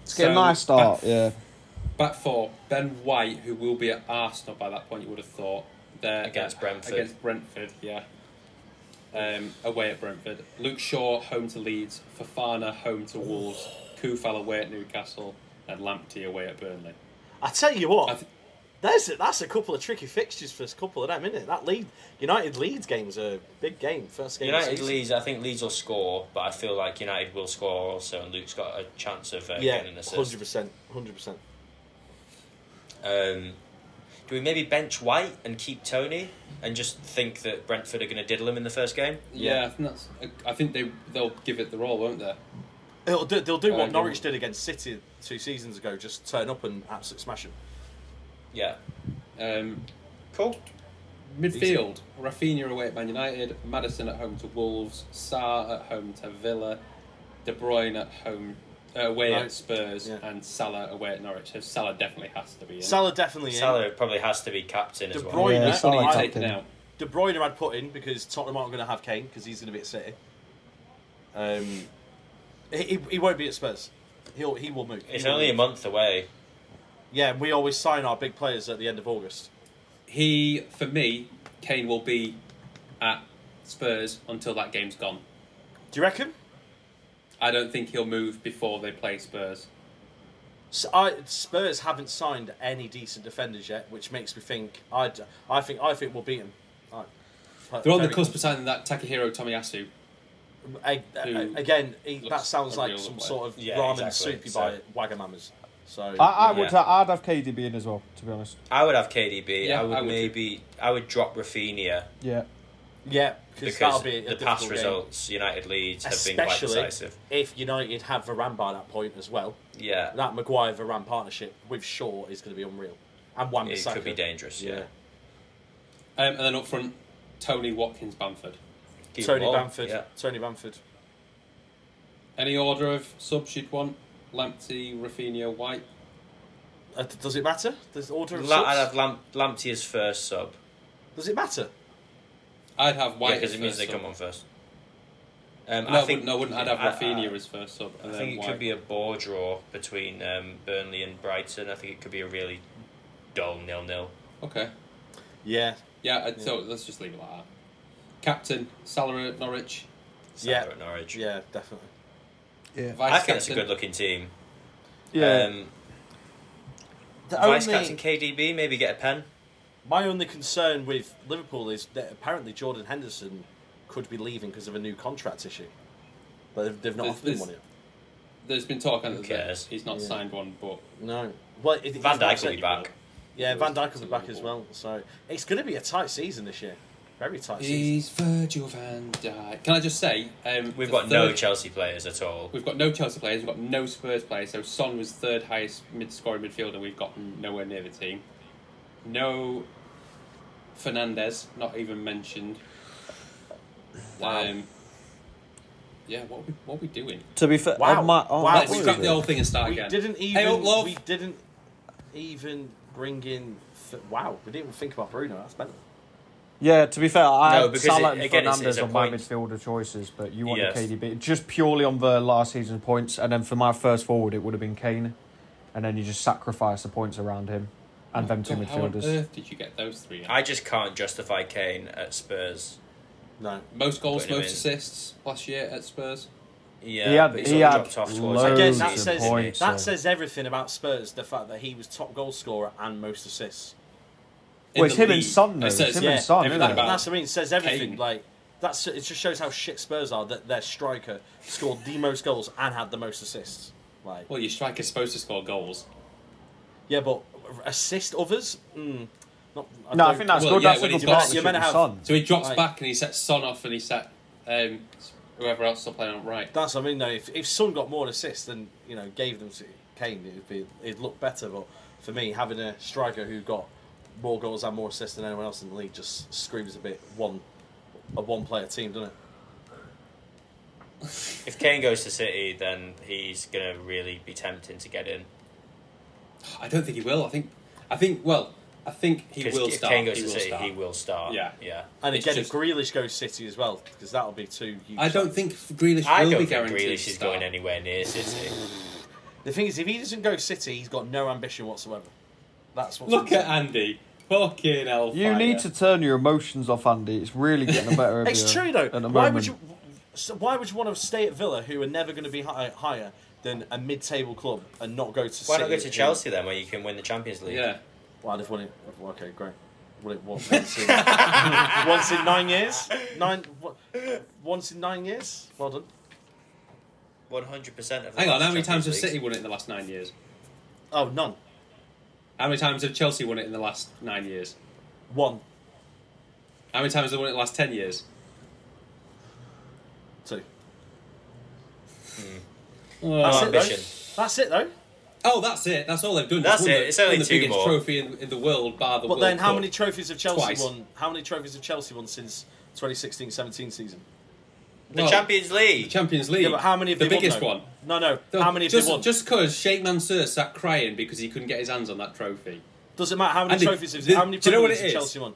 [SPEAKER 4] Let's get
[SPEAKER 2] So,
[SPEAKER 4] a nice start.
[SPEAKER 2] back-
[SPEAKER 4] Yeah,
[SPEAKER 2] Back four, Ben White, who will be at Arsenal by that point, you would have thought. They're
[SPEAKER 3] Against
[SPEAKER 2] uh,
[SPEAKER 3] Brentford.
[SPEAKER 2] Against Brentford, yeah. Um, away at Brentford. Luke Shaw, home to Leeds. Fafana, home to Wolves. Kufal away at Newcastle. And Lamptey away at Burnley.
[SPEAKER 1] I tell you
[SPEAKER 2] I
[SPEAKER 1] what,
[SPEAKER 2] th-
[SPEAKER 1] there's a, that's a couple of tricky fixtures for a couple of them, isn't it? That lead United Leeds game's a big game. First game. of the
[SPEAKER 3] United
[SPEAKER 1] season.
[SPEAKER 3] Leeds, I think Leeds will score, but I feel like United will score also, and Luke's got a chance of uh,
[SPEAKER 1] Yeah,
[SPEAKER 3] getting an assist.
[SPEAKER 1] hundred percent, hundred percent.
[SPEAKER 3] Um, do we maybe bench White and keep Tony and just think that Brentford are going to diddle him in the first game?
[SPEAKER 2] yeah, I think that's. I think they they'll give it the role, won't they?
[SPEAKER 1] They'll do, they'll do
[SPEAKER 2] Uh,
[SPEAKER 1] what
[SPEAKER 2] yeah.
[SPEAKER 1] Norwich did against City two seasons ago. Just turn up and absolutely smash them.
[SPEAKER 3] Yeah.
[SPEAKER 2] Um,
[SPEAKER 3] Cool.
[SPEAKER 2] midfield: Rafinha away at Man United. Madison at home to Wolves. Saar at home to Villa. De Bruyne at home uh, away
[SPEAKER 1] Right.
[SPEAKER 2] at Spurs,
[SPEAKER 1] Yeah.
[SPEAKER 2] and Salah away at Norwich. So Salah definitely has to be in.
[SPEAKER 1] Salah definitely. in.
[SPEAKER 3] Salah probably has to be captain as
[SPEAKER 1] De
[SPEAKER 3] well.
[SPEAKER 1] Bruyne,
[SPEAKER 4] Yeah,
[SPEAKER 1] that's what
[SPEAKER 4] Salah
[SPEAKER 1] he-
[SPEAKER 4] captain.
[SPEAKER 2] taken out.
[SPEAKER 1] De Bruyne I'd put in because Tottenham aren't going to have Kane because he's going to be at City. Um, he, he- he won't be at Spurs. He'll he will move. He
[SPEAKER 3] It's
[SPEAKER 1] will
[SPEAKER 3] only a
[SPEAKER 1] move.
[SPEAKER 3] month away.
[SPEAKER 1] Yeah, we always sign our big players at the end of August.
[SPEAKER 2] He, for me, Kane will be at Spurs until that game's gone.
[SPEAKER 1] Do you reckon?
[SPEAKER 2] I I don't think he'll move before they play Spurs.
[SPEAKER 1] S I Spurs haven't signed any decent defenders yet, which makes me think I, I think I think we'll beat them. I,
[SPEAKER 2] They're on the cusp of signing that Takahiro Tomiyasu. um,
[SPEAKER 1] A- a- Again, he, that
[SPEAKER 2] looks
[SPEAKER 1] sounds
[SPEAKER 2] a
[SPEAKER 1] like
[SPEAKER 2] real
[SPEAKER 1] some
[SPEAKER 2] player.
[SPEAKER 1] sort of
[SPEAKER 3] Yeah,
[SPEAKER 1] ramen
[SPEAKER 3] exactly,
[SPEAKER 1] soupy
[SPEAKER 3] so-
[SPEAKER 1] by Wagamamas. So
[SPEAKER 4] I, I would.
[SPEAKER 2] Yeah.
[SPEAKER 4] ha- I'd have KDB in as well. To be honest.
[SPEAKER 3] I would have KDB.
[SPEAKER 2] Yeah,
[SPEAKER 3] I would
[SPEAKER 2] I would too.
[SPEAKER 3] maybe. I would drop Rafinha
[SPEAKER 4] Yeah.
[SPEAKER 1] yeah, because that'll
[SPEAKER 3] because
[SPEAKER 1] be a
[SPEAKER 3] the
[SPEAKER 1] difficult
[SPEAKER 3] past
[SPEAKER 1] game.
[SPEAKER 3] results United leads have been quite
[SPEAKER 1] especially
[SPEAKER 3] decisive.
[SPEAKER 1] if United have Varane by that point as well.
[SPEAKER 3] Yeah,
[SPEAKER 1] That Maguire Varane partnership with Shaw is going to be unreal, and Wan
[SPEAKER 3] it could be dangerous. Yeah,
[SPEAKER 2] Um, and then up front, Tony Watkins Bamford.
[SPEAKER 3] Keep
[SPEAKER 1] Tony
[SPEAKER 3] them on,
[SPEAKER 1] Bamford.
[SPEAKER 3] Yeah.
[SPEAKER 1] Tony Bamford.
[SPEAKER 2] Any order of subs you'd want? Lamptey, Rafinha, White.
[SPEAKER 1] Uh, d- does it matter? Does order of
[SPEAKER 3] La- I'd
[SPEAKER 1] subs?
[SPEAKER 3] have Lam- Lamptey as first sub.
[SPEAKER 1] Does it matter?
[SPEAKER 2] I'd have
[SPEAKER 3] Why?
[SPEAKER 2] White
[SPEAKER 3] Because
[SPEAKER 2] as
[SPEAKER 3] it means
[SPEAKER 2] first
[SPEAKER 3] they
[SPEAKER 2] sub.
[SPEAKER 3] come on first. Um,
[SPEAKER 2] No,
[SPEAKER 3] I
[SPEAKER 2] I
[SPEAKER 3] think
[SPEAKER 2] wouldn't, no, I wouldn't. I'd have
[SPEAKER 3] I-
[SPEAKER 2] Rafinha
[SPEAKER 3] I-
[SPEAKER 2] as first sub,
[SPEAKER 3] I
[SPEAKER 2] and then
[SPEAKER 3] think it
[SPEAKER 2] White.
[SPEAKER 3] could be a ball draw between um, Burnley and Brighton. I think it could be a really dull nil-nil.
[SPEAKER 2] Okay.
[SPEAKER 1] Yeah.
[SPEAKER 2] Yeah, I'd- so let's just leave it like that. Captain, Salah at Norwich.
[SPEAKER 3] Salah
[SPEAKER 1] Yeah.
[SPEAKER 3] at Norwich.
[SPEAKER 1] Yeah, definitely.
[SPEAKER 4] Yeah.
[SPEAKER 2] Vice
[SPEAKER 3] I think it's a
[SPEAKER 2] captain.
[SPEAKER 3] good-looking team.
[SPEAKER 4] Yeah.
[SPEAKER 3] Um,
[SPEAKER 1] The
[SPEAKER 3] vice
[SPEAKER 1] only-
[SPEAKER 3] captain KDB maybe get a pen.
[SPEAKER 1] My only concern with Liverpool is that apparently Jordan Henderson could be leaving because of a new contract issue. But they've, they've not
[SPEAKER 2] There's-
[SPEAKER 1] offered him
[SPEAKER 2] there's-
[SPEAKER 1] one yet.
[SPEAKER 2] There's been talk
[SPEAKER 3] Who
[SPEAKER 2] on
[SPEAKER 3] cares?
[SPEAKER 2] that he's not
[SPEAKER 1] Yeah.
[SPEAKER 2] signed one, but
[SPEAKER 1] No. Well, it,
[SPEAKER 3] Van
[SPEAKER 1] it's not
[SPEAKER 3] Dijk will
[SPEAKER 1] said-
[SPEAKER 3] be back.
[SPEAKER 1] Yeah, Van Dijk will be back as well. So it's going to be a tight season this year. Very tight season.
[SPEAKER 2] He's Virgil van Dijk. Can I just say um,
[SPEAKER 3] We've
[SPEAKER 2] the
[SPEAKER 3] got no
[SPEAKER 2] third-
[SPEAKER 3] Chelsea players at all.
[SPEAKER 2] We've got no Chelsea players. We've got no Spurs players. So Son was third highest mid-scoring midfielder. We've got nowhere near the team. No Fernandez, not even mentioned.
[SPEAKER 1] Wow.
[SPEAKER 2] Um, yeah, what are we, what are we doing?
[SPEAKER 4] To be fair,
[SPEAKER 1] Wow.
[SPEAKER 4] on my, oh, on
[SPEAKER 1] Wow.
[SPEAKER 4] my
[SPEAKER 2] Let's
[SPEAKER 1] we-
[SPEAKER 2] scrap the whole thing and start
[SPEAKER 1] We
[SPEAKER 2] again.
[SPEAKER 1] didn't even.
[SPEAKER 2] Hey, up, love.
[SPEAKER 1] We didn't even bring in. F- wow, we didn't even think about Bruno. That's better.
[SPEAKER 4] yeah. To be fair, I
[SPEAKER 3] No,
[SPEAKER 4] had
[SPEAKER 3] because
[SPEAKER 4] Salah
[SPEAKER 3] it-
[SPEAKER 4] and
[SPEAKER 3] again, it's-
[SPEAKER 4] Fernandes
[SPEAKER 3] it's a
[SPEAKER 4] on my
[SPEAKER 3] point.
[SPEAKER 4] midfielder choices, but you
[SPEAKER 3] Yes.
[SPEAKER 4] wanted KDB just purely on the last season's points, and then for my first forward, it would have been Kane, and then you just sacrifice the points around him and them two
[SPEAKER 2] God, how on
[SPEAKER 4] midfielders.
[SPEAKER 2] earth did you get those three? in?
[SPEAKER 3] I just can't justify Kane at Spurs.
[SPEAKER 1] No.
[SPEAKER 2] most goals,
[SPEAKER 3] Putting him
[SPEAKER 2] most
[SPEAKER 3] in.
[SPEAKER 2] assists last year at Spurs.
[SPEAKER 3] Yeah,
[SPEAKER 4] He had-
[SPEAKER 3] but
[SPEAKER 4] he
[SPEAKER 3] sort of
[SPEAKER 4] had
[SPEAKER 3] um, dropped off towards
[SPEAKER 4] loads
[SPEAKER 3] the end
[SPEAKER 1] Again,
[SPEAKER 3] of
[SPEAKER 4] Those
[SPEAKER 1] that
[SPEAKER 3] the
[SPEAKER 4] are
[SPEAKER 1] says
[SPEAKER 3] season, didn't he?
[SPEAKER 4] points,
[SPEAKER 1] that
[SPEAKER 4] so-
[SPEAKER 1] says everything about Spurs. The fact that he was top goal scorer and most assists.
[SPEAKER 2] In
[SPEAKER 4] Well, it's
[SPEAKER 2] the
[SPEAKER 4] him and
[SPEAKER 2] league.
[SPEAKER 4] Son, though.
[SPEAKER 2] It says-
[SPEAKER 4] It's him
[SPEAKER 1] and
[SPEAKER 4] Son,
[SPEAKER 2] everything
[SPEAKER 4] isn't it?
[SPEAKER 2] about-
[SPEAKER 1] That's what I mean. It says everything.
[SPEAKER 2] Kane.
[SPEAKER 1] Like that's it. Just shows how shit Spurs are. That their striker scored the most goals and had the most assists. Like
[SPEAKER 2] Well, your striker's supposed to score goals.
[SPEAKER 1] yeah, but assist others. Mm, not, I
[SPEAKER 4] No, I
[SPEAKER 1] don't-
[SPEAKER 4] think that's
[SPEAKER 2] Well,
[SPEAKER 4] good.
[SPEAKER 2] yeah,
[SPEAKER 4] that's a
[SPEAKER 2] when
[SPEAKER 4] good
[SPEAKER 2] he's got-
[SPEAKER 4] partnership
[SPEAKER 1] you're meant to
[SPEAKER 4] with
[SPEAKER 1] have-
[SPEAKER 4] Son.
[SPEAKER 2] So he drops
[SPEAKER 1] Right.
[SPEAKER 2] back and he sets Son off and he set um, whoever else is playing on right.
[SPEAKER 1] That's what I mean. Though, if if Son got more assists than you know gave them to Kane, it would be it'd look better. But for me, having a striker who got more goals and more assists than anyone else in the league just screams a bit one a one player team, doesn't it?
[SPEAKER 3] If Kane goes to City, then he's gonna really be tempting to get in.
[SPEAKER 2] I don't think he will. I think, I think. Well, I think he
[SPEAKER 3] Because
[SPEAKER 2] will
[SPEAKER 3] if
[SPEAKER 2] start.
[SPEAKER 3] Kane goes
[SPEAKER 2] he
[SPEAKER 3] to
[SPEAKER 2] will
[SPEAKER 3] City,
[SPEAKER 2] start.
[SPEAKER 3] he will start.
[SPEAKER 2] Yeah.
[SPEAKER 3] yeah.
[SPEAKER 1] And
[SPEAKER 2] It's
[SPEAKER 1] again,
[SPEAKER 2] just-
[SPEAKER 1] if Grealish goes City as well, because that'll be two. Huge
[SPEAKER 2] I don't
[SPEAKER 1] chances.
[SPEAKER 2] think Grealish
[SPEAKER 3] I
[SPEAKER 2] will
[SPEAKER 3] don't
[SPEAKER 2] be
[SPEAKER 3] think
[SPEAKER 2] guaranteed.
[SPEAKER 3] Grealish
[SPEAKER 2] to
[SPEAKER 3] is
[SPEAKER 2] start.
[SPEAKER 3] going anywhere near City.
[SPEAKER 2] Mm,
[SPEAKER 1] The thing is, if he doesn't go City, he's got no ambition whatsoever. That's what.
[SPEAKER 2] Look at Andy. Fucking hell.
[SPEAKER 4] You need to turn your emotions off, Andy. It's really getting the better of you.
[SPEAKER 1] It's true though.
[SPEAKER 4] At the
[SPEAKER 1] Why
[SPEAKER 4] moment.
[SPEAKER 1] would you? So why would you want to stay at Villa, who are never going to be hi- higher than a mid-table club, and not go to?
[SPEAKER 3] Why not
[SPEAKER 1] City,
[SPEAKER 3] go to
[SPEAKER 1] who-
[SPEAKER 3] Chelsea then, where you can win the Champions League?
[SPEAKER 2] Yeah.
[SPEAKER 1] Well, they've won it. Okay, great. Won it once, once, in, once in nine years. Nine. What, once in nine years. Well done.
[SPEAKER 3] one hundred percent of. the
[SPEAKER 2] Hang on.
[SPEAKER 3] last
[SPEAKER 2] How many times have
[SPEAKER 3] Champions
[SPEAKER 2] City
[SPEAKER 3] Leagues.
[SPEAKER 2] won it in the last nine years?
[SPEAKER 1] Oh, none.
[SPEAKER 2] How many times have Chelsea won it in the last nine years?
[SPEAKER 1] One,
[SPEAKER 2] How many times have they won it in the last ten years?
[SPEAKER 1] two. That's
[SPEAKER 2] Oh,
[SPEAKER 1] it, though.
[SPEAKER 3] ambition.
[SPEAKER 1] That's it though.
[SPEAKER 2] oh, that's it. That's all they've done.
[SPEAKER 3] That's
[SPEAKER 2] Just won
[SPEAKER 3] it.
[SPEAKER 2] the-
[SPEAKER 3] It's only
[SPEAKER 2] won the
[SPEAKER 3] two
[SPEAKER 2] biggest
[SPEAKER 3] more.
[SPEAKER 2] trophy in, in the world, bar the
[SPEAKER 1] But
[SPEAKER 2] World
[SPEAKER 1] then, how
[SPEAKER 2] Cup.
[SPEAKER 1] many trophies have Chelsea
[SPEAKER 2] Twice.
[SPEAKER 1] won? How many trophies have Chelsea won since 2016-17 season?
[SPEAKER 3] The
[SPEAKER 2] Well,
[SPEAKER 3] Champions League.
[SPEAKER 2] the Champions League.
[SPEAKER 1] Yeah, but how many have
[SPEAKER 2] the
[SPEAKER 1] they
[SPEAKER 2] biggest
[SPEAKER 1] won,
[SPEAKER 2] one?
[SPEAKER 1] though? No, no. how many have
[SPEAKER 2] just,
[SPEAKER 1] they won?
[SPEAKER 2] Just because Sheikh Mansour sat crying because he couldn't get his hands on that trophy.
[SPEAKER 1] Doesn't matter how many
[SPEAKER 2] Andy,
[SPEAKER 1] trophies. Have,
[SPEAKER 2] do-
[SPEAKER 1] how many
[SPEAKER 2] do you know what
[SPEAKER 1] Premier Leagues
[SPEAKER 2] it
[SPEAKER 1] have
[SPEAKER 2] is?
[SPEAKER 1] Chelsea won?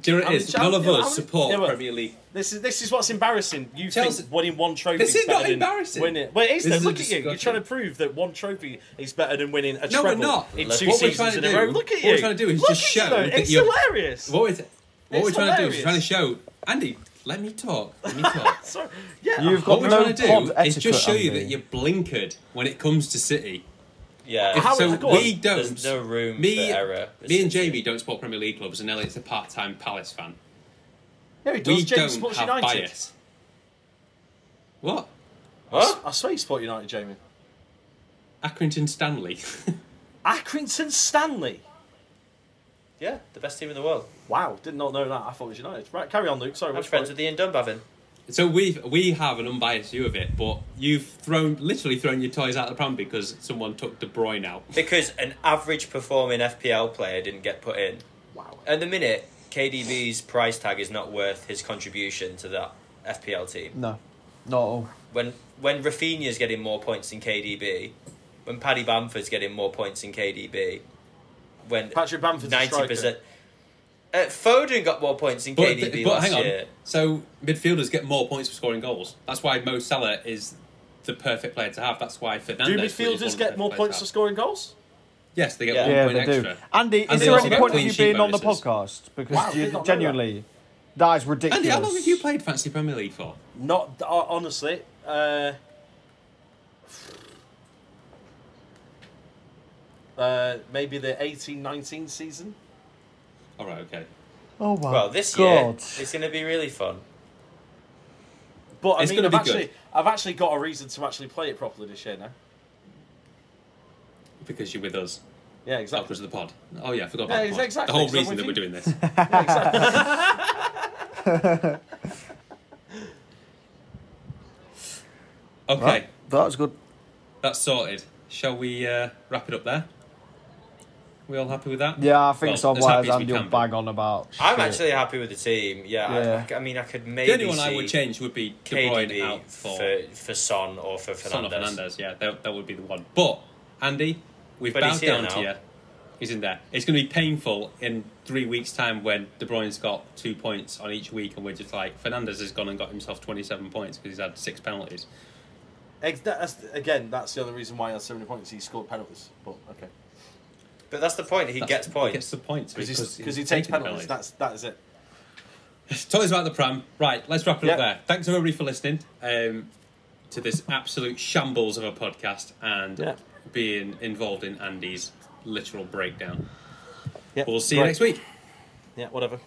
[SPEAKER 2] Do you know what
[SPEAKER 1] How
[SPEAKER 2] it
[SPEAKER 1] many
[SPEAKER 2] is?
[SPEAKER 1] cha-
[SPEAKER 2] None of
[SPEAKER 1] yeah, how
[SPEAKER 2] us
[SPEAKER 1] many-
[SPEAKER 2] support
[SPEAKER 1] yeah, but-
[SPEAKER 2] Premier League.
[SPEAKER 1] This is this is what's embarrassing. You
[SPEAKER 2] Chelsea-
[SPEAKER 1] think winning one trophy
[SPEAKER 2] This is
[SPEAKER 1] better
[SPEAKER 2] not
[SPEAKER 1] than
[SPEAKER 2] embarrassing.
[SPEAKER 1] Winning. Well, it is.
[SPEAKER 2] This
[SPEAKER 1] Though.
[SPEAKER 2] is a
[SPEAKER 1] Look at you. You're
[SPEAKER 2] discussion.
[SPEAKER 1] trying to prove that one trophy is better than winning a
[SPEAKER 2] No, we're
[SPEAKER 1] treble
[SPEAKER 2] not.
[SPEAKER 1] in
[SPEAKER 3] Let's-
[SPEAKER 1] two
[SPEAKER 2] what we're
[SPEAKER 1] seasons
[SPEAKER 2] trying
[SPEAKER 1] in
[SPEAKER 2] to
[SPEAKER 1] a
[SPEAKER 2] do-
[SPEAKER 1] row. Look at
[SPEAKER 2] what
[SPEAKER 1] you.
[SPEAKER 2] we're trying to do is
[SPEAKER 1] Look
[SPEAKER 2] just
[SPEAKER 1] at
[SPEAKER 2] show
[SPEAKER 1] you, though.
[SPEAKER 2] that
[SPEAKER 1] it's
[SPEAKER 2] you're-
[SPEAKER 1] hilarious.
[SPEAKER 2] What we're, what
[SPEAKER 1] It's
[SPEAKER 2] we're trying to do is we're trying to
[SPEAKER 1] hilarious.
[SPEAKER 2] show, Andy, Let me talk. Let me talk.
[SPEAKER 1] Sorry. Yeah.
[SPEAKER 4] You've got
[SPEAKER 2] what we're trying
[SPEAKER 4] no
[SPEAKER 2] to
[SPEAKER 4] pod
[SPEAKER 2] do is
[SPEAKER 4] etiquette,
[SPEAKER 2] just show you
[SPEAKER 4] Andy.
[SPEAKER 2] that you're blinkered when it comes to City.
[SPEAKER 3] Yeah.
[SPEAKER 2] If-
[SPEAKER 1] How-
[SPEAKER 2] so
[SPEAKER 1] go
[SPEAKER 2] we
[SPEAKER 1] on.
[SPEAKER 2] don't.
[SPEAKER 3] There's no room
[SPEAKER 2] me,
[SPEAKER 3] for error.
[SPEAKER 2] Me and Jamie don't support Premier League clubs, and Elliot's a part-time Palace fan.
[SPEAKER 1] No, he does.
[SPEAKER 2] We
[SPEAKER 1] James
[SPEAKER 2] don't
[SPEAKER 1] Sports
[SPEAKER 2] have
[SPEAKER 1] United.
[SPEAKER 2] bias. What?
[SPEAKER 3] What?
[SPEAKER 1] I swear you support United, Jamie.
[SPEAKER 2] Accrington Stanley.
[SPEAKER 1] Accrington Stanley.
[SPEAKER 3] Yeah, the best team in the world.
[SPEAKER 1] Wow, did not know that. I thought it was United. Right, carry on, Luke. Sorry,
[SPEAKER 3] I'm
[SPEAKER 1] what's
[SPEAKER 3] friends with Ian Dunbavin.
[SPEAKER 2] so we we have an unbiased view of it, but you've thrown literally thrown your toys out of the pram because someone took De Bruyne out.
[SPEAKER 3] Because an average performing FPL player didn't get put in.
[SPEAKER 1] Wow.
[SPEAKER 3] At the minute, KDB's price tag is not worth his contribution to that FPL team.
[SPEAKER 4] No, not at all.
[SPEAKER 3] When when Rafinha's getting more points than KDB, when Paddy Bamford's getting more points than KDB, when
[SPEAKER 1] Patrick Bamford's a
[SPEAKER 3] ninety
[SPEAKER 1] striker.
[SPEAKER 3] percent. Uh, Foden got more points than
[SPEAKER 2] But,
[SPEAKER 3] KDB
[SPEAKER 2] but
[SPEAKER 3] last
[SPEAKER 2] hang on.
[SPEAKER 3] year.
[SPEAKER 2] So midfielders get more points for scoring goals. That's why Mo Salah is the perfect player to have. That's why
[SPEAKER 1] Do
[SPEAKER 2] Fernandez.
[SPEAKER 1] midfielders get more points for
[SPEAKER 2] scoring?
[SPEAKER 1] scoring goals?
[SPEAKER 2] Yes, they get
[SPEAKER 3] Yeah.
[SPEAKER 2] one
[SPEAKER 4] Yeah,
[SPEAKER 2] point
[SPEAKER 4] they do.
[SPEAKER 2] extra.
[SPEAKER 4] Andy,
[SPEAKER 2] And
[SPEAKER 4] is
[SPEAKER 2] they
[SPEAKER 4] there
[SPEAKER 2] also
[SPEAKER 4] any
[SPEAKER 2] get
[SPEAKER 4] point of
[SPEAKER 2] clean
[SPEAKER 4] you
[SPEAKER 2] sheet
[SPEAKER 4] being on the
[SPEAKER 2] bonuses.
[SPEAKER 4] podcast? Because
[SPEAKER 1] Wow, did not know
[SPEAKER 4] you,
[SPEAKER 1] that.
[SPEAKER 4] genuinely, that is ridiculous.
[SPEAKER 2] Andy, how long have you played Fantasy Premier League for?
[SPEAKER 1] Not uh, honestly. Uh, uh, maybe the 18-19 season.
[SPEAKER 2] All right, okay.
[SPEAKER 4] Oh wow!
[SPEAKER 3] Well, this year
[SPEAKER 4] God.
[SPEAKER 3] it's going to be really fun.
[SPEAKER 1] But I
[SPEAKER 2] It's
[SPEAKER 1] mean,
[SPEAKER 2] gonna
[SPEAKER 1] I've
[SPEAKER 2] be
[SPEAKER 1] actually,
[SPEAKER 2] good.
[SPEAKER 1] I've actually got a reason to actually play it properly this year now.
[SPEAKER 2] Because you're with us,
[SPEAKER 1] Yeah,
[SPEAKER 2] not
[SPEAKER 1] exactly.
[SPEAKER 2] because of the pod. Oh yeah, I forgot about
[SPEAKER 1] Yeah,
[SPEAKER 2] the pod.
[SPEAKER 1] exactly,
[SPEAKER 2] The whole
[SPEAKER 1] 'cause I'm with
[SPEAKER 2] reason that we're
[SPEAKER 1] you.
[SPEAKER 2] doing this.
[SPEAKER 1] Yeah, exactly.
[SPEAKER 2] Okay,
[SPEAKER 4] Right, that was good.
[SPEAKER 2] that's sorted. Shall we uh, wrap it up there? We all happy with that?
[SPEAKER 4] Yeah, I think
[SPEAKER 2] Well,
[SPEAKER 4] so.
[SPEAKER 2] as
[SPEAKER 4] Otherwise,
[SPEAKER 2] happy as we
[SPEAKER 4] Andy
[SPEAKER 2] can
[SPEAKER 4] will
[SPEAKER 2] be.
[SPEAKER 4] bang on about.
[SPEAKER 3] I'm
[SPEAKER 4] shit.
[SPEAKER 3] actually happy with the team. Yeah, I-
[SPEAKER 4] Yeah.
[SPEAKER 3] I, I mean, I could maybe
[SPEAKER 2] The only one I would
[SPEAKER 3] see
[SPEAKER 2] change would be De Bruyne
[SPEAKER 3] KDB
[SPEAKER 2] out
[SPEAKER 3] for,
[SPEAKER 2] for,
[SPEAKER 3] for Son or for
[SPEAKER 2] Son or
[SPEAKER 3] Fernandez.
[SPEAKER 2] Fernandez. Yeah, that, that would be the one. But Andy, we've
[SPEAKER 3] But he's
[SPEAKER 2] bowed
[SPEAKER 3] here
[SPEAKER 2] down
[SPEAKER 3] now.
[SPEAKER 2] to you. He's in there. It's going to be painful in three weeks' time when De Bruyne's got two points on each week, and we're just like Fernandez has gone and got himself twenty-seven points because he's had six penalties.
[SPEAKER 1] Ex- that's, again, that's the other reason why he has so many points. He scored penalties, but okay,
[SPEAKER 3] But that's the point. He
[SPEAKER 2] That's-
[SPEAKER 3] gets points.
[SPEAKER 2] He gets the points
[SPEAKER 1] because
[SPEAKER 2] because
[SPEAKER 1] he
[SPEAKER 2] he's
[SPEAKER 1] takes
[SPEAKER 2] taking the
[SPEAKER 1] penalties. That's that is it.
[SPEAKER 2] Toys about the pram. Right, let's wrap it up
[SPEAKER 1] Yeah.
[SPEAKER 2] there. Thanks everybody for listening um, to this absolute shambles of a podcast and
[SPEAKER 1] Yeah.
[SPEAKER 2] being involved in Andy's literal breakdown.
[SPEAKER 1] Yeah,
[SPEAKER 2] We'll see you
[SPEAKER 1] great.
[SPEAKER 2] next week.
[SPEAKER 1] Yeah, whatever.